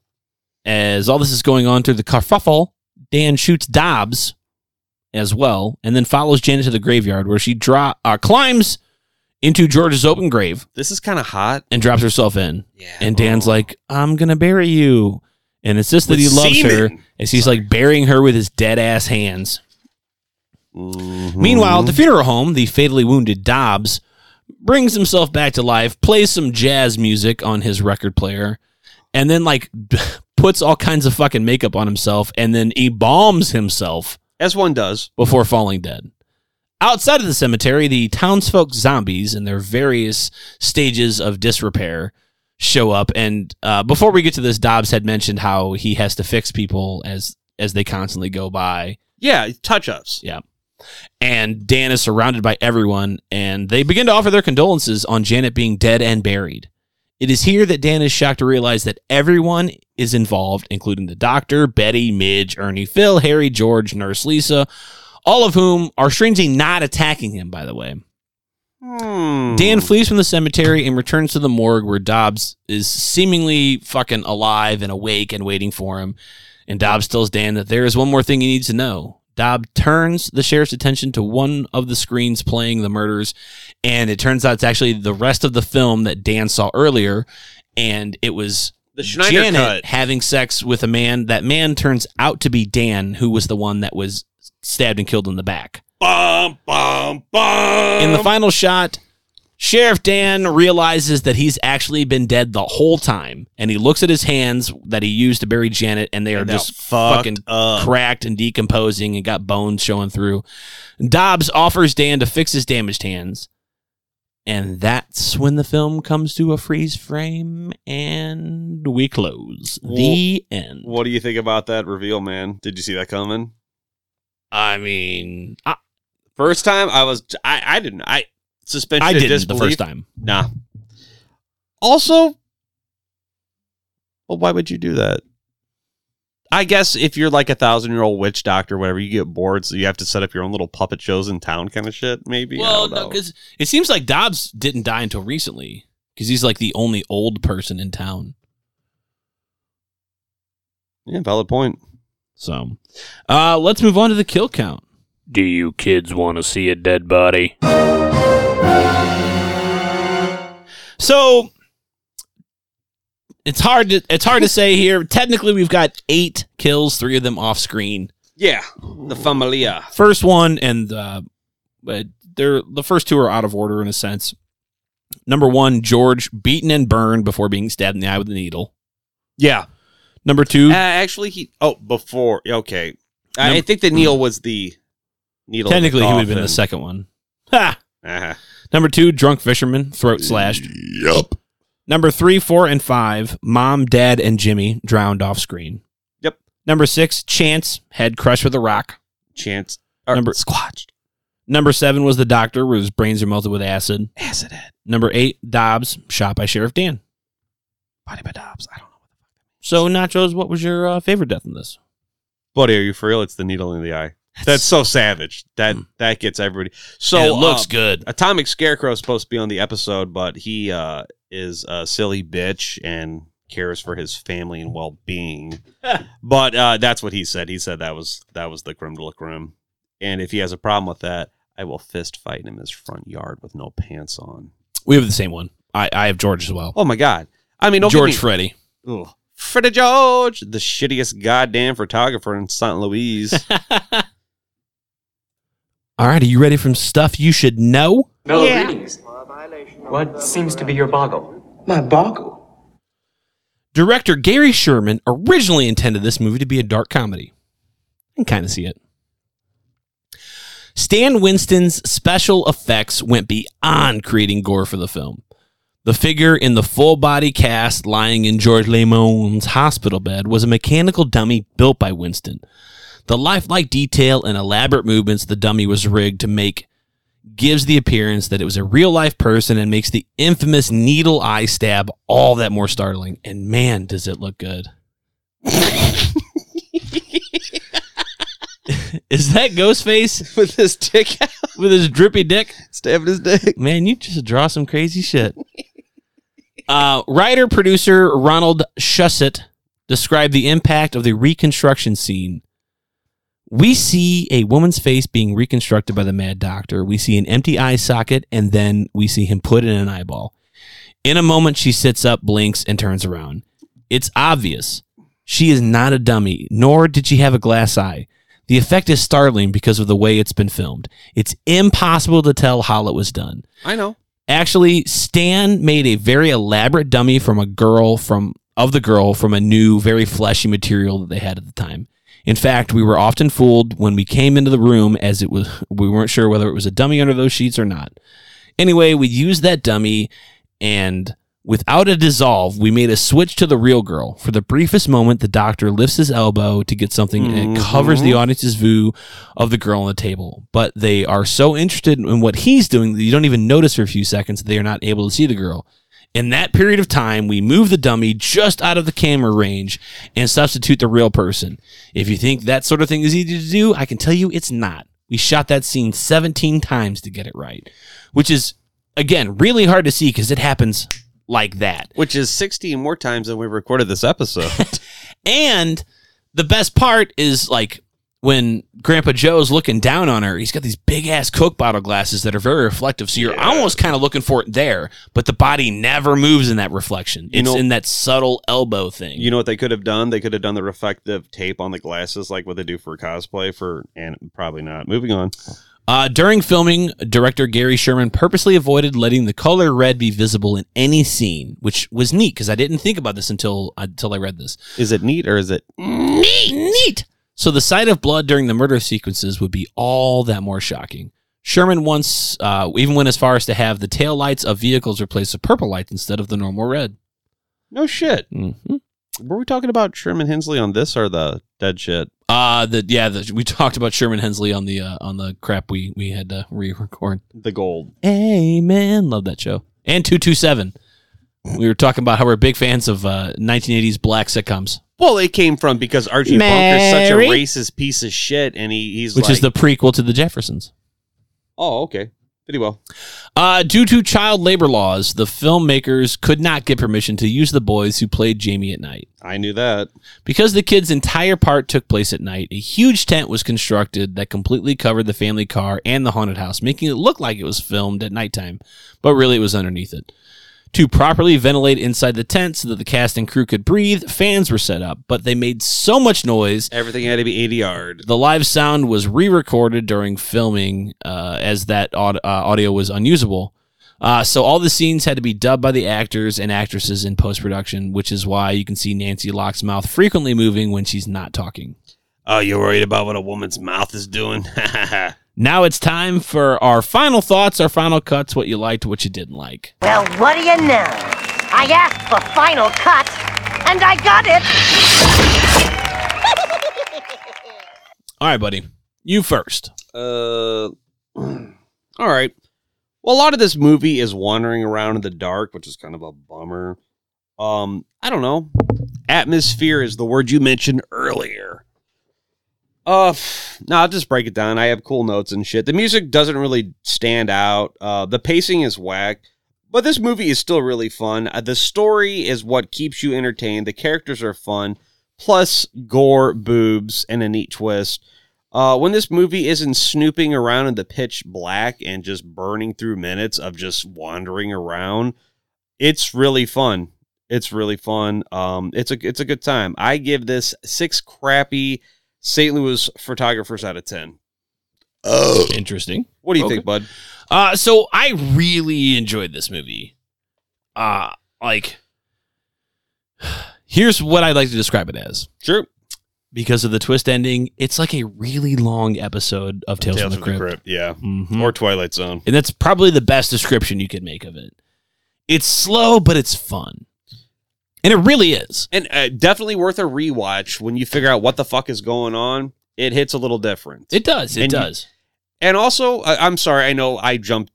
Speaker 3: as all this is going on through the kerfuffle, Dan shoots Dobbs as well, and then follows Janet to the graveyard where she dro- uh, climbs into George's open grave
Speaker 2: This is kind of hot.
Speaker 3: and drops herself in.
Speaker 2: Yeah.
Speaker 3: And Dan's like, I'm going to bury you. And it's just that he loves her as he's like burying her with his dead ass hands. Meanwhile, at the funeral home, the fatally wounded Dobbs brings himself back to life, plays some jazz music on his record player, and then like puts all kinds of fucking makeup on himself and then embalms himself
Speaker 2: as one does.
Speaker 3: before falling dead. Outside of the cemetery, the townsfolk zombies in their various stages of disrepair show up. And uh, before we get to this, Dobbs had mentioned how he has to fix people as as they constantly go by.
Speaker 2: Yeah, touch ups.
Speaker 3: and Dan is surrounded by everyone, and they begin to offer their condolences on Janet being dead and buried. It is here that Dan is shocked to realize that everyone is involved, including the doctor, Betty, Midge, Ernie, Phil, Harry, George, Nurse Lisa, all of whom are strangely not attacking him, by the way.
Speaker 2: Hmm.
Speaker 3: Dan flees from the cemetery and returns to the morgue where Dobbs is seemingly fucking alive and awake and waiting for him. And Dobbs tells Dan that there is one more thing he needs to know. Dobbs turns the sheriff's attention to one of the screens playing the murders, and it turns out it's actually the rest of the film that Dan saw earlier, and it was
Speaker 2: the Schneider
Speaker 3: Janet
Speaker 2: cut.
Speaker 3: having sex with a man. That man turns out to be Dan, who was the one that was stabbed and killed in the back.
Speaker 4: Bum, bum, bum.
Speaker 3: In the final shot, Sheriff Dan realizes that he's actually been dead the whole time, and he looks at his hands that he used to bury Janet, and they are
Speaker 2: And
Speaker 3: just
Speaker 2: they're fucked
Speaker 3: fucking
Speaker 2: up.
Speaker 3: cracked and decomposing, and got bones showing through. Dobbs offers Dan to fix his damaged hands, and that's when the film comes to a freeze frame, and we close the end.
Speaker 2: What do you think about that reveal, man? Did you see that coming?
Speaker 3: I mean, I,
Speaker 2: First time I was I I didn't I suspension
Speaker 3: I
Speaker 2: of
Speaker 3: didn't the
Speaker 2: disbelief.
Speaker 3: first time.
Speaker 2: Nah. Also, well, why would you do that? I guess if you're like a thousand year old witch doctor, or whatever, you get bored, so you have to set up your own little puppet shows in town, kind of shit. Maybe. I
Speaker 3: Well,
Speaker 2: don't
Speaker 3: no,
Speaker 2: know.
Speaker 3: because it seems like Dobbs didn't die until recently because he's like the only old person in town.
Speaker 2: yeah, valid point.
Speaker 3: So, uh, let's move on to the kill count.
Speaker 9: Do you kids want to see a dead body?
Speaker 3: So it's hard to it's hard to say here. Technically, we've got eight kills, three of them off screen.
Speaker 2: Yeah, the familia.
Speaker 3: First one and uh, but they're the first two are out of order in a sense. Number one, George beaten and burned before being stabbed in the eye with a needle.
Speaker 2: Yeah.
Speaker 3: Number two,
Speaker 2: Uh, actually, he. Oh, before. Okay. I, I
Speaker 3: Number-
Speaker 2: think that Neil was the needle. in the
Speaker 3: technically he would have been the
Speaker 2: coffin.
Speaker 3: second one. Ha!
Speaker 2: Uh-huh.
Speaker 3: Number two, drunk fisherman, throat slashed.
Speaker 2: Mm.
Speaker 4: Yup.
Speaker 3: Number three, four, and five, mom, dad, and Jimmy drowned off screen.
Speaker 2: Yep.
Speaker 3: Number six, Chance, head crushed with a rock.
Speaker 2: Chance. Or,
Speaker 3: Number-
Speaker 2: squatched.
Speaker 3: Number seven was the doctor, where his brains are melted with acid.
Speaker 2: Acid head.
Speaker 3: Number eight, Dobbs, shot by Sheriff Dan.
Speaker 2: Body by Dobbs. I don't know.
Speaker 3: So, Nachos, what was your uh, favorite death in this?
Speaker 2: Buddy, are you for real? It's the needle in the eye. That's so savage. That that gets everybody. So
Speaker 3: Hmm. And it looks
Speaker 2: uh,
Speaker 3: good.
Speaker 2: Atomic Scarecrow is supposed to be on the episode, but he uh, is a silly bitch and cares for his family and well being. but uh, that's what he said. He said that was that was the grim look room. And if he has a problem with that, I will fist fight him in his front yard with no pants on.
Speaker 3: We have the same one. I, I have George as well.
Speaker 2: Oh my god! I mean, don't
Speaker 3: George
Speaker 2: Fred,
Speaker 3: Freddy.
Speaker 2: Freda George, the shittiest goddamn photographer in St. Louis.
Speaker 3: All right, are you ready for some stuff you should know?
Speaker 9: Fellow greetings. What seems to be your boggle? My boggle?
Speaker 3: Director Gary Sherman originally intended this movie to be a dark comedy. I can kind of see it. Stan Winston's special effects went beyond creating gore for the film. The figure in the full body cast lying in George Lemon's hospital bed was a mechanical dummy built by Winston. The lifelike detail and elaborate movements the dummy was rigged to make gives the appearance that it was a real life person and makes the infamous needle eye stab all that more startling. And man, does it look good. Is that Ghostface
Speaker 2: with his dick out,
Speaker 3: with his drippy dick?
Speaker 2: stabbing his dick.
Speaker 3: Man, you just draw some crazy shit. Uh, writer producer Ronald Shusett described the impact of the reconstruction scene. We see a woman's face being reconstructed by the mad doctor. We see an empty eye socket, and then we see him put in an eyeball. In a moment, she sits up, blinks, and turns around. It's obvious. She is not a dummy, nor did she have a glass eye. The effect is startling because of the way it's been filmed. It's impossible to tell how it was done.
Speaker 2: I know.
Speaker 3: Actually, Stan made a very elaborate dummy from a girl from of the girl from a new, very fleshy material that they had at the time. In fact, we were often fooled when we came into the room as it was we weren't sure whether it was a dummy under those sheets or not. Anyway, we used that dummy and without a dissolve, we made a switch to the real girl. For the briefest moment, the doctor lifts his elbow to get something and it covers the audience's view of the girl on the table. But they are so interested in what he's doing that you don't even notice for a few seconds that they are not able to see the girl. In that period of time, we move the dummy just out of the camera range and substitute the real person. If you think that sort of thing is easy to do, I can tell you it's not. We shot that scene 17 times to get it right, which is, again, really hard to see because it happens like that.
Speaker 2: Which is 16 more times than we recorded this episode.
Speaker 3: And the best part is like when Grandpa Joe's looking down on her, he's got these big ass Coke bottle glasses that are very reflective. So you're almost kind of looking for it there, but the body never moves in that reflection. It's
Speaker 2: You know-
Speaker 3: in that subtle elbow thing.
Speaker 2: you know what they could have done? They could have done the reflective tape on the glasses, like what they do for cosplay, for, and probably not. Moving on.
Speaker 3: Uh, during filming, director Gary Sherman purposely avoided letting the color red be visible in any scene, which was neat because I didn't think about this until until I read this.
Speaker 2: Is it neat or is it.
Speaker 3: Neat. Neat. So the sight of blood during the murder sequences would be all that more shocking. Sherman once uh, even went as far as to have the tail lights of vehicles replaced with purple lights instead of the normal red.
Speaker 2: No shit.
Speaker 3: Mm-hmm.
Speaker 2: Were we talking about Sherman Hensley on this or the dead shit?
Speaker 3: Uh the yeah, the, we talked about Sherman Hensley on the uh, on the crap we we had to re-record.
Speaker 2: The gold.
Speaker 3: Amen. Love that show. And 227. We were talking about how we're big fans of uh, 1980s black sitcoms,
Speaker 2: Well, it came from because Archie Bunker's such a racist piece of shit, and he, he's
Speaker 3: which is
Speaker 2: like,
Speaker 3: the prequel to The Jeffersons.
Speaker 2: Oh, okay. Pretty well.
Speaker 3: Uh, due to child labor laws, the filmmakers could not get permission to use the boys who played Jamie at night.
Speaker 2: I knew that.
Speaker 3: Because the kid's entire part took place at night, a huge tent was constructed that completely covered the family car and the haunted house, making it look like it was filmed at nighttime, but really it was underneath it. To properly ventilate inside the tent so that the cast and crew could breathe, fans were set up, but they made so much noise
Speaker 2: Everything had to be ADR'd.
Speaker 3: the live sound was re-recorded during filming uh, as that aud- uh, audio was unusable uh, so all the scenes had to be dubbed by the actors and actresses in post-production which is why you can see nancy locke's mouth frequently moving when she's not talking
Speaker 4: Oh, you're worried about what a woman's mouth is doing?
Speaker 3: now it's time for our final thoughts our final cuts what you liked what you didn't like
Speaker 10: Well, what do you know? I asked for final cut, and I got it.
Speaker 3: all right buddy you first
Speaker 2: Uh, all right. Well, a lot of this movie is wandering around in the dark, which is kind of a bummer. Um, I don't know. Atmosphere is the word you mentioned earlier. Uh, pff, no, I'll just break it down. I have cool notes and shit. The music doesn't really stand out. Uh, the pacing is whack, but this movie is still really fun. Uh, the story is what keeps you entertained. The characters are fun, plus gore, boobs, and a neat twist. Uh, when this movie isn't snooping around in the pitch black and just burning through minutes of just wandering around, it's really fun. It's really fun. Um, it's a it's a good time. I give this six crappy St. Louis photographers out of ten.
Speaker 4: oh,
Speaker 3: interesting
Speaker 2: What do you
Speaker 3: Okay.
Speaker 2: think, bud?
Speaker 3: Uh, so I really enjoyed this movie. Uh, like, here's what I'd like to describe it as.
Speaker 2: Sure.
Speaker 3: Because of the twist ending, it's like a really long episode of Tales, from the Crypt.
Speaker 4: yeah.
Speaker 3: Mhm.
Speaker 4: Or Twilight Zone.
Speaker 3: and that's probably the best description you could make of it. It's slow, but it's fun. And it really is.
Speaker 2: And uh, definitely worth a rewatch when you figure out what the fuck is going on. It hits a little different.
Speaker 3: It does. It
Speaker 2: And you-
Speaker 3: does.
Speaker 2: And also, I I'm sorry, I know I jumped.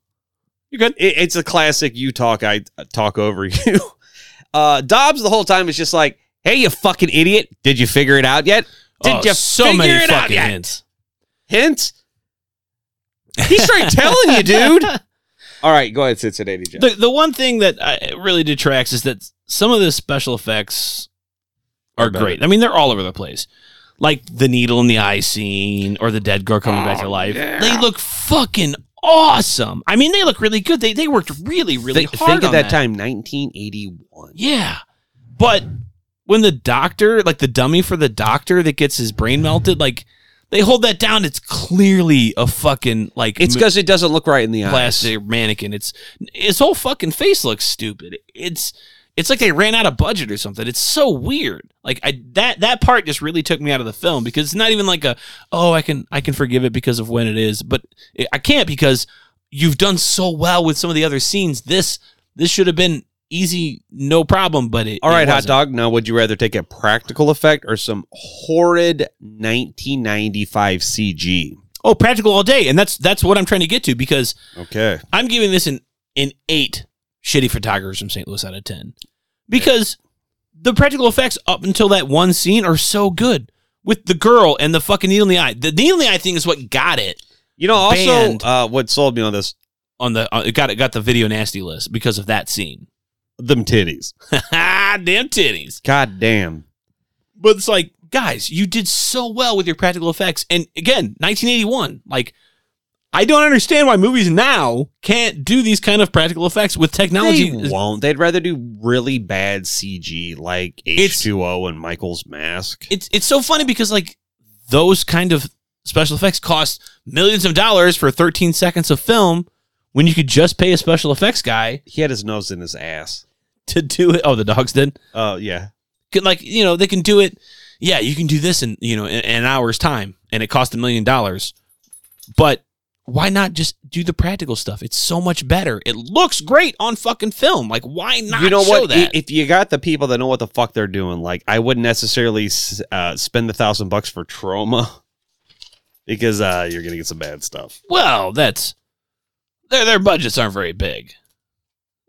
Speaker 2: You're good. It, it's a classic you talk, I talk over you. Uh, Dobbs the whole time is just like, hey, you fucking idiot. Did you figure it out yet? Did
Speaker 3: Oh,
Speaker 2: you
Speaker 3: so
Speaker 2: figure
Speaker 3: many
Speaker 2: it out
Speaker 3: fucking
Speaker 2: yet?
Speaker 3: hints?
Speaker 2: Hint? He's straight telling you, dude. All right, go ahead, Cincinnati Jeff.
Speaker 3: The the one thing that I, really detracts is that some of the special effects are great. I mean, they're all over the place. Like the needle in the eye scene or the dead girl coming back to life. They look fucking awesome. I mean, they look really good. They they worked really really
Speaker 2: Think-
Speaker 3: hard
Speaker 2: think
Speaker 3: on
Speaker 2: of that,
Speaker 3: that
Speaker 2: time, 1981.
Speaker 3: Yeah. But when the doctor, like the dummy for the doctor that gets his brain melted, like they hold that down, it's clearly a fucking like
Speaker 2: It's
Speaker 3: mo-
Speaker 2: because it doesn't look right in the eyes.
Speaker 3: plastic mannequin. It's his whole fucking face looks stupid. It's it's like they ran out of budget or something. It's so weird. Like I that that part just really took me out of the film because it's not even like a oh I can I can forgive it because of when it is, but it, I can't because you've done so well with some of the other scenes. This this should have been easy, no problem. But it
Speaker 2: All right,
Speaker 3: it
Speaker 2: hot
Speaker 3: wasn't.
Speaker 2: dog. Now, would you rather take a practical effect or some horrid 1995 CG?
Speaker 3: Oh, practical all day, and that's that's what I'm trying to get to because
Speaker 2: Okay.
Speaker 3: I'm giving this an an eight shitty photographers from St. Louis out of ten because the practical effects up until that one scene are so good with the girl and the fucking needle in the eye. The needle in the eye thing is what got it
Speaker 2: You know, also,
Speaker 3: Banned.
Speaker 2: uh, what sold me on this?
Speaker 3: on the uh, it got it got the video nasty list because of that scene.
Speaker 2: Them titties.
Speaker 3: Damn titties!
Speaker 2: God damn.
Speaker 3: But it's like, guys, you did so well with your practical effects, and again, 1981, like. I don't understand why movies now can't do these kind of practical effects with technology.
Speaker 2: They won't. They'd rather do really bad CG like
Speaker 3: It's-
Speaker 2: H2O and Michael's mask.
Speaker 3: it's it's so funny because like those kind of special effects cost millions of dollars for 13 seconds of film when you could just pay a special effects guy
Speaker 2: He had his nose in his ass.
Speaker 3: to do it. Oh, the dogs did.
Speaker 2: Oh, yeah.
Speaker 3: Could, Like you know they can do it. Yeah, you can do this in you know in, in an hour's time, and it cost a million dollars. But why not just do the practical stuff? It's so much better. It looks great on fucking film. Like why not?
Speaker 2: you know
Speaker 3: show
Speaker 2: what?
Speaker 3: That?
Speaker 2: I- If you got the people that know what the fuck they're doing, like I wouldn't necessarily s- uh, spend the thousand bucks for trauma because uh, you're gonna get some bad stuff.
Speaker 3: well, that's their their budgets aren't very big.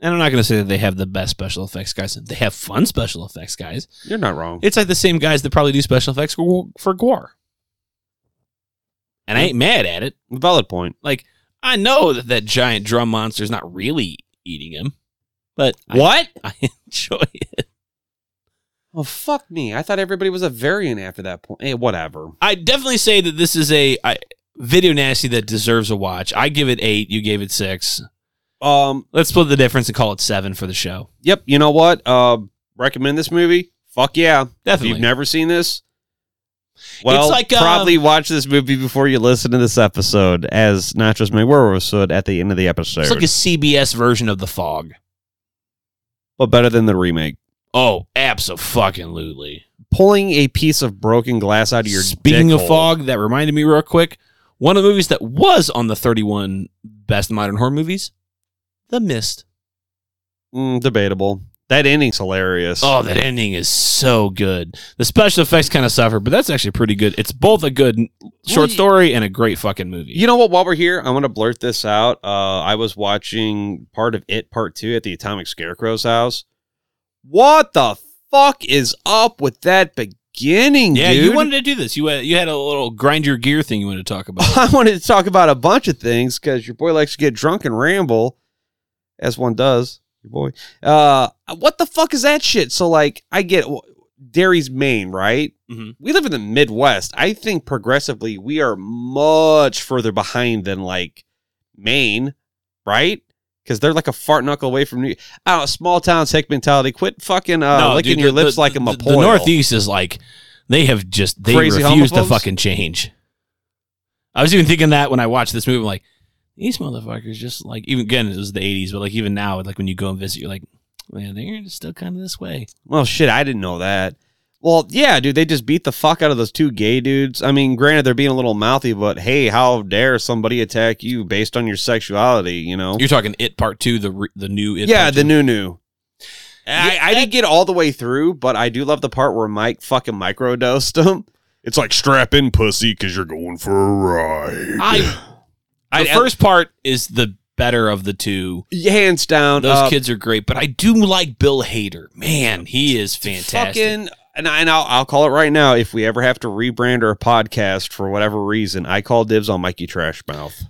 Speaker 3: And I'm not going to say that they have the best special effects guys. They have fun special effects guys.
Speaker 2: You're not wrong.
Speaker 3: It's like the same guys that probably do special effects for, for Gore. And I ain't mad at it.
Speaker 2: Valid point.
Speaker 3: Like I know that that giant drum monster's not really eating him, but I-
Speaker 2: What?
Speaker 3: I, enjoy it.
Speaker 2: Oh fuck me! I thought everybody was a variant after that point. Eh, whatever.
Speaker 3: I definitely say that this is a I, video nasty that deserves a watch. I give it eight. You gave it six.
Speaker 2: Um,
Speaker 3: Let's split the difference and call it seven for the show.
Speaker 2: yep. You know what? Um, recommend this movie? Fuck yeah! If
Speaker 3: Definitely.
Speaker 2: you've never seen this, well,
Speaker 3: It's like, uh,
Speaker 2: probably watch this movie before you listen to this episode, as not just my werewolf said at the end of the episode.
Speaker 3: It's like a CBS version of The Fog.
Speaker 2: but better than the remake.
Speaker 3: Oh, absolutely.
Speaker 2: Pulling a piece of broken glass out of your
Speaker 3: Speaking
Speaker 2: dick
Speaker 3: of
Speaker 2: hole.
Speaker 3: fog, that reminded me real quick. One of the movies that was on the 31 best modern horror movies, The Mist.
Speaker 2: Mm, debatable. That ending's hilarious.
Speaker 3: Oh, that ending is so good. The special effects kind of suffer, but that's actually pretty good. It's both a good short
Speaker 2: you-
Speaker 3: story and a great fucking movie.
Speaker 2: You know what? While we're here, I'm gonna blurt this out. Uh, I was watching part of it, part two, at the Atomic Scarecrow's house. What the fuck is up with that beginning,
Speaker 3: yeah,
Speaker 2: dude?
Speaker 3: you wanted to do this. You had, you had a little grind your gear thing you wanted to talk about.
Speaker 2: I wanted to talk about a bunch of things because your boy likes to get drunk and ramble, as one does. Your boy. Uh, what the fuck is that shit? So like, I get Derry's Maine, right?
Speaker 3: Mhm.
Speaker 2: We live in the Midwest. I think progressively we are much further behind than like Maine, right? Because they're like a fart knuckle away from New. I don't know, small town sick mentality. Quit fucking uh, licking
Speaker 3: dude,
Speaker 2: your
Speaker 3: the-
Speaker 2: lips
Speaker 3: the-
Speaker 2: like a mapoil.
Speaker 3: The Northeast is like they have just they
Speaker 2: Crazy
Speaker 3: refuse to
Speaker 2: homophobes?
Speaker 3: fucking change. I was even thinking that when I watched this movie, I'm like these motherfuckers just like even again it was the '80s, but like even now, like when you go and visit, you're like, man, they're just still kind of this way.
Speaker 2: Well, shit, I didn't know that. Well, yeah, dude, they just beat the fuck out of those two gay dudes. I mean, granted, they're being a little mouthy, but hey, how dare somebody attack you based on your sexuality, you know?
Speaker 3: You're talking It Part Two, the re- the new It.
Speaker 2: yeah,
Speaker 3: Part
Speaker 2: the
Speaker 3: Two.
Speaker 2: new new.
Speaker 3: Yeah,
Speaker 2: I, I didn't get all the way through, but I do love the part where Mike fucking microdosed him.
Speaker 4: It's like strap in pussy because you're going for a ride.
Speaker 3: I,
Speaker 2: I-
Speaker 3: the first part is the better of the two.
Speaker 2: Hands down.
Speaker 3: Those
Speaker 2: uh,
Speaker 3: kids are great, but I do like Bill Hader. Man, he is fantastic.
Speaker 2: Fucking, and, I, and I'll, I'll call it right now. If we ever have to rebrand our podcast for whatever reason, I call dibs on Mikey Trashmouth.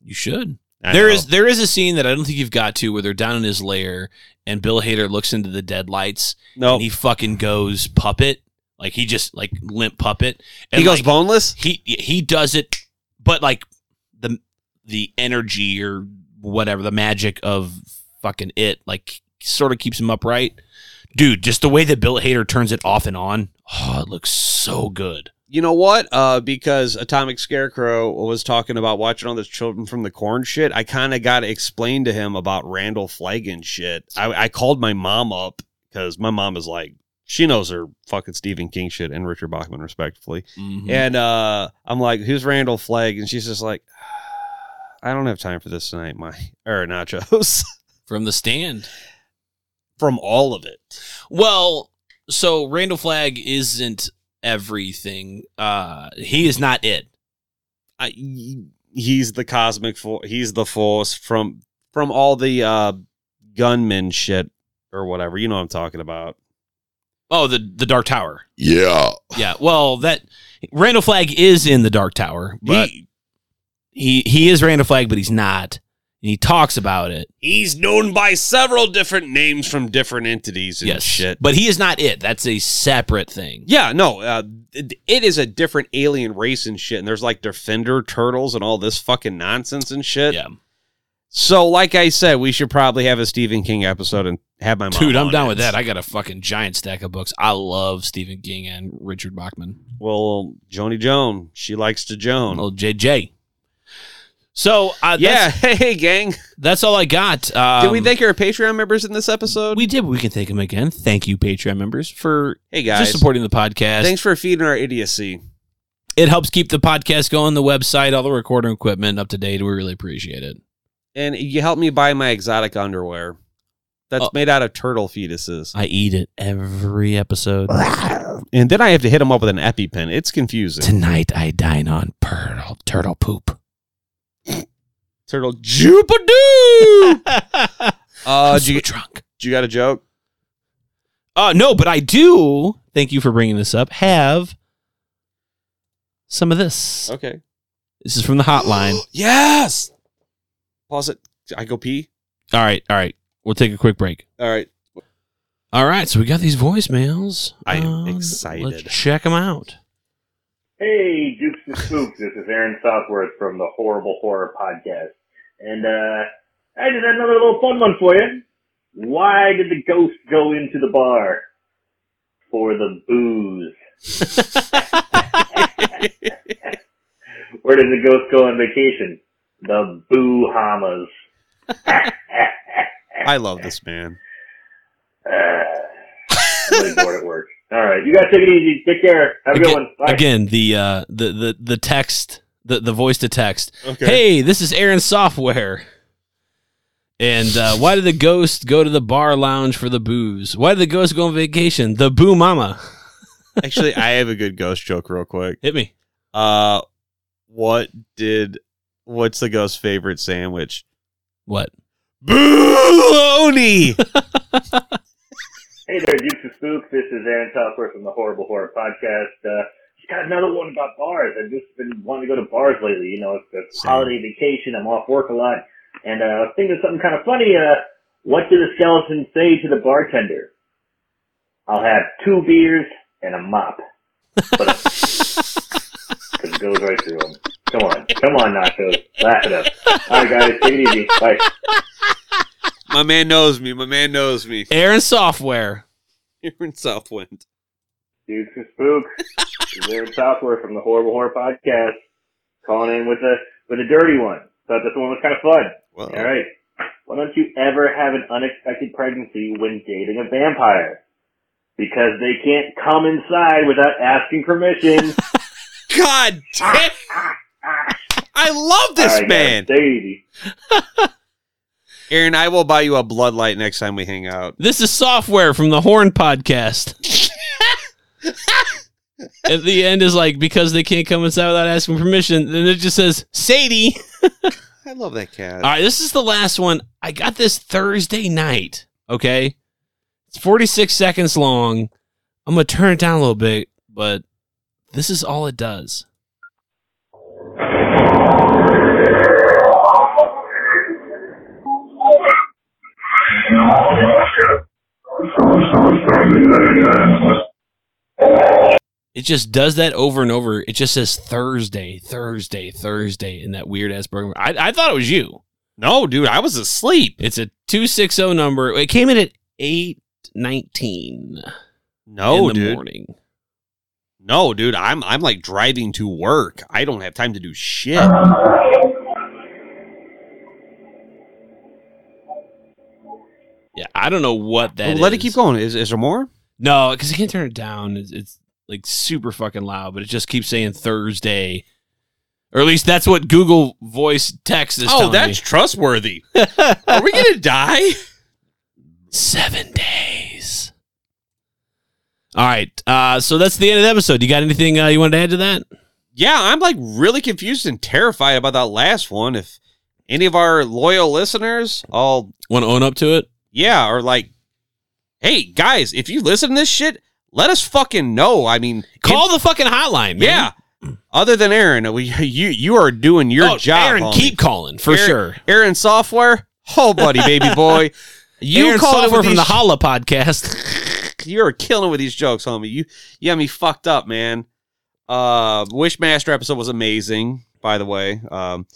Speaker 3: you should.
Speaker 2: I
Speaker 3: There
Speaker 2: know.
Speaker 3: is there is a scene that I don't think you've got to where they're down in his lair and Bill Hader looks into the deadlights
Speaker 2: no.
Speaker 3: and he fucking goes puppet like he just like limp puppet and
Speaker 2: he goes
Speaker 3: like,
Speaker 2: boneless.
Speaker 3: he he does it but like the the energy or whatever the magic of fucking it like sort of keeps him upright dude just the way that Bill Hader turns it off and on oh it looks so good
Speaker 2: you know what? Uh, because Atomic Scarecrow was talking about watching all this children from the corn shit. I kind of got to explain to him about Randall Flagan shit. I, I called my mom up because my mom is like, she knows her fucking Stephen King shit and Richard Bachman, respectfully.
Speaker 3: Mm-hmm.
Speaker 2: And uh, I'm like, who's Randall Flagg? And she's just like, I don't have time for this tonight, my or nachos
Speaker 3: from the stand
Speaker 2: from all of it.
Speaker 3: Well, so Randall Flagg isn't everything. Uh he is not it.
Speaker 2: I, he's the cosmic force. He's the force from from all the uh, gunmen shit or whatever. You know what I'm talking about.
Speaker 3: Oh, the the Dark Tower.
Speaker 4: Yeah.
Speaker 3: Yeah. Well, that Randall Flagg is in the Dark Tower, but
Speaker 4: He-
Speaker 3: he he is Randall Flagg, but he's not. And he talks about it.
Speaker 4: he's known by several different names from different entities.
Speaker 3: yes.
Speaker 2: shit.
Speaker 3: But he is not it. That's a separate thing.
Speaker 2: Yeah, no, uh, it, it is a different alien race and shit. And there's like Defender turtles and all this fucking nonsense and shit.
Speaker 3: Yeah.
Speaker 2: So, like I said, we should probably have a Stephen King episode and have my mom.
Speaker 3: Dude, I'm
Speaker 2: on
Speaker 3: down
Speaker 2: it.
Speaker 3: with that. I got a fucking giant stack of books. I love Stephen King and Richard Bachman.
Speaker 2: well, Joni Joan, she likes to Joan.
Speaker 3: Old JJ. So uh,
Speaker 2: Mm. yeah,
Speaker 3: yeah, that's,
Speaker 2: hey gang,
Speaker 3: that's all I got.
Speaker 2: did
Speaker 3: Um,
Speaker 2: we thank our Patreon members in this episode?
Speaker 3: We did. but We can thank them again. Thank you, Patreon members, for
Speaker 2: hey guys,
Speaker 3: just supporting the podcast.
Speaker 2: Thanks for feeding our idiocy.
Speaker 3: It helps keep the podcast going, the website, all the recording equipment up to date. We really appreciate it.
Speaker 2: And you helped me buy my exotic underwear that's
Speaker 3: Oh.
Speaker 2: made out of turtle fetuses.
Speaker 3: I eat it every episode.
Speaker 2: um, And then I have to hit them up with an EpiPen. It's confusing.
Speaker 3: Tonight I dine on turtle turtle poop.
Speaker 2: turtle jupadoo! uh,
Speaker 3: I'm
Speaker 2: do, you,
Speaker 3: so drunk.
Speaker 2: do you got a joke?
Speaker 3: Uh, no, but I do. Thank you for bringing this up. Have some of this.
Speaker 2: Okay.
Speaker 3: This is from the hotline.
Speaker 2: yes! Pause it. I go pee?
Speaker 3: all right, all right. We'll take a quick break.
Speaker 2: All right.
Speaker 3: All right, so we got these voicemails.
Speaker 2: I am
Speaker 3: Um, Let's
Speaker 2: excited.
Speaker 3: check them out.
Speaker 11: Hey, Dukes and Spooks. This is Aaron Southworth from the Horrible Horror Podcast. And uh, I just had another little fun one for you. Why did the ghost go into the bar? For the booze. Where did the ghost go on vacation? The boo-hamas.
Speaker 2: I love this man.
Speaker 11: really bored at work. All right, you guys take it easy. Take care. Have a good one. Bye.
Speaker 3: Again, the uh, the the the text, the the voice to text.
Speaker 2: Okay.
Speaker 3: Hey, this is Aaron Software. And uh, why did the ghost go to the bar lounge for the booze? Why did the ghost go on vacation? The boo mama.
Speaker 2: Actually, I have a good ghost joke real quick.
Speaker 3: Hit me.
Speaker 2: Uh what did what's the ghost's favorite sandwich?
Speaker 3: What?
Speaker 2: Bologna.
Speaker 11: Hey there, Dukes of Spook. This is Aaron Software from the Horrible Horror Podcast. Uh, just got another one about bars. I've just been wanting to go to bars lately. You know, it's a holiday vacation. I'm off work a lot. And uh, I was thinking of something kind of funny. Uh, what do the skeletons say to the bartender? I'll have two beers and a mop. But it goes right through them. Come on. Come on, Nachos. Laugh it up. All right, guys. Take it easy. Bye.
Speaker 2: My man knows me. My man knows me.
Speaker 3: Aaron Software.
Speaker 2: You're in Southwind.
Speaker 11: Dukes of Spook. This is Aaron Software from the Horrible Horror Podcast. Calling in with a with a dirty one. Thought this one was kind of fun.
Speaker 2: Uh-huh.
Speaker 11: All right. Why don't you ever have an unexpected pregnancy when dating a vampire? Because they can't come inside without asking permission.
Speaker 2: God damn. I love
Speaker 11: All
Speaker 2: this
Speaker 11: right, guys,
Speaker 2: man.
Speaker 11: take it easy.
Speaker 2: Aaron, I will buy you a bloodlight next time we hang out.
Speaker 3: This is Software from the Horn Podcast. At the end is like because they can't come inside without asking permission. Then it just says Sadie.
Speaker 2: I love that cat.
Speaker 3: All right, this is the last one. I got this Thursday night. Okay. It's 46 seconds long. I'm going to turn it down a little bit, but this is all it does. It just does that over and over. It just says Thursday, Thursday, Thursday in that weird ass program. I, I thought it was you.
Speaker 2: No, dude, I was asleep.
Speaker 3: It's a 260 number. It came in at 819 in
Speaker 2: No,
Speaker 3: the
Speaker 2: Oh, dude.
Speaker 3: morning.
Speaker 2: No, dude, I'm I'm like driving to work. I don't have time to do shit.
Speaker 11: Uh,
Speaker 3: Yeah, I don't know what that
Speaker 2: Let it
Speaker 3: is.
Speaker 2: keep going. Is is there more?
Speaker 3: No, because I can't turn it down. It's, it's like super fucking loud, but it just keeps saying Thursday, or at least that's what Google Voice text is.
Speaker 2: oh,
Speaker 3: telling
Speaker 2: that's
Speaker 3: me.
Speaker 2: trustworthy. Are we gonna die?
Speaker 3: seven days. All right, uh, so that's the end of the episode. You got anything uh, you wanted to add to that?
Speaker 2: Yeah, I'm like really confused and terrified about that last one. If any of our loyal listeners, all
Speaker 3: Want to own up to it?
Speaker 2: yeah, are like, hey guys, if you listen to this shit, let us fucking know. I mean,
Speaker 3: Call the fucking hotline, man.
Speaker 2: yeah. Other than Aaron, we, you you are doing your
Speaker 3: Oh,
Speaker 2: job.
Speaker 3: Aaron,
Speaker 2: homie.
Speaker 3: keep calling for
Speaker 2: Aaron-
Speaker 3: sure.
Speaker 2: Aaron Software, oh buddy, baby boy, you
Speaker 3: Aaron
Speaker 2: called
Speaker 3: Software
Speaker 2: over
Speaker 3: from the Holla podcast.
Speaker 2: you are killing with these jokes, homie. You you got me fucked up, man. Uh Wishmaster episode was amazing, by the way. Um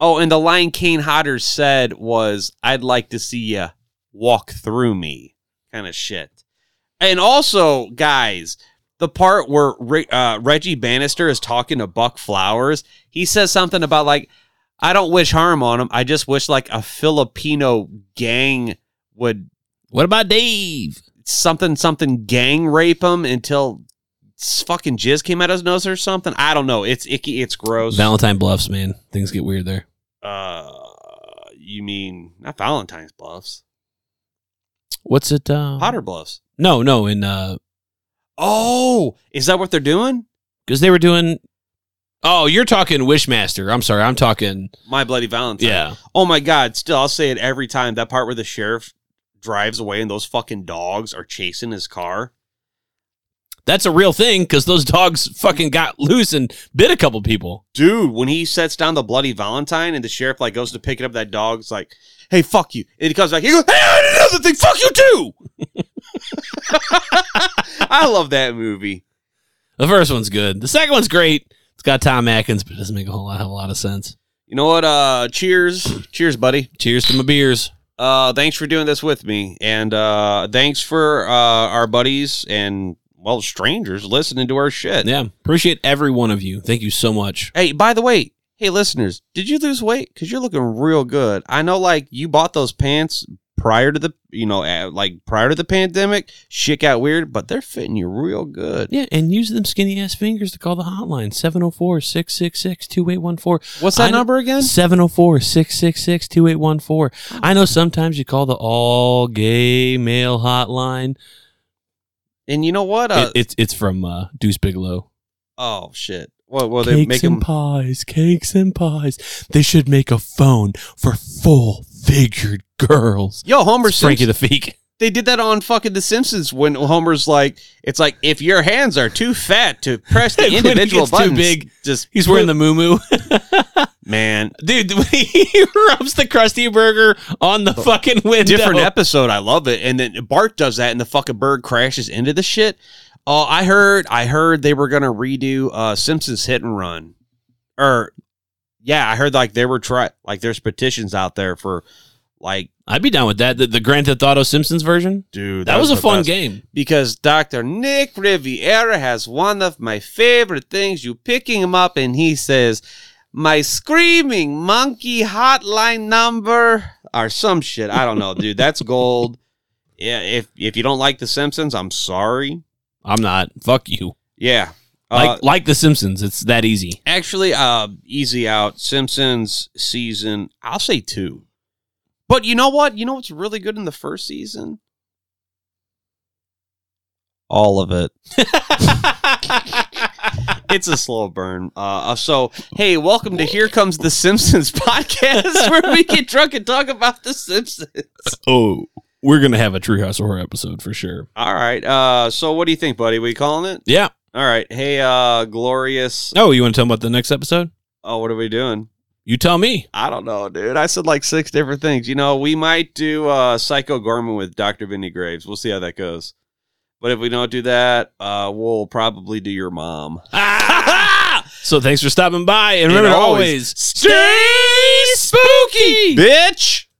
Speaker 2: Oh, and the line Kane Hodder said was, I'd like to see ya walk through me. Kind of shit. And also, guys, the part where Re- uh, Reggie Bannister is talking to Buck Flowers, he says something about, like, I don't wish harm on him. I just wish, like, a Filipino gang would
Speaker 3: What about Dave?
Speaker 2: something something gang rape him until s- fucking jizz came out of his nose or something. I don't know. It's icky. It's gross.
Speaker 3: Valentine Bluffs, man. Things get weird there.
Speaker 2: uh, you mean not Valentine's bluffs?
Speaker 3: What's it? Uh,
Speaker 2: Potter bluffs.
Speaker 3: No, no, in uh,
Speaker 2: Oh, is that what they're doing?
Speaker 3: because they were doing. Oh, you're talking Wishmaster. I'm sorry. I'm talking.
Speaker 2: My bloody Valentine.
Speaker 3: Yeah.
Speaker 2: Oh my God. Still, I'll say it every time. That part where the sheriff drives away and those fucking dogs are chasing his car.
Speaker 3: That's a real thing because those dogs fucking got loose and bit a couple people.
Speaker 2: Dude, when he sets down the bloody Valentine and the sheriff like goes to pick it up, that dog's like, "Hey, fuck you!" And he comes back. He goes, "Hey, I had another thing. Fuck you too." I love that movie.
Speaker 3: The first one's good. The second one's great. It's got Tom Atkins, but it doesn't make a whole lot, have a lot of sense.
Speaker 2: You You know what? Uh, cheers, cheers, buddy.
Speaker 3: Cheers to my beers.
Speaker 2: Uh, thanks for doing this with me, and uh, thanks for uh, our buddies and well strangers listening to our shit.
Speaker 3: Yeah, appreciate every one of you. Thank you so much.
Speaker 2: Hey, by the way, hey listeners, did you lose weight? Cause you're looking real good. I know, like you bought those pants prior to the, you know, uh, like prior to the pandemic. Shit got weird, but they're fitting you real good.
Speaker 3: Yeah, and use them skinny ass fingers to call the hotline 704 666 2814.
Speaker 2: What's that number again?
Speaker 3: 704 666 2814. I know sometimes you call the all gay male hotline.
Speaker 2: And you know what? Uh,
Speaker 3: It- it's, it's from uh, Deuce Bigelow.
Speaker 2: oh shit. Well, well, they
Speaker 3: cakes
Speaker 2: make
Speaker 3: and
Speaker 2: them.
Speaker 3: pies, cakes and pies. They should make a phone for full figured girls.
Speaker 2: Yo, Homer
Speaker 3: It's Frankie
Speaker 2: Simpson.
Speaker 3: the Feek.
Speaker 2: They did that on fucking The Simpsons when Homer's like, it's like if your hands are too fat to press the
Speaker 3: When it
Speaker 2: individual
Speaker 3: gets too
Speaker 2: buttons,
Speaker 3: big,
Speaker 2: just
Speaker 3: He's wearing the moo moo.
Speaker 2: man.
Speaker 3: Dude, the way he rubs the Krusty Burger on the fucking window.
Speaker 2: Different episode, I love it. And then Bart does that, and the fucking bird crashes into the shit. Oh, I heard, I heard they were gonna redo uh Simpsons Hit and Run, or yeah, I heard like they were try like there's petitions out there for like
Speaker 3: I'd be down with that. The, the Grand Theft Auto Simpsons version.
Speaker 2: dude
Speaker 3: That was a
Speaker 2: the
Speaker 3: fun
Speaker 2: best.
Speaker 3: game.
Speaker 2: because Dr. Nick Riviera has one of my favorite things. You picking him up and he says, My screaming monkey hotline number or some shit. I don't know, dude. That's gold. Yeah, if if you don't like The Simpsons, I'm sorry.
Speaker 3: I'm not. Fuck you.
Speaker 2: Yeah.
Speaker 3: Like
Speaker 2: Uh,
Speaker 3: like the Simpsons. It's that easy.
Speaker 2: actually, uh, easy out. Simpsons season, I'll say two. But you know what? You know what's really good in the first season? All of it. it's a slow burn. Uh, so, hey, welcome to Here Comes the Simpsons podcast, where we get drunk and talk about the Simpsons.
Speaker 3: Oh, we're gonna have a Treehouse Horror episode for sure.
Speaker 2: All right. Uh, so, what do you think, buddy? We calling it?
Speaker 3: Yeah.
Speaker 2: All right. Hey, uh, glorious.
Speaker 3: Oh, you want to tell me about the next episode?
Speaker 2: Oh, what are we doing?
Speaker 3: You tell me.
Speaker 2: I don't know, dude. I said like six different things. You know, we might do uh, Psycho Gorman with Dr. Vinny Graves. We'll see how that goes. But if we don't do that, uh, we'll probably do your mom.
Speaker 3: So thanks for stopping by, and remember
Speaker 2: And
Speaker 3: always,
Speaker 2: stay spooky, bitch.